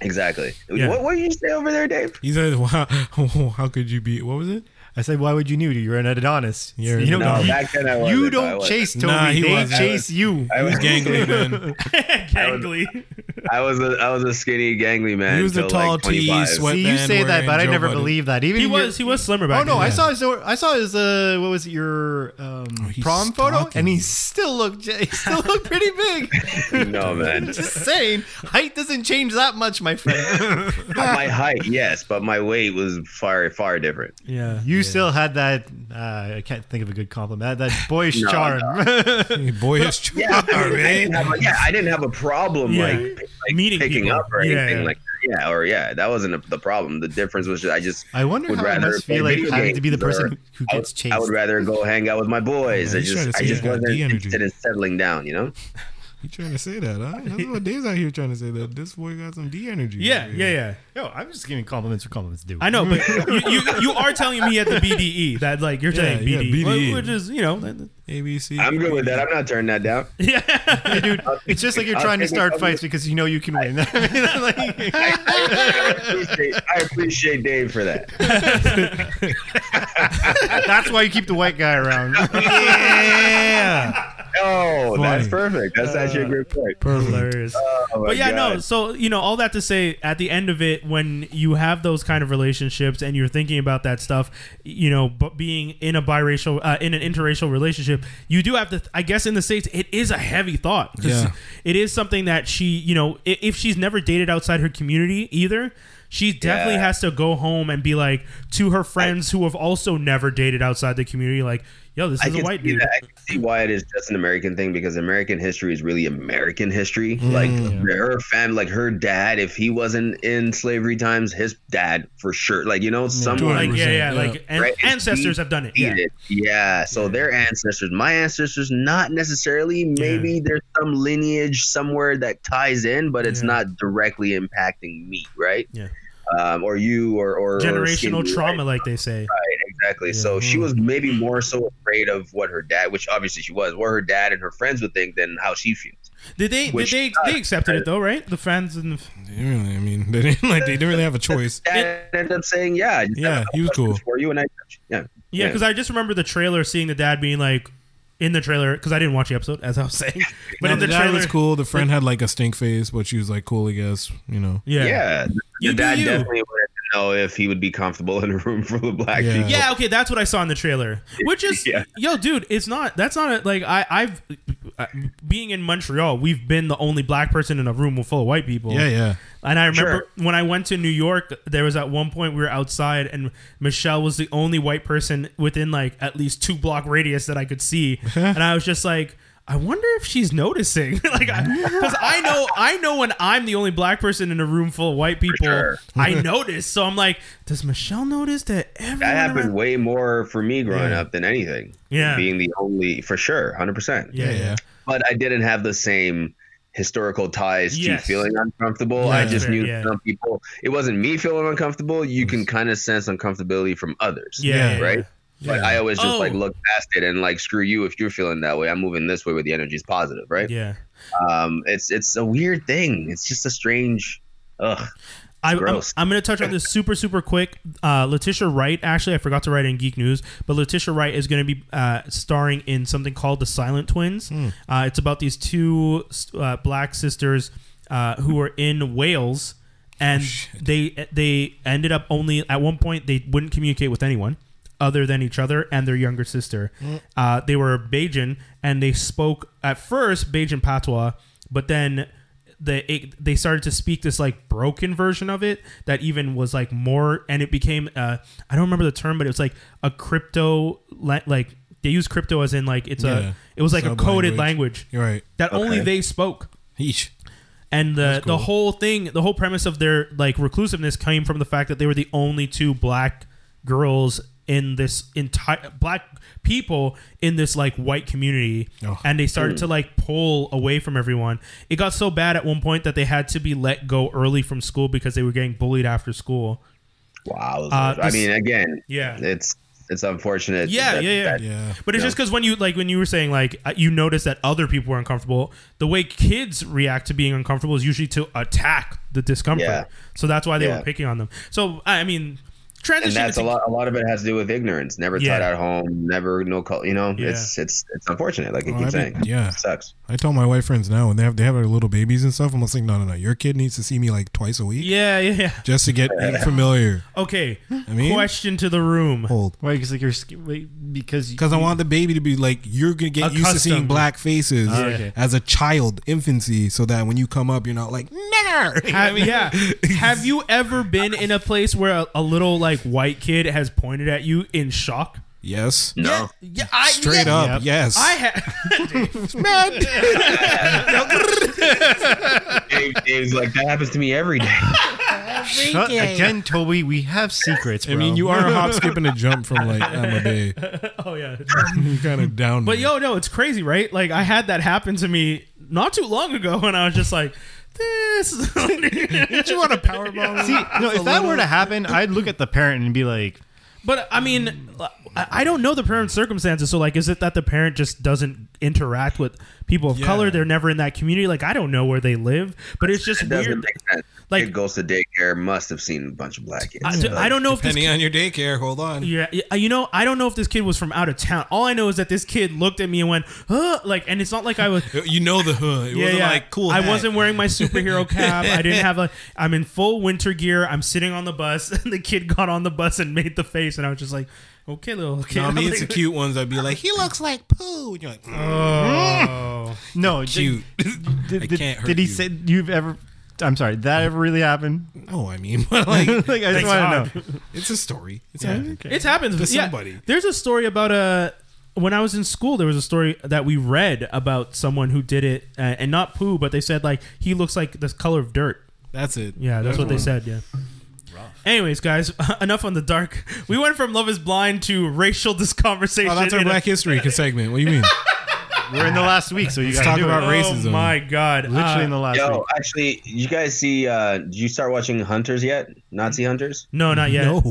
Speaker 5: Exactly.
Speaker 2: Yeah.
Speaker 5: What, what did you say over there, Dave?
Speaker 4: He said, "Wow, how could you be? What was it?
Speaker 1: I said, why would you need it? You're an Adonis.
Speaker 4: You're
Speaker 1: you
Speaker 4: an
Speaker 1: don't,
Speaker 5: No,
Speaker 1: you,
Speaker 5: back then I wasn't.
Speaker 1: you
Speaker 5: no, I
Speaker 1: don't
Speaker 5: wasn't.
Speaker 1: chase Toby.
Speaker 4: Nah, he
Speaker 1: they
Speaker 4: wasn't.
Speaker 1: chase you.
Speaker 5: I was
Speaker 4: Gangly man.
Speaker 2: Gangly.
Speaker 5: I was a I was a skinny gangly man.
Speaker 4: He was the
Speaker 5: till,
Speaker 4: tall
Speaker 5: like 25.
Speaker 4: tee, sweat-
Speaker 1: See, you
Speaker 4: Batman
Speaker 1: say that,
Speaker 4: wearing
Speaker 1: but I
Speaker 4: Joe
Speaker 1: never
Speaker 4: Budden.
Speaker 1: believe that. Even
Speaker 2: He
Speaker 1: your-
Speaker 2: was he was slimmer back.
Speaker 1: Oh no!
Speaker 2: then.
Speaker 1: I saw his. I saw his. Uh, what was it? Your um,
Speaker 4: Oh, he's
Speaker 1: prom photo,
Speaker 4: stalking
Speaker 1: and he
Speaker 4: you.
Speaker 1: still looked. He still looked pretty big.
Speaker 5: No man,
Speaker 1: Just saying, height doesn't change that much, my friend.
Speaker 5: my height, yes, but my weight was far far different.
Speaker 2: Yeah.
Speaker 1: You still had that. Uh, I can't think of a good compliment. That, that boyish
Speaker 5: No,
Speaker 1: charm.
Speaker 4: Boyish
Speaker 5: Yeah,
Speaker 4: charm,
Speaker 5: I
Speaker 4: man.
Speaker 5: didn't have a, yeah, I didn't have a problem
Speaker 2: Yeah.
Speaker 5: like, p- like
Speaker 2: Meeting
Speaker 5: picking
Speaker 2: people.
Speaker 5: up or
Speaker 2: Yeah,
Speaker 5: anything
Speaker 2: yeah.
Speaker 5: like that. yeah, or yeah, that wasn't a, the problem. The difference was just, I just
Speaker 1: I wonder
Speaker 5: would
Speaker 1: how it
Speaker 5: rather
Speaker 1: must
Speaker 5: play
Speaker 1: feel like
Speaker 5: video
Speaker 1: having to be the
Speaker 5: games
Speaker 1: person who
Speaker 5: I,
Speaker 1: gets
Speaker 5: would-
Speaker 1: chased.
Speaker 5: I would rather go hang out with my boys.
Speaker 4: Yeah,
Speaker 5: I
Speaker 4: he's trying to
Speaker 5: just I
Speaker 4: say
Speaker 5: just
Speaker 4: he's got
Speaker 5: wasn't
Speaker 4: D energy.
Speaker 5: interested in settling down. You know,
Speaker 4: You trying to say that? Huh? That's what Dave's out here trying to say that this boy got some D energy.
Speaker 2: Yeah, yeah, yeah.
Speaker 1: Yo, I'm just giving compliments for compliments, dude.
Speaker 2: I know, but you, you, you are telling me at the BDE that like you're
Speaker 4: Yeah,
Speaker 2: saying E.
Speaker 4: yeah,
Speaker 2: BDE,
Speaker 5: E.
Speaker 4: BDE.
Speaker 2: which is you know, that-
Speaker 4: ABC.
Speaker 5: I'm good with that. I'm not turning that down.
Speaker 2: yeah.
Speaker 1: dude. It's just like you're
Speaker 5: I'll
Speaker 1: trying to
Speaker 5: take a
Speaker 1: start
Speaker 5: compliment.
Speaker 1: fights because you know you can win. I mean, like-
Speaker 5: I appreciate, I appreciate Dave for that.
Speaker 1: that's why you keep the white guy around.
Speaker 5: Oh,
Speaker 4: Funny.
Speaker 5: that's perfect. That's actually a great point.
Speaker 2: Hilarious.
Speaker 5: Oh my
Speaker 2: but yeah,
Speaker 5: God.
Speaker 2: no. So you know, all that to say, at the end of it, when you have those kind of relationships and you're thinking about that stuff, you know, but being in a biracial, uh, in an interracial relationship, you do have to. I guess in the states, it is a heavy thought 'cause
Speaker 4: Yeah.
Speaker 2: it is something that she, you know, i- if she's never dated outside her community either. She definitely
Speaker 5: Yeah.
Speaker 2: has to go home and be like to her friends who have also never dated outside the community, like, "Yo, this
Speaker 5: I
Speaker 2: is a
Speaker 5: can
Speaker 2: white
Speaker 5: see
Speaker 2: dude."
Speaker 5: that. I can see why it is just an American thing because American history is really American history.
Speaker 2: Mm.
Speaker 5: like her fam, like her dad, if he wasn't in slavery times, his dad for sure. Like you know, someone
Speaker 2: Like, yeah,
Speaker 4: 100%, yeah.
Speaker 2: yeah, like an-
Speaker 5: Right, and
Speaker 2: ancestors
Speaker 5: she
Speaker 2: have done it.
Speaker 5: did
Speaker 2: Yeah.
Speaker 5: it. Yeah. So their ancestors, my ancestors, not necessarily. Maybe there's some lineage somewhere that ties in, but it's
Speaker 2: Yeah.
Speaker 5: not directly impacting me, right?
Speaker 2: Yeah.
Speaker 5: Um, or you, or or or
Speaker 2: Generational
Speaker 5: Skinny, right?
Speaker 2: trauma, like they say.
Speaker 5: Exactly. So she was maybe more so afraid of what her dad, which obviously she was, what her dad and her friends would think than how she feels.
Speaker 2: Did they?
Speaker 5: Which-
Speaker 2: did they? They accepted it though, right? The fans and the,
Speaker 4: They didn't really, I mean, they didn't like. They didn't really have a choice.
Speaker 5: Dad ended up saying, "Yeah, I just
Speaker 4: Yeah,
Speaker 5: have a
Speaker 4: he was
Speaker 5: question
Speaker 4: cool.
Speaker 5: for you." And I, yeah,
Speaker 2: yeah,
Speaker 5: Yeah.
Speaker 2: because I just remember the trailer, seeing the dad being like in the trailer because I didn't watch the episode as I was saying, but
Speaker 4: But
Speaker 2: in the
Speaker 4: dad
Speaker 2: trailer,
Speaker 4: was cool. The friend had like a stink face, but she was like cool, I guess. You know.
Speaker 2: yeah,
Speaker 5: yeah, the
Speaker 2: You do
Speaker 5: dad
Speaker 2: you.
Speaker 5: definitely wanted to know if he would be comfortable in a room full of black
Speaker 4: Yeah.
Speaker 5: people.
Speaker 2: Yeah, okay, that's what I saw in the trailer. Which is,
Speaker 5: Yeah.
Speaker 2: yo, dude, it's not. That's not a, like I, I've uh, being in Montreal. We've been the only black person in a room full of white people.
Speaker 3: Yeah, yeah.
Speaker 2: And I remember when I went to New York, there was at one point we were outside, and Michelle was the only white person within like at least two block radius that I could see, and I was just like. I wonder if she's noticing, like, because I, know, I know when I'm the only black person in a room full of white people,
Speaker 5: sure.
Speaker 2: I notice. So I'm like, does Michelle notice that everyone?
Speaker 5: That
Speaker 2: around-
Speaker 5: happened way more for me growing up than anything.
Speaker 2: Yeah.
Speaker 5: Being the only, for sure, 100%.
Speaker 2: Yeah, yeah.
Speaker 5: But I didn't have the same historical ties
Speaker 2: Yes.
Speaker 5: to feeling uncomfortable. I
Speaker 2: That's
Speaker 5: just
Speaker 2: fair,
Speaker 5: knew
Speaker 2: yeah.
Speaker 5: some people, it wasn't me feeling uncomfortable. You can kind of sense uncomfortability from others.
Speaker 2: Yeah,
Speaker 5: Right? But I always just
Speaker 2: Oh.
Speaker 5: like look past it and like screw you if you're feeling that way. I'm moving this way where the energy is positive, right?
Speaker 2: Yeah.
Speaker 5: Um, it's it's a weird thing. It's just a strange, ugh.
Speaker 2: I, I'm,
Speaker 5: Gross.
Speaker 2: I'm going to touch on this super, super quick. Uh, Letitia Wright, actually, I forgot to write in Geek News, but Letitia Wright is going to be uh, starring in something called The Silent Twins. Uh, it's about these two uh, black sisters uh, who are in Wales, and they they ended up only at one point they wouldn't communicate with anyone other than each other and their younger sister. Uh, they were Bajan, and they spoke at first Bajan patois, but then the it, they started to speak this like broken version of it that even was like more and it became uh I don't remember the term but it was like a crypto la- like they use crypto as in like it's
Speaker 4: Yeah.
Speaker 2: a it was like a coded
Speaker 4: Sub-language.
Speaker 2: language
Speaker 4: You're right.
Speaker 2: that only
Speaker 5: Okay.
Speaker 2: they spoke
Speaker 4: Yeesh.
Speaker 2: and the the whole thing the whole premise of their like reclusiveness came from the fact that they were the only two black girls in this entire black people in this like white community
Speaker 4: Oh.
Speaker 2: and they started
Speaker 5: Hmm.
Speaker 2: to like pull away from everyone it got so bad at one point that they had to be let go early from school because they were getting bullied after school
Speaker 5: Wow.
Speaker 2: Uh,
Speaker 5: I
Speaker 2: this-
Speaker 5: mean, again,
Speaker 2: Yeah.
Speaker 5: it's it's unfortunate.
Speaker 2: Yeah,
Speaker 5: that-
Speaker 2: yeah, yeah.
Speaker 5: that-
Speaker 4: Yeah.
Speaker 2: But it's just because when you like when you were saying like uh, you notice that other people were uncomfortable, the way kids react to being uncomfortable is usually to attack the discomfort.
Speaker 5: Yeah.
Speaker 2: So that's why they
Speaker 5: Yeah.
Speaker 2: were picking on them. So I I mean, transition.
Speaker 5: and that's
Speaker 2: to-
Speaker 5: a lot. A lot of it has to do with ignorance. Never
Speaker 2: Yeah.
Speaker 5: taught at home. Never no color. You know,
Speaker 2: Yeah.
Speaker 5: it's it's it's unfortunate. Like I
Speaker 4: Oh,
Speaker 5: keep
Speaker 4: I
Speaker 5: saying,
Speaker 4: mean, yeah.
Speaker 5: It sucks.
Speaker 4: I tell my white friends now when they have they have their little babies and stuff. I'm just like, no, no, no. Your kid needs to see me like twice a week
Speaker 2: Yeah, yeah, yeah.
Speaker 4: just to get familiar.
Speaker 2: Okay.
Speaker 4: I mean,
Speaker 2: Question to the room.
Speaker 4: hold.
Speaker 1: Why? Because like you're sk- wait, because
Speaker 4: Because I want the baby to be like, you're gonna get used to seeing
Speaker 2: Accustomed.
Speaker 4: black faces
Speaker 1: okay.
Speaker 4: as a child, infancy, so that when you come up, you're not like, nigger.
Speaker 2: Have, yeah. Have you ever been in a place where a, a little like white kid has pointed at you in shock?
Speaker 4: Yes.
Speaker 5: No.
Speaker 2: Yeah, I
Speaker 4: Straight up,
Speaker 1: Yep.
Speaker 4: yes.
Speaker 2: I have.
Speaker 5: Dave- Dave's like that happens to me every day.
Speaker 1: shut again, Toby. We have secrets.
Speaker 4: I mean, you are a hop, skip, and a jump from like I'm a babe.
Speaker 2: oh yeah.
Speaker 4: You kind of down.
Speaker 2: But yo, no, it's crazy, right? Like I had that happen to me not too long ago, and I was just like, this. Did you want a power bomb?
Speaker 1: See, no, if that were to happen, I'd look at the parent and be like,
Speaker 2: But I mean, I I don't know the parent circumstances. So like, is it that the parent just doesn't interact with people of
Speaker 4: Yeah.
Speaker 2: color? They're never in that community. Like I don't know where they live, but it's just
Speaker 5: It doesn't
Speaker 2: weird.
Speaker 5: make
Speaker 2: Like-
Speaker 5: sense. Like, it goes to daycare. Must have seen a bunch of black kids.
Speaker 2: I, I don't know if this
Speaker 4: depending on your daycare, hold on.
Speaker 2: Yeah, yeah, you know, I don't know if this kid was from out of town. All I know is that this kid looked at me and went, "Huh," like, and it's not like I was.
Speaker 4: Uh, You know the hood. It
Speaker 2: Yeah,
Speaker 4: wasn't
Speaker 2: yeah.
Speaker 4: like cool.
Speaker 2: I
Speaker 4: hat.
Speaker 2: wasn't wearing my superhero cap. I didn't have a. I'm in full winter gear. I'm sitting on the bus, and the kid got on the bus and made the face, and I was just like, "Okay, little kid."
Speaker 4: No, I
Speaker 2: I'm
Speaker 4: mean, it's the
Speaker 2: like,
Speaker 4: cute ones. I'd be like, he looks like poo. And you're like, mm,
Speaker 2: Oh.
Speaker 1: no, did-
Speaker 4: cute.
Speaker 1: Did,
Speaker 4: I
Speaker 1: did-
Speaker 4: can't hurt
Speaker 1: did he
Speaker 4: you.
Speaker 1: say you've ever? I'm sorry, that ever really happened?
Speaker 4: No, I mean, but like,
Speaker 1: like I just want to know.
Speaker 4: it's a story. It's happening.
Speaker 2: It's happened
Speaker 4: To
Speaker 2: yeah,
Speaker 4: somebody.
Speaker 2: There's a story about a. When I was in school, there was a story that we read about someone who did it, uh, and not poo, but they said like he looks like the color of dirt.
Speaker 4: That's it.
Speaker 2: Yeah, that's what they said. Yeah. Anyways, guys, enough on the dark. We went from Love is Blind to racial this conversation.
Speaker 4: Oh, that's our
Speaker 2: in a-
Speaker 4: Black History segment. What do you mean?
Speaker 1: We're in the last week, so you got
Speaker 4: talk
Speaker 1: to do
Speaker 4: about
Speaker 1: it.
Speaker 4: race.
Speaker 2: Oh
Speaker 4: racism.
Speaker 2: my god!
Speaker 1: Literally
Speaker 2: Uh,
Speaker 1: in the last
Speaker 5: Yo,
Speaker 1: week.
Speaker 5: actually, you guys see? uh Did you start watching Hunters yet? Nazi Hunters?
Speaker 2: no, not yet.
Speaker 4: No.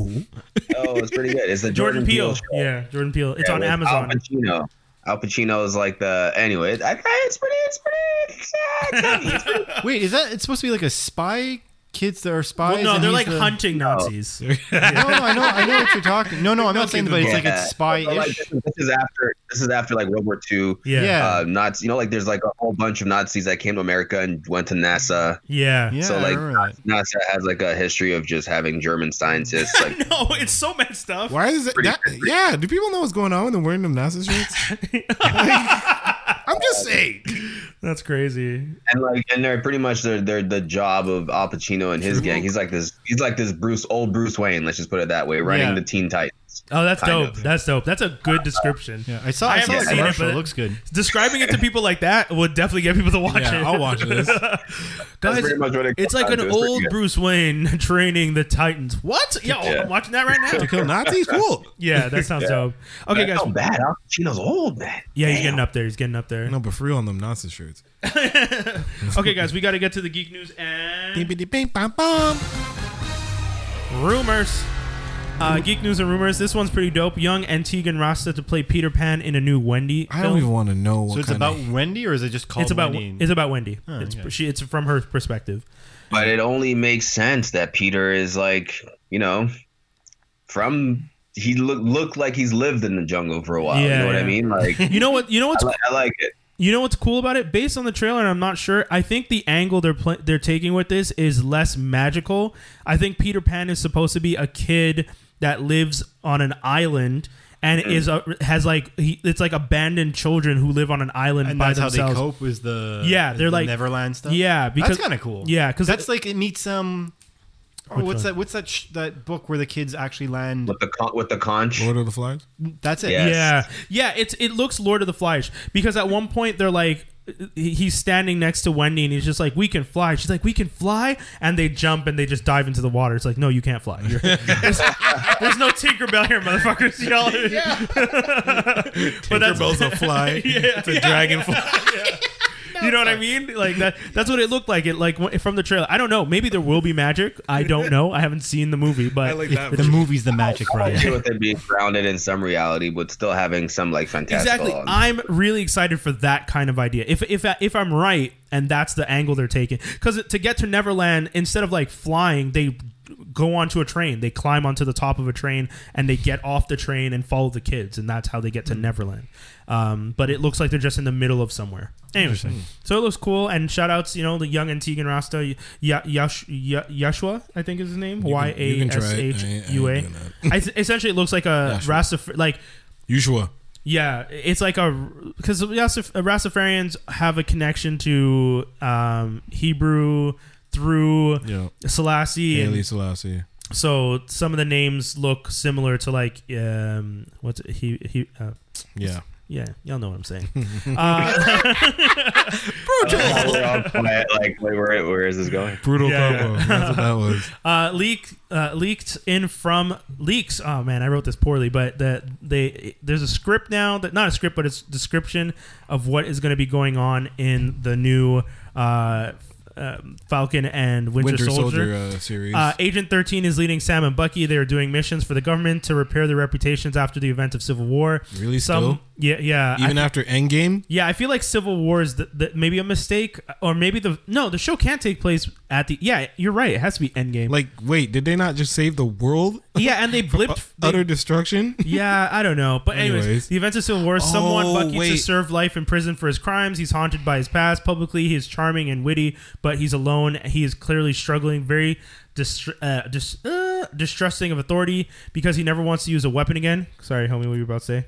Speaker 5: Oh, it's pretty good. It's the
Speaker 2: Jordan,
Speaker 5: Jordan,
Speaker 2: Peele.
Speaker 5: Peele show.
Speaker 2: Yeah, Jordan Peele. It's
Speaker 5: Yeah,
Speaker 2: on
Speaker 5: with
Speaker 2: Amazon.
Speaker 5: Al Pacino. Al Pacino is like the anyway. It's, I, it's pretty. It's pretty. It's, uh, it's heavy. It's pretty
Speaker 1: Wait, is that? It's supposed to be like a spy kids that are spies.
Speaker 2: Well, no,
Speaker 1: and
Speaker 2: they're
Speaker 1: he's
Speaker 2: like
Speaker 1: the-
Speaker 2: hunting Nazis.
Speaker 1: No, no, I know, I know what you're talking. No, no, I'm not saying that, but it's like
Speaker 5: Yeah.
Speaker 1: it's spy
Speaker 5: But, like,
Speaker 1: ish.
Speaker 5: this, is- this is after this is after like World War II.
Speaker 2: Yeah. Yeah.
Speaker 1: Yeah.
Speaker 5: Uh, Nazis, you know, like there's like a whole bunch of Nazis that came to America and went to NASA.
Speaker 1: Yeah,
Speaker 5: so
Speaker 1: I
Speaker 5: like
Speaker 1: remember that.
Speaker 5: NASA has like a history of just having German scientists like
Speaker 2: no, it's so messed up.
Speaker 4: Why is it that? Yeah, do people know what's going on when they're wearing them NASA shirts? I'm just saying.
Speaker 2: That's crazy.
Speaker 5: and like and they're pretty much they're, they're the job of Al Pacino and his gang. He's like this he's like this Bruce old Bruce Wayne, let's just put it that way, running
Speaker 1: Yeah.
Speaker 5: the Teen Titans.
Speaker 2: Oh, that's
Speaker 5: Kind
Speaker 2: dope.
Speaker 5: of.
Speaker 2: That's dope. That's a good description.
Speaker 1: Yeah, I saw.
Speaker 2: I
Speaker 1: I, saw
Speaker 2: haven't
Speaker 1: the
Speaker 2: seen it,
Speaker 1: commercial.
Speaker 2: but-
Speaker 1: It, looks good.
Speaker 2: Describing it to people like that would definitely get people to watch
Speaker 3: Yeah,
Speaker 2: it.
Speaker 3: I'll watch this.
Speaker 5: That's
Speaker 2: Guys,
Speaker 5: pretty much what it
Speaker 2: it's
Speaker 5: comes
Speaker 2: like
Speaker 5: down
Speaker 2: an
Speaker 5: to. It's pretty
Speaker 2: old
Speaker 5: good.
Speaker 2: Bruce Wayne training the Titans. What? Yo,
Speaker 5: Yeah.
Speaker 2: I'm watching that right now.
Speaker 3: To kill Nazis? Cool.
Speaker 2: Yeah, that sounds dope. Okay, guys.
Speaker 5: That's so bad. Al Pacino's old man.
Speaker 2: Yeah, he's getting up there. He's getting up there.
Speaker 4: No, but for real on them NASA shirts.
Speaker 2: okay, guys, we got to get to the geek news and rumors. Uh, geek news and rumors. This one's pretty dope. Young Antigon Rasta to play Peter Pan in a new Wendy.
Speaker 4: I
Speaker 2: film.
Speaker 4: don't even want to know what
Speaker 1: So it's
Speaker 4: kind
Speaker 1: about
Speaker 4: of.
Speaker 1: Wendy, or is it just called?
Speaker 2: It's about
Speaker 1: Wendy? Oh,
Speaker 2: it's about Wendy. it's
Speaker 1: okay.
Speaker 2: she, it's from her perspective.
Speaker 5: But it only makes sense that Peter is like, you know, from he look looked like he's lived in the jungle for a while. you
Speaker 2: Yeah,
Speaker 5: know what
Speaker 2: yeah.
Speaker 5: I mean? Like
Speaker 2: You know what? You know what's
Speaker 5: I, li- I like it.
Speaker 2: you know what's cool about it? Based on the trailer, and I'm not sure. I think the angle they're pl- they're taking with this is less magical. I think Peter Pan is supposed to be a kid that lives on an island and
Speaker 1: Mm.
Speaker 2: is a, has like he, it's like abandoned children who live on an island
Speaker 1: and
Speaker 2: by
Speaker 1: that's
Speaker 2: themselves.
Speaker 1: how they cope with the
Speaker 2: Yeah,
Speaker 1: is
Speaker 2: they're
Speaker 1: the
Speaker 2: like-
Speaker 1: Neverland stuff.
Speaker 2: Yeah, because
Speaker 1: that's kind of cool.
Speaker 2: Yeah, because
Speaker 1: that's like it meets um. Oh,
Speaker 2: Which
Speaker 1: what's
Speaker 2: one?
Speaker 1: that? What's that? Sh- that book where the kids actually land?
Speaker 5: With the con- with the conch.
Speaker 4: Lord of the Flies?
Speaker 1: That's it.
Speaker 5: Yeah.
Speaker 2: Yeah, yeah. It's it looks Lord of the Flies because at one point they're like he- he's standing next to Wendy and he's just like we can fly. She's like we can fly, and they jump and they just dive into the water. It's like no, you can't fly. You're, there's, there's no Tinkerbell here, motherfuckers. Y'all. but that's
Speaker 4: Tinkerbell's a fly.
Speaker 2: it's a dragonfly. You know what I mean? Like that. That's what it looked like. It like wh- from the trailer. I don't know. Maybe there will be magic. I don't know. I haven't seen the movie, but
Speaker 4: like that
Speaker 1: The movie's the magic,
Speaker 5: I'm
Speaker 1: right?
Speaker 5: okay with it being grounded in some reality, but still having some like fantastical.
Speaker 2: Exactly. I'm really excited for that kind of idea. If if if I'm right, and that's the angle they're taking, because to get to Neverland, instead of like flying, they go onto a train. They climb onto the top of a train and they get off the train and follow the kids, and that's how they
Speaker 4: Hmm.
Speaker 2: get to Neverland. Um, but it looks like they're just in the middle of somewhere. Anyway, so it looks cool. And shout outs, you know, the young Antigon Rasta, y- Ya- Yash- Ya- Yashua, I think is his name. Y
Speaker 4: you
Speaker 2: A
Speaker 4: can try
Speaker 2: S
Speaker 4: it.
Speaker 2: H
Speaker 4: I ain't- I ain't
Speaker 2: U A.
Speaker 4: doing
Speaker 2: I- Essentially, it looks like a Rasta, like
Speaker 4: Ushua.
Speaker 2: yeah, it's like a because Rastafarians have a connection to um, Hebrew through
Speaker 4: Yeah.
Speaker 2: Selassie,
Speaker 4: Haile
Speaker 2: and
Speaker 4: Selassie.
Speaker 2: so some of the names look similar to like um, what's it, he he. Uh,
Speaker 4: Yeah.
Speaker 2: yeah, y'all know what I'm saying. uh,
Speaker 5: Like, we're all quiet, like wait, where where is this going?
Speaker 4: Brutal
Speaker 2: Yeah.
Speaker 4: combo. That's what that was.
Speaker 2: uh, leak uh, leaked in from leaks. Oh man, I wrote this poorly, but that they there's a script now that not a script, but it's description of what is going to be going on in the new uh, um, Falcon and Winter,
Speaker 4: Winter
Speaker 2: Soldier.
Speaker 4: Soldier uh, series.
Speaker 2: Uh, Agent 13 is leading Sam and Bucky. They are doing missions for the government to repair their reputations after the event of Civil War.
Speaker 4: Really still?
Speaker 2: Yeah, yeah. I
Speaker 4: Even after Endgame?
Speaker 2: yeah, I feel like Civil War is the, the, maybe a mistake, or maybe the no. The show can't take place at the. Yeah, you're right. It has to be Endgame.
Speaker 4: Like, wait, did they not just save the world?
Speaker 2: yeah, and they blipped. they-
Speaker 4: Utter destruction?
Speaker 2: yeah, I don't know. But anyways,
Speaker 4: Anyways.
Speaker 2: the events of Civil War, someone
Speaker 4: Oh,
Speaker 2: Bucky to
Speaker 4: wait.
Speaker 2: serve life in prison for his crimes. He's haunted by his past. Publicly, he is charming and witty, but he's alone. He is clearly struggling, very distr uh, dis- uh, distrusting of authority because he never wants to use a weapon again. Sorry, homie, what were you about to say?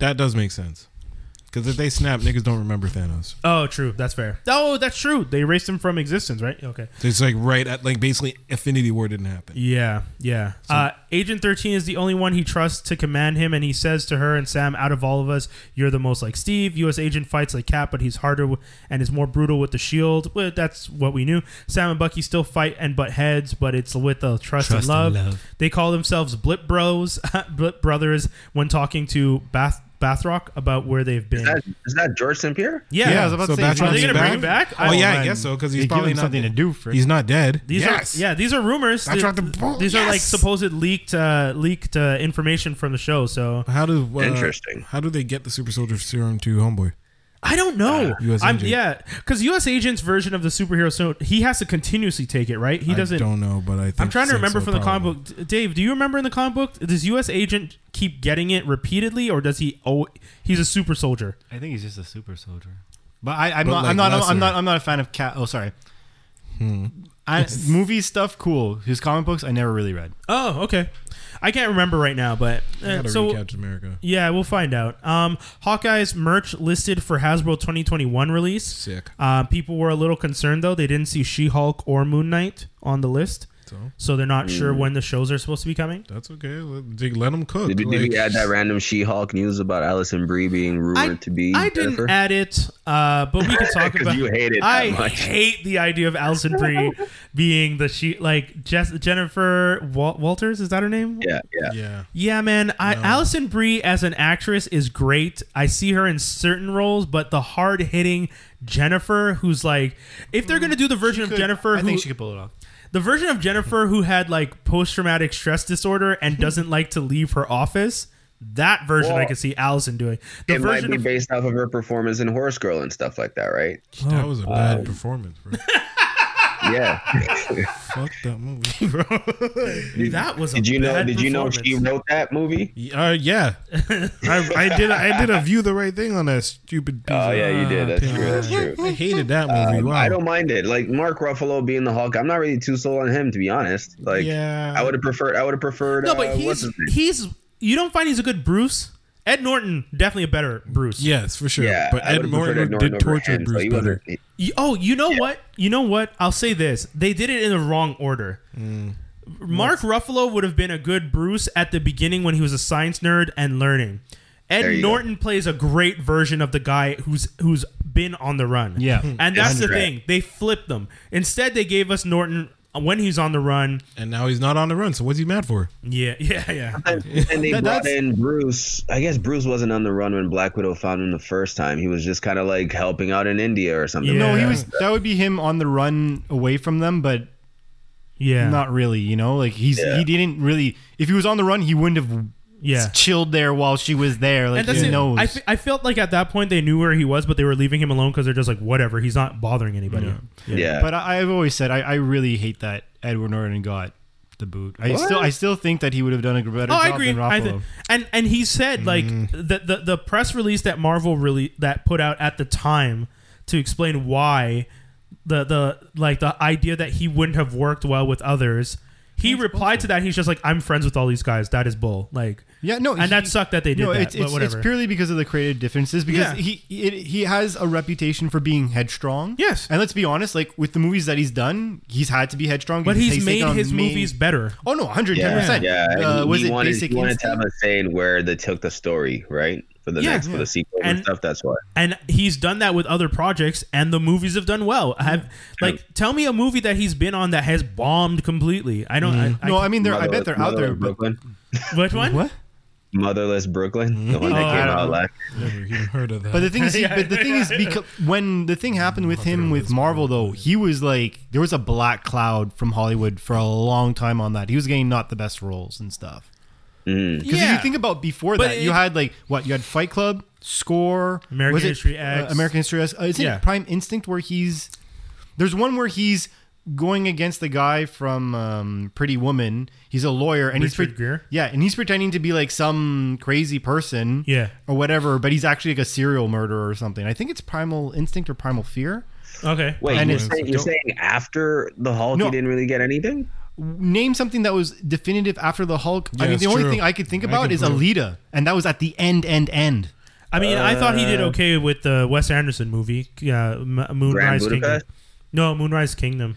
Speaker 4: That does make sense. Because if they snap, niggas don't remember Thanos.
Speaker 2: Oh, true. That's fair. Oh, that's true. They erased him from existence, right? Okay.
Speaker 4: So it's like right at, like, basically, Infinity War didn't happen.
Speaker 2: Yeah, yeah. uh, Agent 13 is the only one he trusts to command him, and he says to her and Sam, out of all of us, you're the most like Steve. U.S. Agent fights like Cap, but he's harder w- and is more brutal with the shield. Well, that's what we knew. Sam and Bucky still fight and butt heads, but it's with a trust, and, love. They call themselves Blip Bros, Blip Brothers, when talking to Bath Bathrock about where they've been.
Speaker 5: Is that, is that George St. Pierre?
Speaker 2: yeah,
Speaker 1: Yeah, I was about to say,
Speaker 4: Batroc
Speaker 1: are they
Speaker 4: is
Speaker 1: gonna bring
Speaker 2: him back?
Speaker 4: Oh,
Speaker 2: Oh,
Speaker 4: yeah,
Speaker 1: man.
Speaker 4: I guess so. Because
Speaker 1: They
Speaker 4: he's
Speaker 1: give
Speaker 4: probably
Speaker 1: him
Speaker 4: not
Speaker 1: something to
Speaker 4: dead.
Speaker 1: do for it.
Speaker 4: He's not dead.
Speaker 2: These
Speaker 4: yes.
Speaker 2: are yeah, these are rumors.
Speaker 4: That's
Speaker 2: They're-
Speaker 4: right, the bull-
Speaker 2: These are like
Speaker 4: yes!
Speaker 2: supposed leaked uh, leaked uh, information from the show. So
Speaker 4: How do uh,
Speaker 5: Interesting.
Speaker 4: How do they get the super soldier serum to Homeboy?
Speaker 2: I don't know.
Speaker 4: US
Speaker 2: I'm
Speaker 4: Uh, Agent.
Speaker 2: yeah, because U.S. Agent's version of the superhero suit, he has to continuously take it, right? He
Speaker 4: I
Speaker 2: doesn't.
Speaker 4: don't know, but I think
Speaker 2: I'm trying to
Speaker 4: six
Speaker 2: remember
Speaker 4: will
Speaker 2: from the
Speaker 4: probably-
Speaker 2: comic book. D- Dave, do you remember in the comic book? Does U.S. Agent keep getting it repeatedly, or does he? Oh, he's a super soldier.
Speaker 1: I think he's just a super soldier. But I, I'm
Speaker 4: But,
Speaker 1: not.
Speaker 4: like,
Speaker 1: I'm not. I'm,
Speaker 4: lesser. Hmm.
Speaker 1: not. I'm not a fan of cat. Oh, sorry. I, movie stuff, cool. His comic books, I never really read.
Speaker 2: Oh, okay. I can't remember right now, but uh,
Speaker 4: I gotta
Speaker 2: so
Speaker 4: read Captain America.
Speaker 2: yeah, we'll find out. Um, Hawkeye's merch listed for Hasbro 2021 release.
Speaker 4: Sick.
Speaker 2: Uh, people were a little concerned though; they didn't see She-Hulk or Moon Knight on the list,
Speaker 4: So
Speaker 2: so they're not
Speaker 5: Mm.
Speaker 2: sure when the shows are supposed to be coming.
Speaker 4: that's okay. Let, dig- let them cook.
Speaker 5: Did, we- did
Speaker 4: like,
Speaker 5: we add that random She-Hulk news about Allison Brie being rumored to be?
Speaker 2: I didn't
Speaker 5: Jennifer?
Speaker 2: add it, uh, but we could talk
Speaker 5: 'Cause
Speaker 2: about.
Speaker 5: you hate it that
Speaker 2: I
Speaker 5: much.
Speaker 2: hate the idea of Alison Brie being the she like Jess, Jennifer Wal- Walters. Is that her name?
Speaker 5: Yeah, yeah.
Speaker 4: yeah.
Speaker 2: Yeah, man. I, Allison Brie as an actress is great. I see her in certain roles, but the hard hitting Jennifer, who's like, if they're gonna do the version of Jennifer,
Speaker 1: I
Speaker 2: who,
Speaker 1: think she Mm. could pull it off.
Speaker 2: the version of Jennifer who had like post traumatic stress disorder and doesn't like to leave her office. That version I
Speaker 5: Well,
Speaker 2: could see Allison doing. The
Speaker 5: it might
Speaker 2: version
Speaker 5: be
Speaker 2: of
Speaker 5: based off of her performance in Horse Girl and stuff like that, right?
Speaker 4: That was a bad performance, bro.
Speaker 5: Yeah.
Speaker 4: Fuck that movie, bro.
Speaker 2: that was. A
Speaker 5: did you know?
Speaker 2: bad
Speaker 5: Did you know she
Speaker 2: performance.
Speaker 5: wrote that movie?
Speaker 4: Yeah, Uh, yeah. I, I did. I did a view the right thing on that stupid. Piece
Speaker 5: Oh
Speaker 4: of-
Speaker 5: yeah, you did. That's true. That's true.
Speaker 4: I hated that movie.
Speaker 2: Um,
Speaker 4: wow.
Speaker 5: I don't mind it. Like Mark Ruffalo being the Hulk, I'm not really too sold on him to be honest. Like,
Speaker 4: Yeah.
Speaker 5: I would have preferred. I would have preferred.
Speaker 2: No, but
Speaker 5: uh,
Speaker 2: he's
Speaker 5: what's his name?
Speaker 2: he's. You don't find he's a good Bruce. Ed Norton definitely a better Bruce.
Speaker 4: Yes, for sure.
Speaker 5: yeah,
Speaker 4: but
Speaker 5: I
Speaker 4: Ed
Speaker 5: would've preferred
Speaker 4: Norton,
Speaker 5: Ed Norton
Speaker 4: did
Speaker 5: over
Speaker 4: torture
Speaker 5: him, so
Speaker 4: Bruce
Speaker 5: he
Speaker 4: better.
Speaker 5: wasn't- he-
Speaker 2: Y- Oh, you know what? You know what? I'll say this. They did it in the wrong order.
Speaker 1: Mm.
Speaker 2: Mark Ruffalo would have been a good Bruce at the beginning when he was a science nerd and learning.
Speaker 5: There
Speaker 2: Ed
Speaker 5: you go.
Speaker 2: Norton plays a great version of the guy who's who's been on the run.
Speaker 1: Yeah.
Speaker 2: And that's the
Speaker 5: 100.
Speaker 2: thing. They flipped them. Instead, they gave us Norton when he's on the run.
Speaker 4: And now he's not on the run. So what's he mad for?
Speaker 2: Yeah, yeah, yeah.
Speaker 5: And, and they
Speaker 1: That-
Speaker 5: brought
Speaker 1: that's-
Speaker 5: in Bruce. I guess Bruce wasn't on the run when Black Widow found him the first time. He was just kind of like helping out in India or something.
Speaker 2: Yeah.
Speaker 1: No, he was. That would be him on the run away from them, but
Speaker 2: Yeah.
Speaker 1: not really. You know, like he's
Speaker 5: Yeah.
Speaker 1: he didn't really. If he was on the run, he wouldn't have
Speaker 2: yeah.
Speaker 1: chilled there while she was there. Like
Speaker 2: And that's
Speaker 1: he
Speaker 2: it.
Speaker 1: knows.
Speaker 2: I, fe- I felt like at that point they knew where he was, but they were leaving him alone because they're just like, whatever, he's not bothering anybody.
Speaker 5: Yeah.
Speaker 1: But I, I've always said I, I really hate that Edward Norton got the boot. I still I still think that he would have done a better
Speaker 2: Oh,
Speaker 1: job Mm-hmm.
Speaker 2: I agree.
Speaker 1: than
Speaker 2: I
Speaker 1: Ruffalo.
Speaker 2: thi- and and he said like the, the the press release that Marvel really that put out at the time to explain why the the like the idea that he wouldn't have worked well with others. He replied to that. He's just like, I'm friends with all these guys. That is bull. Like,
Speaker 1: yeah, no,
Speaker 2: and that sucked that they did
Speaker 1: no,
Speaker 2: that.
Speaker 1: it's,
Speaker 2: but
Speaker 1: it's, it's
Speaker 2: whatever.
Speaker 1: purely because of the creative differences.
Speaker 2: Yeah.
Speaker 1: Because he it, he has a reputation for being headstrong.
Speaker 2: Yes.
Speaker 1: and let's be honest, like with the movies that he's done, he's had to be headstrong.
Speaker 2: but
Speaker 1: because
Speaker 2: he's made
Speaker 1: taken on
Speaker 2: his
Speaker 1: main-
Speaker 2: movies better.
Speaker 1: Oh no, hundred ten
Speaker 5: yeah,
Speaker 1: percent.
Speaker 5: yeah. and
Speaker 1: Uh,
Speaker 5: he,
Speaker 1: was
Speaker 5: he
Speaker 1: it
Speaker 5: wanted,
Speaker 1: basic
Speaker 5: he wanted to have
Speaker 1: Instinct?
Speaker 5: a saying where they took the story right for the
Speaker 2: Yeah.
Speaker 5: next for the sequel and,
Speaker 2: And-
Speaker 5: stuff. That's why.
Speaker 2: and he's done that with other projects and the movies have done well
Speaker 1: Mm-hmm.
Speaker 2: I have like tell me a movie that he's been on that has bombed completely i don't I,
Speaker 1: Mm-hmm. No,
Speaker 2: I,
Speaker 1: I mean, they're, I
Speaker 5: Motherless-
Speaker 1: bet they're out there.
Speaker 5: Motherless Brooklyn.
Speaker 1: But
Speaker 2: which one
Speaker 1: what?
Speaker 5: Motherless Brooklyn, the one that
Speaker 2: Oh, I
Speaker 5: came
Speaker 2: don't
Speaker 5: out
Speaker 2: know.
Speaker 5: last.
Speaker 4: Never even heard of that.
Speaker 1: But the thing is, he,
Speaker 2: Yeah.
Speaker 1: but the thing is, because when the thing happened with him with Marvel, though, he was like there was a black cloud from Hollywood for a long time on that. He was getting not the best roles and stuff. Because if
Speaker 2: Yeah.
Speaker 1: you think about before
Speaker 2: But
Speaker 1: that, you
Speaker 2: it-
Speaker 1: had like what you had Fight Club, Score,
Speaker 2: American
Speaker 1: was it,
Speaker 2: History X.
Speaker 1: uh, American History X. Uh, is
Speaker 2: Yeah.
Speaker 1: it Prime Instinct where he's there's one where he's going against the guy from um, Pretty Woman. He's a lawyer and he's
Speaker 2: Richard Gere?
Speaker 1: yeah, and he's pretending to be like some crazy person
Speaker 2: yeah
Speaker 1: or whatever, but he's actually like a serial murderer or something. I think it's Primal Instinct or Primal Fear.
Speaker 2: okay
Speaker 5: Wait,
Speaker 1: And
Speaker 5: you're,
Speaker 1: it's-
Speaker 5: saying, you're
Speaker 1: don't-
Speaker 5: saying after the Hulk,
Speaker 1: No.
Speaker 5: he didn't really get anything?
Speaker 1: Name something that was definitive after the Hulk. I
Speaker 4: Yeah,
Speaker 1: mean,
Speaker 4: it's
Speaker 1: the only
Speaker 4: true.
Speaker 1: thing I could think
Speaker 4: I
Speaker 1: about
Speaker 4: can
Speaker 1: is
Speaker 4: prove-
Speaker 1: Alita, and that was at the end, end, end.
Speaker 2: i mean i thought he did
Speaker 1: Uh,
Speaker 2: okay with the wes anderson movie yeah M- uh, moonrise kingdom
Speaker 5: Budapest?
Speaker 2: no moonrise kingdom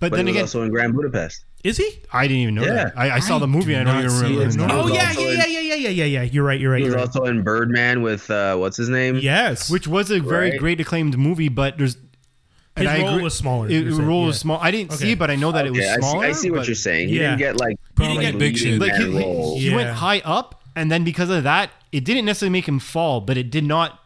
Speaker 1: But,
Speaker 5: But
Speaker 1: then
Speaker 5: he was
Speaker 1: again,
Speaker 5: also in Grand Budapest.
Speaker 2: is he
Speaker 1: I didn't even know
Speaker 5: Yeah.
Speaker 1: that. I, I saw the movie. and I don't
Speaker 4: not
Speaker 1: even
Speaker 4: see
Speaker 1: remember.
Speaker 4: it.
Speaker 1: his
Speaker 4: No.
Speaker 1: name.
Speaker 2: oh
Speaker 5: was
Speaker 2: yeah
Speaker 5: also
Speaker 2: yeah
Speaker 5: in-
Speaker 2: yeah yeah yeah yeah yeah yeah you're right you're right,
Speaker 5: He was
Speaker 2: you're right.
Speaker 5: also in Birdman with uh, what's his name?
Speaker 2: yes
Speaker 1: Which was a very
Speaker 5: Right.
Speaker 1: great acclaimed movie, but there's.
Speaker 2: his
Speaker 1: and I
Speaker 2: role
Speaker 1: agree-
Speaker 2: was smaller
Speaker 1: It,
Speaker 2: you're
Speaker 1: the
Speaker 2: saying,
Speaker 1: role was
Speaker 2: yeah.
Speaker 1: small. I didn't see
Speaker 2: Okay.
Speaker 1: it, but I know that it was
Speaker 5: Yeah, I
Speaker 1: smaller.
Speaker 5: see, I see what
Speaker 1: but-
Speaker 5: you're saying. He
Speaker 2: Yeah.
Speaker 5: didn't get like
Speaker 2: He didn't
Speaker 5: like,
Speaker 2: get
Speaker 4: big
Speaker 5: leading
Speaker 4: shit.
Speaker 1: Like
Speaker 5: man
Speaker 1: he,
Speaker 5: role.
Speaker 1: he went
Speaker 2: Yeah.
Speaker 1: high up, and then because of that, it didn't necessarily make him fall, but it did not.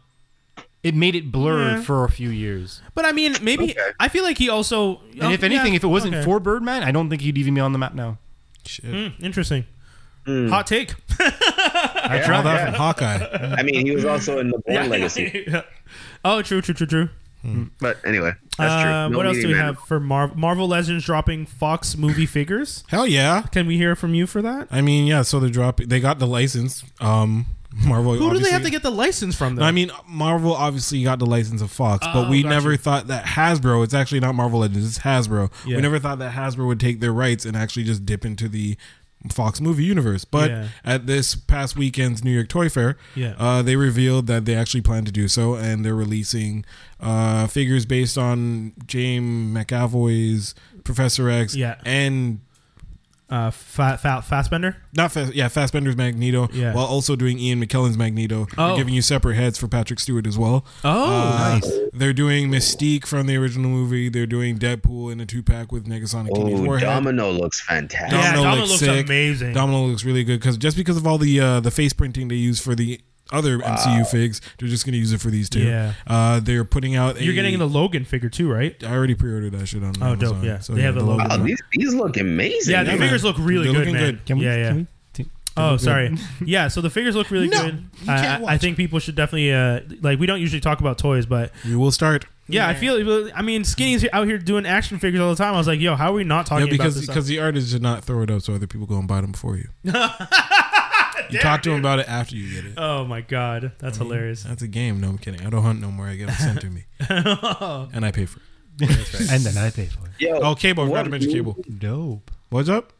Speaker 1: It made it blurred
Speaker 2: Yeah.
Speaker 1: for a few years.
Speaker 2: but i mean maybe i feel like he also oh,
Speaker 1: And if anything, if it wasn't for Birdman, I don't think he'd even be on the map now.
Speaker 4: Shit.
Speaker 5: Hmm.
Speaker 2: interesting hot Hmm, take
Speaker 4: I draw that from Hawkeye.
Speaker 5: I mean, he was also in the Bourne Legacy.
Speaker 2: Yeah. Oh, true, true, true, true.
Speaker 5: But anyway, that's
Speaker 2: Uh,
Speaker 5: true. No
Speaker 2: what else do
Speaker 5: meaning,
Speaker 2: we
Speaker 5: man.
Speaker 2: have for Marvel? Marvel Legends dropping Fox movie figures.
Speaker 4: Hell yeah.
Speaker 2: Can we hear from you for that?
Speaker 4: I mean, yeah. So they're dropping. They got the license. Um, Marvel.
Speaker 2: Who do they
Speaker 4: obviously-
Speaker 2: have to get the license from? Though?
Speaker 4: I mean, Marvel obviously got the license of Fox,
Speaker 2: Oh,
Speaker 4: but we
Speaker 2: got
Speaker 4: never
Speaker 2: you.
Speaker 4: thought that Hasbro. It's actually not Marvel Legends. It's Hasbro.
Speaker 2: Yeah.
Speaker 4: We never thought that Hasbro would take their rights and actually just dip into the Fox movie universe. But
Speaker 2: Yeah.
Speaker 4: at this past weekend's New York Toy Fair,
Speaker 2: Yeah.
Speaker 4: uh, they revealed that they actually plan to do so, and they're releasing uh, figures based on James McAvoy's Professor X,
Speaker 2: Yeah.
Speaker 4: and
Speaker 2: uh, fa- fa- Fastbender.
Speaker 4: not fast, yeah, Fastbender's Magneto,
Speaker 2: Yeah.
Speaker 4: while also doing Ian McKellen's Magneto, They're
Speaker 2: Oh.
Speaker 4: giving you separate heads for Patrick Stewart as well.
Speaker 2: Oh,
Speaker 4: Uh,
Speaker 2: nice.
Speaker 4: They're doing Mystique from the original movie. They're doing Deadpool in a two pack with Negasonic Kitty's
Speaker 5: Oh,
Speaker 4: forehead.
Speaker 5: Domino looks fantastic.
Speaker 2: Yeah, Domino
Speaker 4: looks
Speaker 2: looks
Speaker 4: sick.
Speaker 2: amazing.
Speaker 4: Domino looks really good because just because of all the uh, the face printing they use for the other MCU figs, they're just going to use it for these two.
Speaker 2: Yeah.
Speaker 4: Uh, they're putting out.
Speaker 2: You're
Speaker 4: a-
Speaker 2: getting the Logan figure too, right?
Speaker 4: I already pre-ordered that shit on.
Speaker 2: Oh, dope,
Speaker 4: Amazon.
Speaker 2: yeah. They have the logo.
Speaker 5: Wow,
Speaker 4: one.
Speaker 5: Oh, these, these look amazing.
Speaker 2: Yeah, the
Speaker 5: man.
Speaker 2: figures look really
Speaker 4: They're
Speaker 2: good,
Speaker 4: looking
Speaker 2: man.
Speaker 4: good.
Speaker 1: Can we?
Speaker 2: yeah, yeah.
Speaker 1: Can we t-
Speaker 2: Oh, sorry. Yeah, so the figures look really
Speaker 4: No,
Speaker 2: good.
Speaker 4: you
Speaker 2: I,
Speaker 4: can't
Speaker 2: I- I
Speaker 4: watch.
Speaker 2: think people should definitely uh, like. We don't usually talk about toys, but
Speaker 4: You will start.
Speaker 2: yeah, I feel. I mean, Skinny's out here doing action figures all the time. I was like, yo, how are we not talking
Speaker 4: Yeah, because
Speaker 2: about this? uh,
Speaker 4: because the artist did not throw it up, so other people go and buy them for you. you talk to them about it after you get it.
Speaker 2: Oh my god, that's hilarious.
Speaker 4: That's a game. No, I'm kidding. I don't hunt no more. I get them sent to me, and I pay for it.
Speaker 1: and then I pay for it.
Speaker 5: Yo,
Speaker 4: Oh, cable. I forgot
Speaker 5: what
Speaker 4: to mention
Speaker 5: movie-
Speaker 4: cable.
Speaker 1: Dope.
Speaker 4: What's up?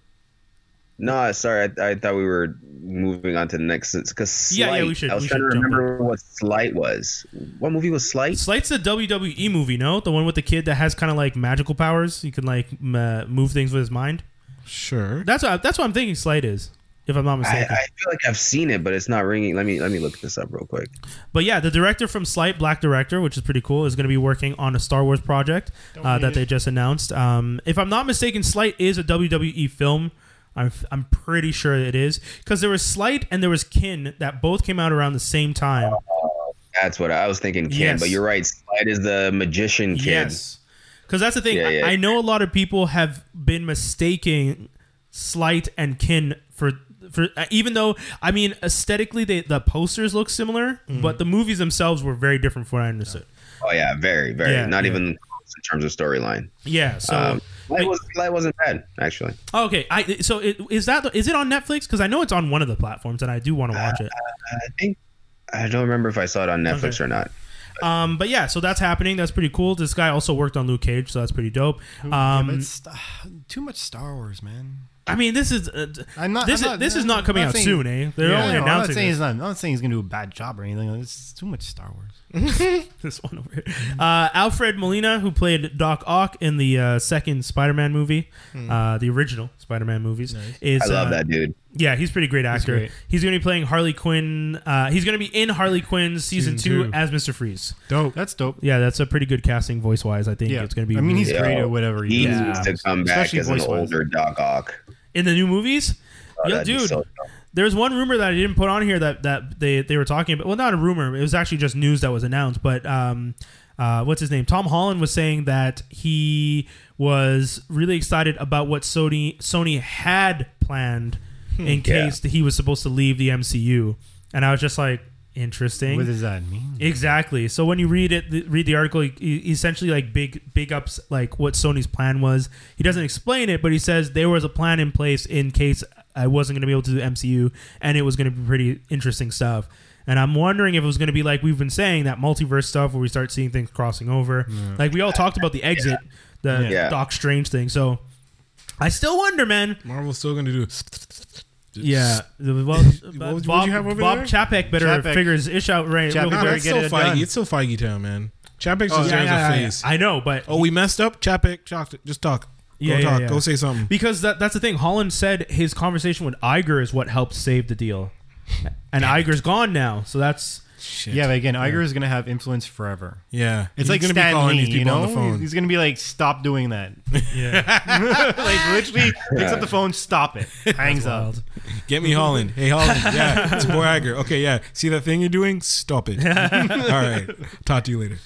Speaker 5: No, sorry. I, I thought we were moving on to the next because
Speaker 2: Yeah, yeah, we should-
Speaker 5: I was
Speaker 2: we
Speaker 5: trying to
Speaker 2: should jump
Speaker 5: remember what Slight was. What movie was Slight?
Speaker 2: Slight's the WWE E movie, no? The one with the kid that has kind of like magical powers. You can like m- uh, move things with his mind.
Speaker 4: Sure.
Speaker 2: That's what I, that's what I'm thinking. Slight is, if I'm not
Speaker 5: I, I
Speaker 2: mistaken.
Speaker 5: feel like I've seen it, but it's not ringing. Let me let me look this up real quick.
Speaker 2: But yeah, the director from Slight, black director, which is pretty cool, is going to be working on a Star Wars project uh, that they just announced. Um, if I'm not mistaken, Slight is a WWE film. I'm, I'm pretty sure it is because there was Slight and there was Kin that both came out around the same time.
Speaker 5: Uh, That's what I was thinking, Ken.
Speaker 2: Yes.
Speaker 5: But you're right. Slight is the magician kid.
Speaker 2: Yes. Because that's the thing.
Speaker 5: Yeah, yeah.
Speaker 2: I, I know a lot of people have been mistaking Slight and Kin for. For, uh, even though I mean aesthetically they, the posters look similar, but the movies themselves were very different from what I understood.
Speaker 5: Oh yeah, very very.
Speaker 2: Yeah,
Speaker 5: not
Speaker 2: yeah.
Speaker 5: even close in terms of storyline.
Speaker 2: Yeah, so
Speaker 5: Um, Slight,
Speaker 2: I-
Speaker 5: was, Slight wasn't bad actually.
Speaker 2: Okay, I so it, is that is it on Netflix? Because I know it's on one of the platforms, and I do want to watch it.
Speaker 5: I think I don't remember if I saw it on Netflix
Speaker 2: Okay.
Speaker 5: or not.
Speaker 2: Um, but yeah, so that's happening. That's pretty cool. This guy also worked on Luke Cage, so that's pretty dope.
Speaker 1: Yeah,
Speaker 2: Um,
Speaker 1: but it's uh, too much Star Wars, man.
Speaker 2: I mean, this is uh,
Speaker 1: I'm not.
Speaker 2: this
Speaker 1: I'm
Speaker 2: is this is not coming
Speaker 1: I'm
Speaker 2: out
Speaker 1: saying-
Speaker 2: soon, eh? They're
Speaker 1: Yeah,
Speaker 2: only
Speaker 1: no, I'm not
Speaker 2: announcing
Speaker 1: saying
Speaker 2: this.
Speaker 1: he's not. I'm not saying he's gonna do a bad job or anything. It's too much Star Wars.
Speaker 2: this one over here. Uh, Alfred Molina, who played Doc Ock in the uh, second Spider-Man movie,
Speaker 1: Hmm.
Speaker 2: uh, the original Spider-Man movies, is
Speaker 5: I love
Speaker 2: uh,
Speaker 5: that dude.
Speaker 2: Yeah, he's a pretty great actor. He's,
Speaker 1: great.
Speaker 2: going to be playing Harley Quinn. Uh, he's going to be in Harley Quinn's season,
Speaker 4: Season
Speaker 2: two
Speaker 4: two.
Speaker 2: as Mister Freeze.
Speaker 1: Dope. That's dope.
Speaker 2: Yeah, that's a pretty good casting voice wise. I think
Speaker 1: Yeah,
Speaker 2: it's going to be.
Speaker 1: I mean, he's
Speaker 5: Yeah.
Speaker 1: great at whatever
Speaker 5: He
Speaker 1: he does.
Speaker 5: needs to come back
Speaker 1: Especially
Speaker 5: as an
Speaker 1: voice-wise.
Speaker 5: older Doc Ock.
Speaker 2: in the new movies.
Speaker 5: Oh,
Speaker 2: Yo,
Speaker 5: that'd be
Speaker 2: dude,
Speaker 5: so dope.
Speaker 2: there's one rumor that I didn't put on here that that they they were talking about. Well, not a rumor. It was actually just news that was announced. But um, uh, what's his name? Tom Holland was saying that he was really excited about what Sony Sony had planned in case that he was supposed to leave the MCU. And I was just like, interesting.
Speaker 1: What does that mean?
Speaker 2: Exactly. So when you read it, th- read the article, he, he essentially like big big ups like what Sony's plan was. He doesn't explain it, but he says there was a plan in place in case I wasn't going to be able to do MCU, and it was going to be pretty interesting stuff. And I'm wondering if it was going to be like we've been saying that multiverse stuff where we start seeing things crossing over. Like we all talked about the exit, the
Speaker 5: Yeah.
Speaker 2: Doc Strange thing. So I still wonder, man.
Speaker 4: Marvel's still going to do.
Speaker 2: Yeah. Well,
Speaker 4: would you
Speaker 2: Bob,
Speaker 4: have over
Speaker 2: Bob
Speaker 4: there?
Speaker 2: Chapek better
Speaker 1: Chapek.
Speaker 2: figure his ish out right.
Speaker 1: Chapek
Speaker 4: No,
Speaker 2: real
Speaker 1: better
Speaker 2: quick.
Speaker 4: that's
Speaker 1: get
Speaker 4: still
Speaker 1: it
Speaker 4: Feige.
Speaker 1: done.
Speaker 4: It's still Feige town, man. Chapek's just
Speaker 2: Oh, Yeah,
Speaker 4: wears
Speaker 2: yeah,
Speaker 4: a
Speaker 2: yeah,
Speaker 4: face.
Speaker 2: yeah. I know, but
Speaker 4: Oh, we messed up. Chapek, talk, just talk.
Speaker 2: Yeah,
Speaker 4: go
Speaker 2: yeah,
Speaker 4: talk.
Speaker 2: yeah.
Speaker 4: Go say something.
Speaker 2: Because that, that's the thing. Holland said his conversation with Iger is what helped save the deal. And Iger's gone now. So that's.
Speaker 4: Shit.
Speaker 1: Yeah, but again, Iger is gonna have influence forever.
Speaker 4: yeah.
Speaker 1: It's
Speaker 4: He's
Speaker 1: like
Speaker 4: gonna
Speaker 1: Stan
Speaker 4: be calling
Speaker 1: Lee,
Speaker 4: these people
Speaker 1: you know.
Speaker 4: on the phone.
Speaker 1: He's, he's gonna be like, "Stop doing that."
Speaker 2: Yeah.
Speaker 1: like literally picks up the phone, stop it, hangs up.
Speaker 4: Get me Holland. Hey Holland. Yeah, it's boy Iger. Okay, yeah. See that thing you're doing? Stop it. All right. Talk to you later.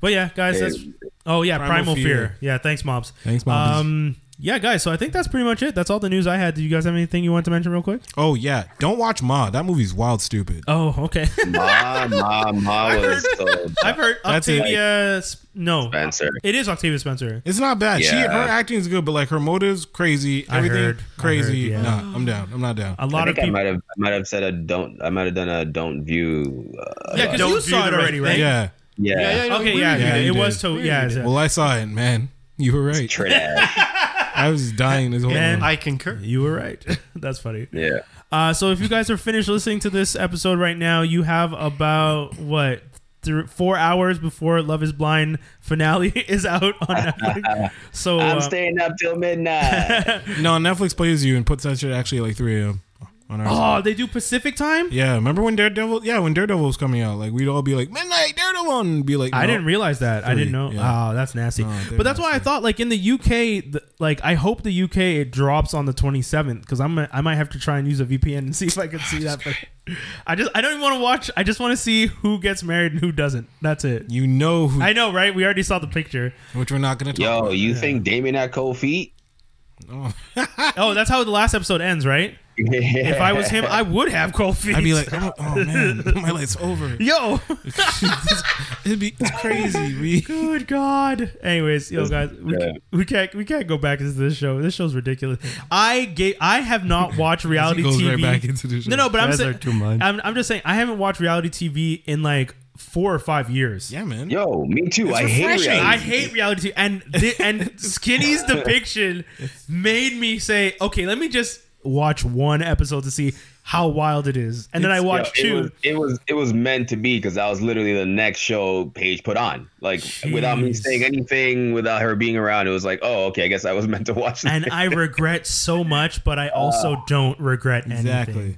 Speaker 2: but yeah, guys, that's. Oh, yeah, Primal,
Speaker 4: Primal
Speaker 2: Fear.
Speaker 4: Fear.
Speaker 2: Yeah, thanks, Mobs.
Speaker 4: Thanks, Mobs.
Speaker 2: Um, yeah, guys. So I think that's pretty much it. That's all the news I had. Do you guys have anything you want to mention real quick?
Speaker 4: Oh yeah, don't watch Ma. That movie's wild, stupid.
Speaker 2: Oh, okay.
Speaker 5: Ma, ma, ma was so
Speaker 2: I've heard
Speaker 4: That's it.
Speaker 2: Octavia. Sp- no,
Speaker 5: Spencer.
Speaker 2: it is Octavia Spencer.
Speaker 4: It's not bad. She her
Speaker 5: Yeah.
Speaker 4: acting is good, but like her motives crazy.
Speaker 2: I
Speaker 4: Everything
Speaker 2: heard. I
Speaker 4: crazy.
Speaker 2: heard, yeah.
Speaker 4: Nah, I'm down. I'm not down.
Speaker 2: A
Speaker 5: I
Speaker 2: lot of
Speaker 5: think I
Speaker 2: people.
Speaker 5: might have I might have said a don't I might have done a don't view. Uh,
Speaker 2: Yeah, because
Speaker 5: yeah,
Speaker 2: you
Speaker 7: Don't
Speaker 2: saw
Speaker 7: view
Speaker 2: it
Speaker 7: the
Speaker 2: already,
Speaker 7: red
Speaker 2: right?
Speaker 4: Yeah.
Speaker 5: yeah,
Speaker 1: no,
Speaker 2: Okay,
Speaker 1: we
Speaker 2: yeah,
Speaker 1: reviewed
Speaker 4: yeah,
Speaker 2: it
Speaker 4: you
Speaker 2: was
Speaker 4: did.
Speaker 2: to yeah, yeah.
Speaker 4: Well, I saw it, man. You were right.
Speaker 5: trash.
Speaker 4: I was dying this whole
Speaker 2: Man.
Speaker 4: time.
Speaker 1: I concur.
Speaker 2: you were right. That's funny.
Speaker 5: yeah.
Speaker 2: Uh, so if you guys are finished listening to this episode right now, you have about what th- four hours before Love Is Blind finale is out on Netflix. So uh,
Speaker 5: I'm staying up till midnight.
Speaker 4: No, Netflix plays you and puts that shit actually at like 3 a.m. on our.
Speaker 2: oh, they do Pacific time.
Speaker 4: Yeah, remember when Daredevil? Yeah, when Daredevil was coming out, like we'd all be like midnight Daredevil, and be like,
Speaker 2: I
Speaker 4: no.
Speaker 2: didn't realize that. I didn't
Speaker 4: Three,
Speaker 2: know.
Speaker 4: yeah.
Speaker 2: Oh, that's nasty.
Speaker 4: No, they're
Speaker 2: but that's why I thought, like in the UK, the, like I hope the UK it drops on the 27th because I'm I might have to try and use a VPN and see if I can see that. But I just I don't even want to watch. I just want to see who gets married and who doesn't. That's it.
Speaker 4: You know who?
Speaker 2: I know, right? We already saw the picture.
Speaker 4: which we're not gonna talk.
Speaker 5: Yo,
Speaker 4: about.
Speaker 5: you think Damien had cold feet?
Speaker 2: Oh, that's how the last episode ends, right? If I was him, I would have cold feet.
Speaker 4: I'd be like, oh, oh, man, my life's over.
Speaker 2: yo,
Speaker 4: It'd be it's crazy. We
Speaker 2: good God. Anyways, yo guys, we,
Speaker 5: Yeah.
Speaker 2: we can't we can't go back into this show. This show's ridiculous. I gave I have not watched reality
Speaker 4: goes
Speaker 2: TV.
Speaker 4: right back into the show.
Speaker 2: No, no, but I'm
Speaker 1: Guys
Speaker 2: saying
Speaker 1: are too much.
Speaker 2: I'm, I'm just saying I haven't watched reality TV in like four or five years.
Speaker 4: yeah, man.
Speaker 5: Yo, me too. I hate
Speaker 4: refreshing.
Speaker 5: reality.
Speaker 2: I hate reality TV, and thi- and Skinny's depiction made me say, okay, let me just watch one episode to see how wild it is, and then I
Speaker 5: Yo,
Speaker 2: watched two.
Speaker 5: It was, it was it was meant to be because that was literally the next show Paige put on. Like without me
Speaker 2: Jeez.
Speaker 5: saying anything, without her being around, it was like, oh, okay, I guess I was meant to watch. That.
Speaker 2: and I regret so much, but I also don't regret anything.
Speaker 4: Exactly.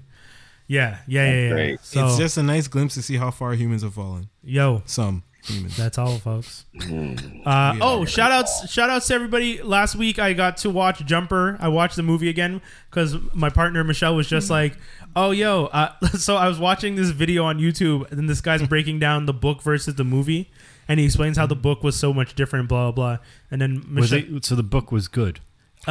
Speaker 2: Yeah, yeah, yeah. yeah.
Speaker 5: great.
Speaker 2: So,
Speaker 4: It's just a nice glimpse to see how far humans have fallen.
Speaker 2: yo,
Speaker 4: Some humans.
Speaker 2: that's all, folks. Uh, oh, shout outs, shout outs to everybody. Last week I got to watch Jumper. I watched the movie again because my partner Michelle was just like, "Oh, yo." Uh, so I was watching this video on YouTube, and this guy's breaking down the book versus the movie, and he explains how the book was so much different, blah blah. blah. And then
Speaker 1: Was
Speaker 2: Michelle,
Speaker 1: it, so the book was good.
Speaker 2: uh,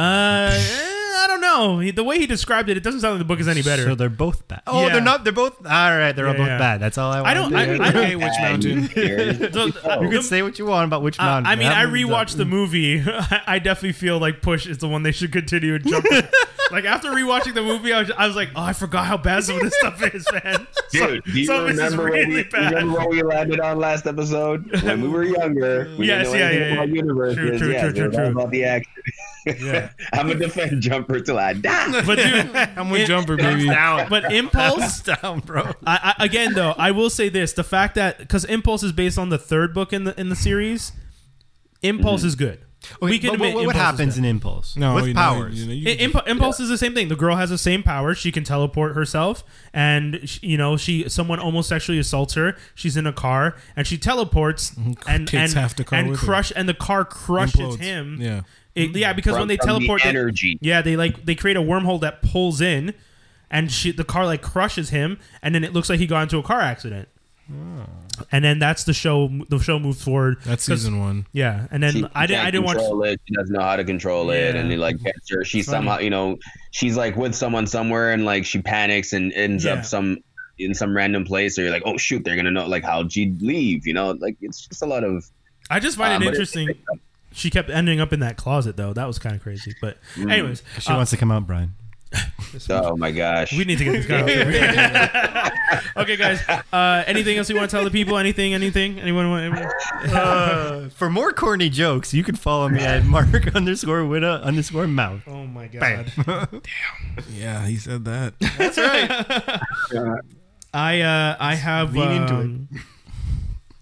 Speaker 2: eh, I don't know. He- The way he described it, it doesn't sound like the book is any better.
Speaker 1: So they're both bad. Oh,
Speaker 2: Yeah.
Speaker 1: they're not. They're both. All right, they're
Speaker 2: Yeah,
Speaker 1: both
Speaker 2: yeah.
Speaker 1: bad. That's all I want.
Speaker 2: I don't. I, I don't.
Speaker 4: Okay, which mountain?
Speaker 2: the-
Speaker 5: Oh.
Speaker 1: you
Speaker 2: the-
Speaker 1: can say what you want about which
Speaker 2: Uh,
Speaker 1: mountain.
Speaker 2: I mean, I
Speaker 1: That one's
Speaker 5: Mm.
Speaker 1: up.
Speaker 2: rewatched the movie. I definitely feel like Push is the one they should continue and jump. in. like after rewatching the movie, I was, I was like, oh, I forgot how bad some of this stuff is, man.
Speaker 5: Dude, do you
Speaker 2: some of this is
Speaker 5: remember, what
Speaker 2: really
Speaker 5: we,
Speaker 2: bad.
Speaker 5: remember what we landed on last episode? When we were younger, we
Speaker 2: Yes,
Speaker 5: didn't know
Speaker 2: yeah,
Speaker 5: anything
Speaker 2: yeah,
Speaker 5: about
Speaker 2: yeah.
Speaker 5: universes.
Speaker 2: True, true,
Speaker 5: yeah,
Speaker 2: true,
Speaker 5: it was
Speaker 2: true,
Speaker 5: all
Speaker 2: true.
Speaker 5: about the action. I'm a defend jumper till I die.
Speaker 2: But dude,
Speaker 4: I'm with
Speaker 2: It-
Speaker 4: Jumper, baby.
Speaker 2: but Impulse
Speaker 1: down, bro.
Speaker 2: I, I, again, though, I will say this: the fact that because Impulse is based on the third book in the in the series, Impulse
Speaker 5: Mm-hmm.
Speaker 2: is good. we can
Speaker 1: But
Speaker 2: admit
Speaker 1: what,
Speaker 2: Impulse is
Speaker 1: what happens
Speaker 2: good.
Speaker 1: in impulse?
Speaker 4: No,
Speaker 1: with
Speaker 4: you know,
Speaker 1: powers.
Speaker 4: you know, you
Speaker 2: I-
Speaker 4: can just-
Speaker 2: Imp- impulse is the same thing. The girl has the same power. She can teleport herself, and sh you know, she someone almost sexually assaults her. She's in a car, and she teleports and
Speaker 4: takes
Speaker 2: and,
Speaker 4: half the car
Speaker 2: and
Speaker 4: with her.
Speaker 2: crush, and the car crushes
Speaker 4: Implodes.
Speaker 2: him.
Speaker 4: Yeah.
Speaker 2: It- yeah, because
Speaker 5: From-
Speaker 2: when they
Speaker 5: from the
Speaker 2: teleport, they-
Speaker 5: energy.
Speaker 2: yeah, they like they create a wormhole that pulls in, and she, the car like crushes him, and then it looks like he got into a car accident.
Speaker 4: Ah.
Speaker 2: And then that's the show. The show moves forward.
Speaker 4: That's
Speaker 2: 'Cause-
Speaker 4: season one.
Speaker 2: Yeah, and then
Speaker 5: She
Speaker 2: I didn't. I
Speaker 5: can't
Speaker 2: didn't watch.
Speaker 5: control it. She doesn't know how to control it,
Speaker 2: Yeah.
Speaker 5: and they like gets her. She somehow, you know, she's like with someone somewhere, and like she panics and ends
Speaker 2: Yeah.
Speaker 5: up some in some random place. Or you're like, oh shoot, they're gonna know. Like how'd she leave? You know, like it's just a lot of.
Speaker 2: I just find
Speaker 5: Um,
Speaker 2: it
Speaker 5: but it-
Speaker 2: interesting. she kept ending up in that closet though. That was kind of crazy. But
Speaker 5: Mm.
Speaker 2: anyways,
Speaker 1: She
Speaker 2: uh,
Speaker 1: wants to come out, Brian.
Speaker 5: Oh my gosh.
Speaker 2: we need to get this guy. Out of here. okay, guys. Uh, anything else you want to tell the people? Anything? Anything? Anyone? want- anyone?
Speaker 1: Uh, for more corny jokes, you can follow me at mark underscore widow underscore mouth.
Speaker 2: Oh my god.
Speaker 4: Yeah, he said that.
Speaker 2: Oh, I uh, I have
Speaker 1: Lean into
Speaker 2: um,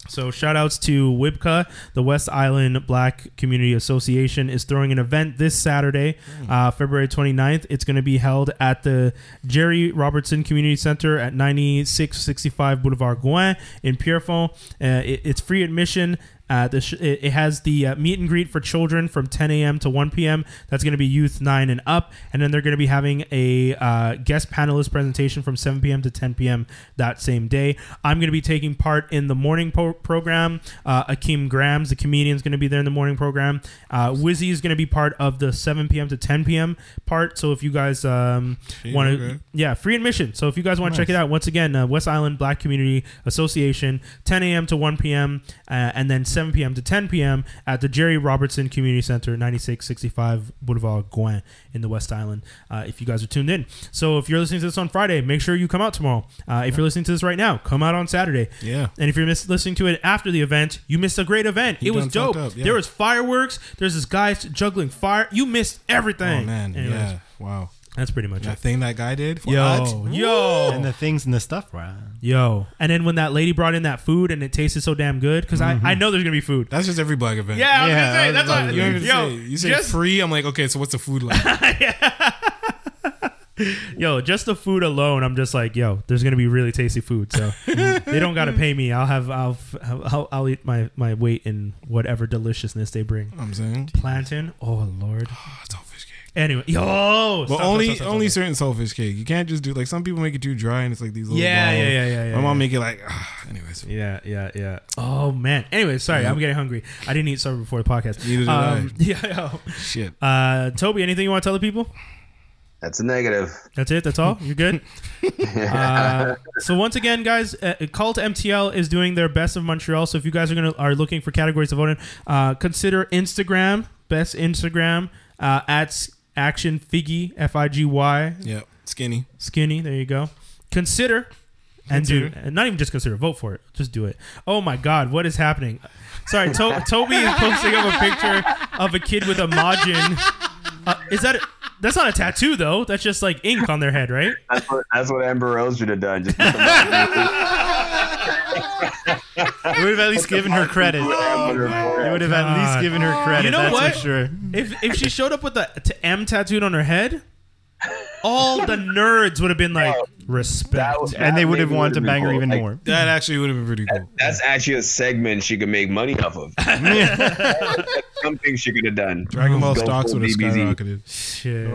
Speaker 2: So shout outs to WIBCA, the West Island Black Community Association is throwing an event this Saturday,
Speaker 1: Hmm.
Speaker 2: uh, February 29th. It's going to be held at the Jerry Robertson Community Center at 9665 Boulevard Gouin in Pierrefonds. Uh, it- it's free admission. Uh, the sh- it, it has the uh, meet and greet for children from 10 a.m. to 1 p.m. That's going to be youth nine and up, and then they're going to be having a uh, guest panelist presentation from 7 p.m. to 10 p.m. that same day. I'm going to be taking part in the morning po- program. Uh, Akeem Grams, the comedian, is going to be there in the morning program. Uh, Wizzy is going to be part of the 7 p.m. to 10 p.m. part. So if you guys um, want to,
Speaker 4: okay.
Speaker 2: yeah, free admission. So if you guys want to check it out, once again, uh, West Island Black Community Association, 10 a.m. to 1 p.m. Uh, and then 7 p.m. to 10 p.m. at the Jerry Robertson Community Center, 9665 Boulevard Gouin in the West Island. Uh, if you guys are tuned in, so if you're listening to this on Friday, make sure you come out tomorrow. Uh, if you're listening to this right now, come out on Saturday.
Speaker 4: Yeah.
Speaker 2: And if you're miss- listening to it after the event, you missed a great event. it was
Speaker 4: done
Speaker 2: dope.
Speaker 4: fucked up, yeah.
Speaker 2: There was fireworks. There's this guy juggling fire. You missed everything.
Speaker 4: Oh man,
Speaker 2: Anyways,
Speaker 4: yeah, wow.
Speaker 2: That's pretty much it.
Speaker 4: That thing that guy did.
Speaker 2: Yo,
Speaker 4: What?
Speaker 2: yo,
Speaker 1: and the things and the stuff. Right?
Speaker 2: yo. And then when that lady brought in that food and it tasted so damn good, because I,
Speaker 4: Mm-hmm.
Speaker 2: I know there's gonna be food.
Speaker 4: that's just every black event.
Speaker 2: yeah, I was
Speaker 1: Yeah,
Speaker 2: gonna say
Speaker 1: I
Speaker 2: that's
Speaker 1: was
Speaker 2: what.
Speaker 1: about
Speaker 4: You know what I'm
Speaker 2: yo,
Speaker 4: saying? You say
Speaker 2: just,
Speaker 4: free. I'm like, okay, so what's the food like?
Speaker 2: yo, just the food alone, I'm just like, yo, there's gonna be really tasty food. So
Speaker 4: Mm-hmm.
Speaker 2: they don't gotta pay me. I'll have I'll f- I'll, I'll eat my my weight in whatever deliciousness they bring.
Speaker 4: I'm saying,
Speaker 2: Plantain, oh lord.
Speaker 4: oh, it's selfish cake.
Speaker 2: Anyway, yo,
Speaker 4: But
Speaker 2: stop,
Speaker 4: only
Speaker 2: stop, stop, stop,
Speaker 4: only
Speaker 2: stop.
Speaker 4: certain selfish cake. You can't just do like some people make it too dry and it's like these little.
Speaker 2: Yeah,
Speaker 4: balls.
Speaker 2: yeah, yeah, yeah, yeah,
Speaker 4: My mom
Speaker 2: yeah.
Speaker 4: make it like, ah, anyways.
Speaker 2: Yeah, yeah, yeah. Oh man. Anyway, sorry, I'm getting hungry. I didn't eat supper before the podcast.
Speaker 4: Mm-hmm.
Speaker 2: Um,
Speaker 4: Neither did I.
Speaker 2: Yeah. yo.
Speaker 4: Shit.
Speaker 2: Uh, Toby, anything you want to tell the people?
Speaker 5: That's a negative.
Speaker 2: That's it. That's all. You're good. uh, so once again, guys, uh, Call to MTL is doing their best of Montreal. So if you guys are gonna are looking for categories to vote in, uh, consider Instagram best Instagram uh, at Action Figgy F I G Y
Speaker 4: Yeah. Skinny.
Speaker 2: Skinny. There you go. Consider and do and not even just consider. Vote for it. Just do it. Oh my God, what is happening? Sorry, to- Toby is posting up a picture of a kid with a Majin. Uh, is that? that's not a tattoo though. That's just like ink on their head, right?
Speaker 5: That's what, that's what Amber Rose should have done. Just put the
Speaker 1: We would have at least given her credit. You would have at
Speaker 2: God.
Speaker 1: least given her credit.
Speaker 2: You know
Speaker 1: that's
Speaker 2: what?
Speaker 1: for sure.
Speaker 2: If if she showed up with the t- M tattooed on her head, all the nerds would have been like, respect.
Speaker 1: And they would have wanted to bang her even
Speaker 5: more.
Speaker 1: more.
Speaker 4: That actually would have been pretty cool.
Speaker 5: That's actually a segment she could make money off of. Something she could have done.
Speaker 4: Dragon Ball
Speaker 5: Go
Speaker 4: stocks
Speaker 5: full
Speaker 4: would have
Speaker 5: DBZ.
Speaker 4: skyrocketed.
Speaker 2: Shit.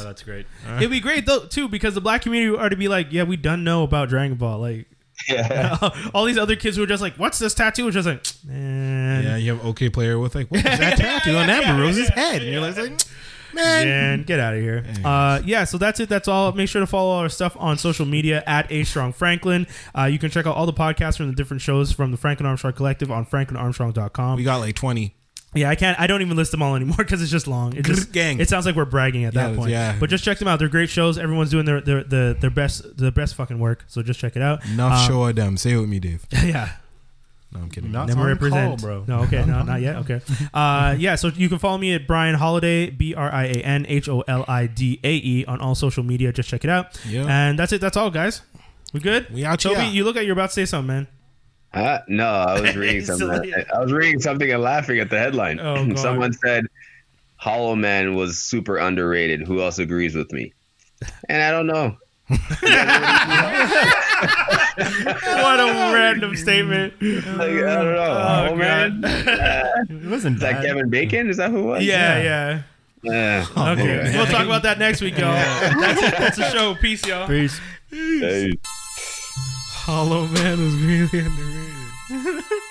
Speaker 4: Oh
Speaker 1: that's great.
Speaker 2: It'd be great though too because the black community are to be like, yeah, we done know about Dragon Ball. Like
Speaker 5: Yeah.
Speaker 2: all these other kids who are just like, what's this tattoo? It's just like, man,
Speaker 4: Yeah, you have OK player with like, what was that tattoo on Amber Rose's head? And you're like, like,
Speaker 2: Man, get out of here. Uh, yeah, so that's it. That's all. Make sure to follow all our stuff on social media at A Strong Franklin. Uh, you can check out all the podcasts from the different shows from the Franklin Armstrong Collective on franklinarmstrong.com.
Speaker 4: we got like 20.
Speaker 2: Yeah, I can't. I don't even list them all anymore because it's just long. It just
Speaker 4: Gang.
Speaker 2: It sounds like we're bragging at that
Speaker 4: Yeah,
Speaker 2: point.
Speaker 4: yeah.
Speaker 2: But just check them out. They're great shows. Everyone's doing their their their, their best their best fucking work. So just check it out. Uh,
Speaker 4: Enough show of them. Say it with me, Dave.
Speaker 2: yeah.
Speaker 4: No, I'm kidding.
Speaker 1: Not
Speaker 2: Never represent,
Speaker 1: bro.
Speaker 2: No, okay, no, not yet. Okay, uh, yeah. So you can follow me at Brian Holiday, B R I A N H O L I D A E, on all social media. Just check it out.
Speaker 4: Yeah.
Speaker 2: And that's it. That's all, guys. We good?
Speaker 4: We out
Speaker 2: Toby,
Speaker 4: here.
Speaker 2: you look like you're about to say something, man.
Speaker 5: Uh, no, I was reading
Speaker 2: So,
Speaker 5: something.
Speaker 2: yeah.
Speaker 5: I was reading something and laughing at the headline.
Speaker 2: Oh, God.
Speaker 5: Someone said Hollow Man was super underrated. Who else agrees with me? And I don't know.
Speaker 2: What a random statement.
Speaker 5: Like, I don't know. Hollow Man?
Speaker 1: It wasn't
Speaker 5: Is that
Speaker 1: bad.
Speaker 5: Kevin Bacon? Is that who it was?
Speaker 2: Yeah, yeah.
Speaker 5: Yeah.
Speaker 2: Okay, we'll talk about that next week, y'all. That's it. That's a show. Peace, y'all.
Speaker 1: Peace.
Speaker 5: Hey.
Speaker 4: Hollow Man was really underrated.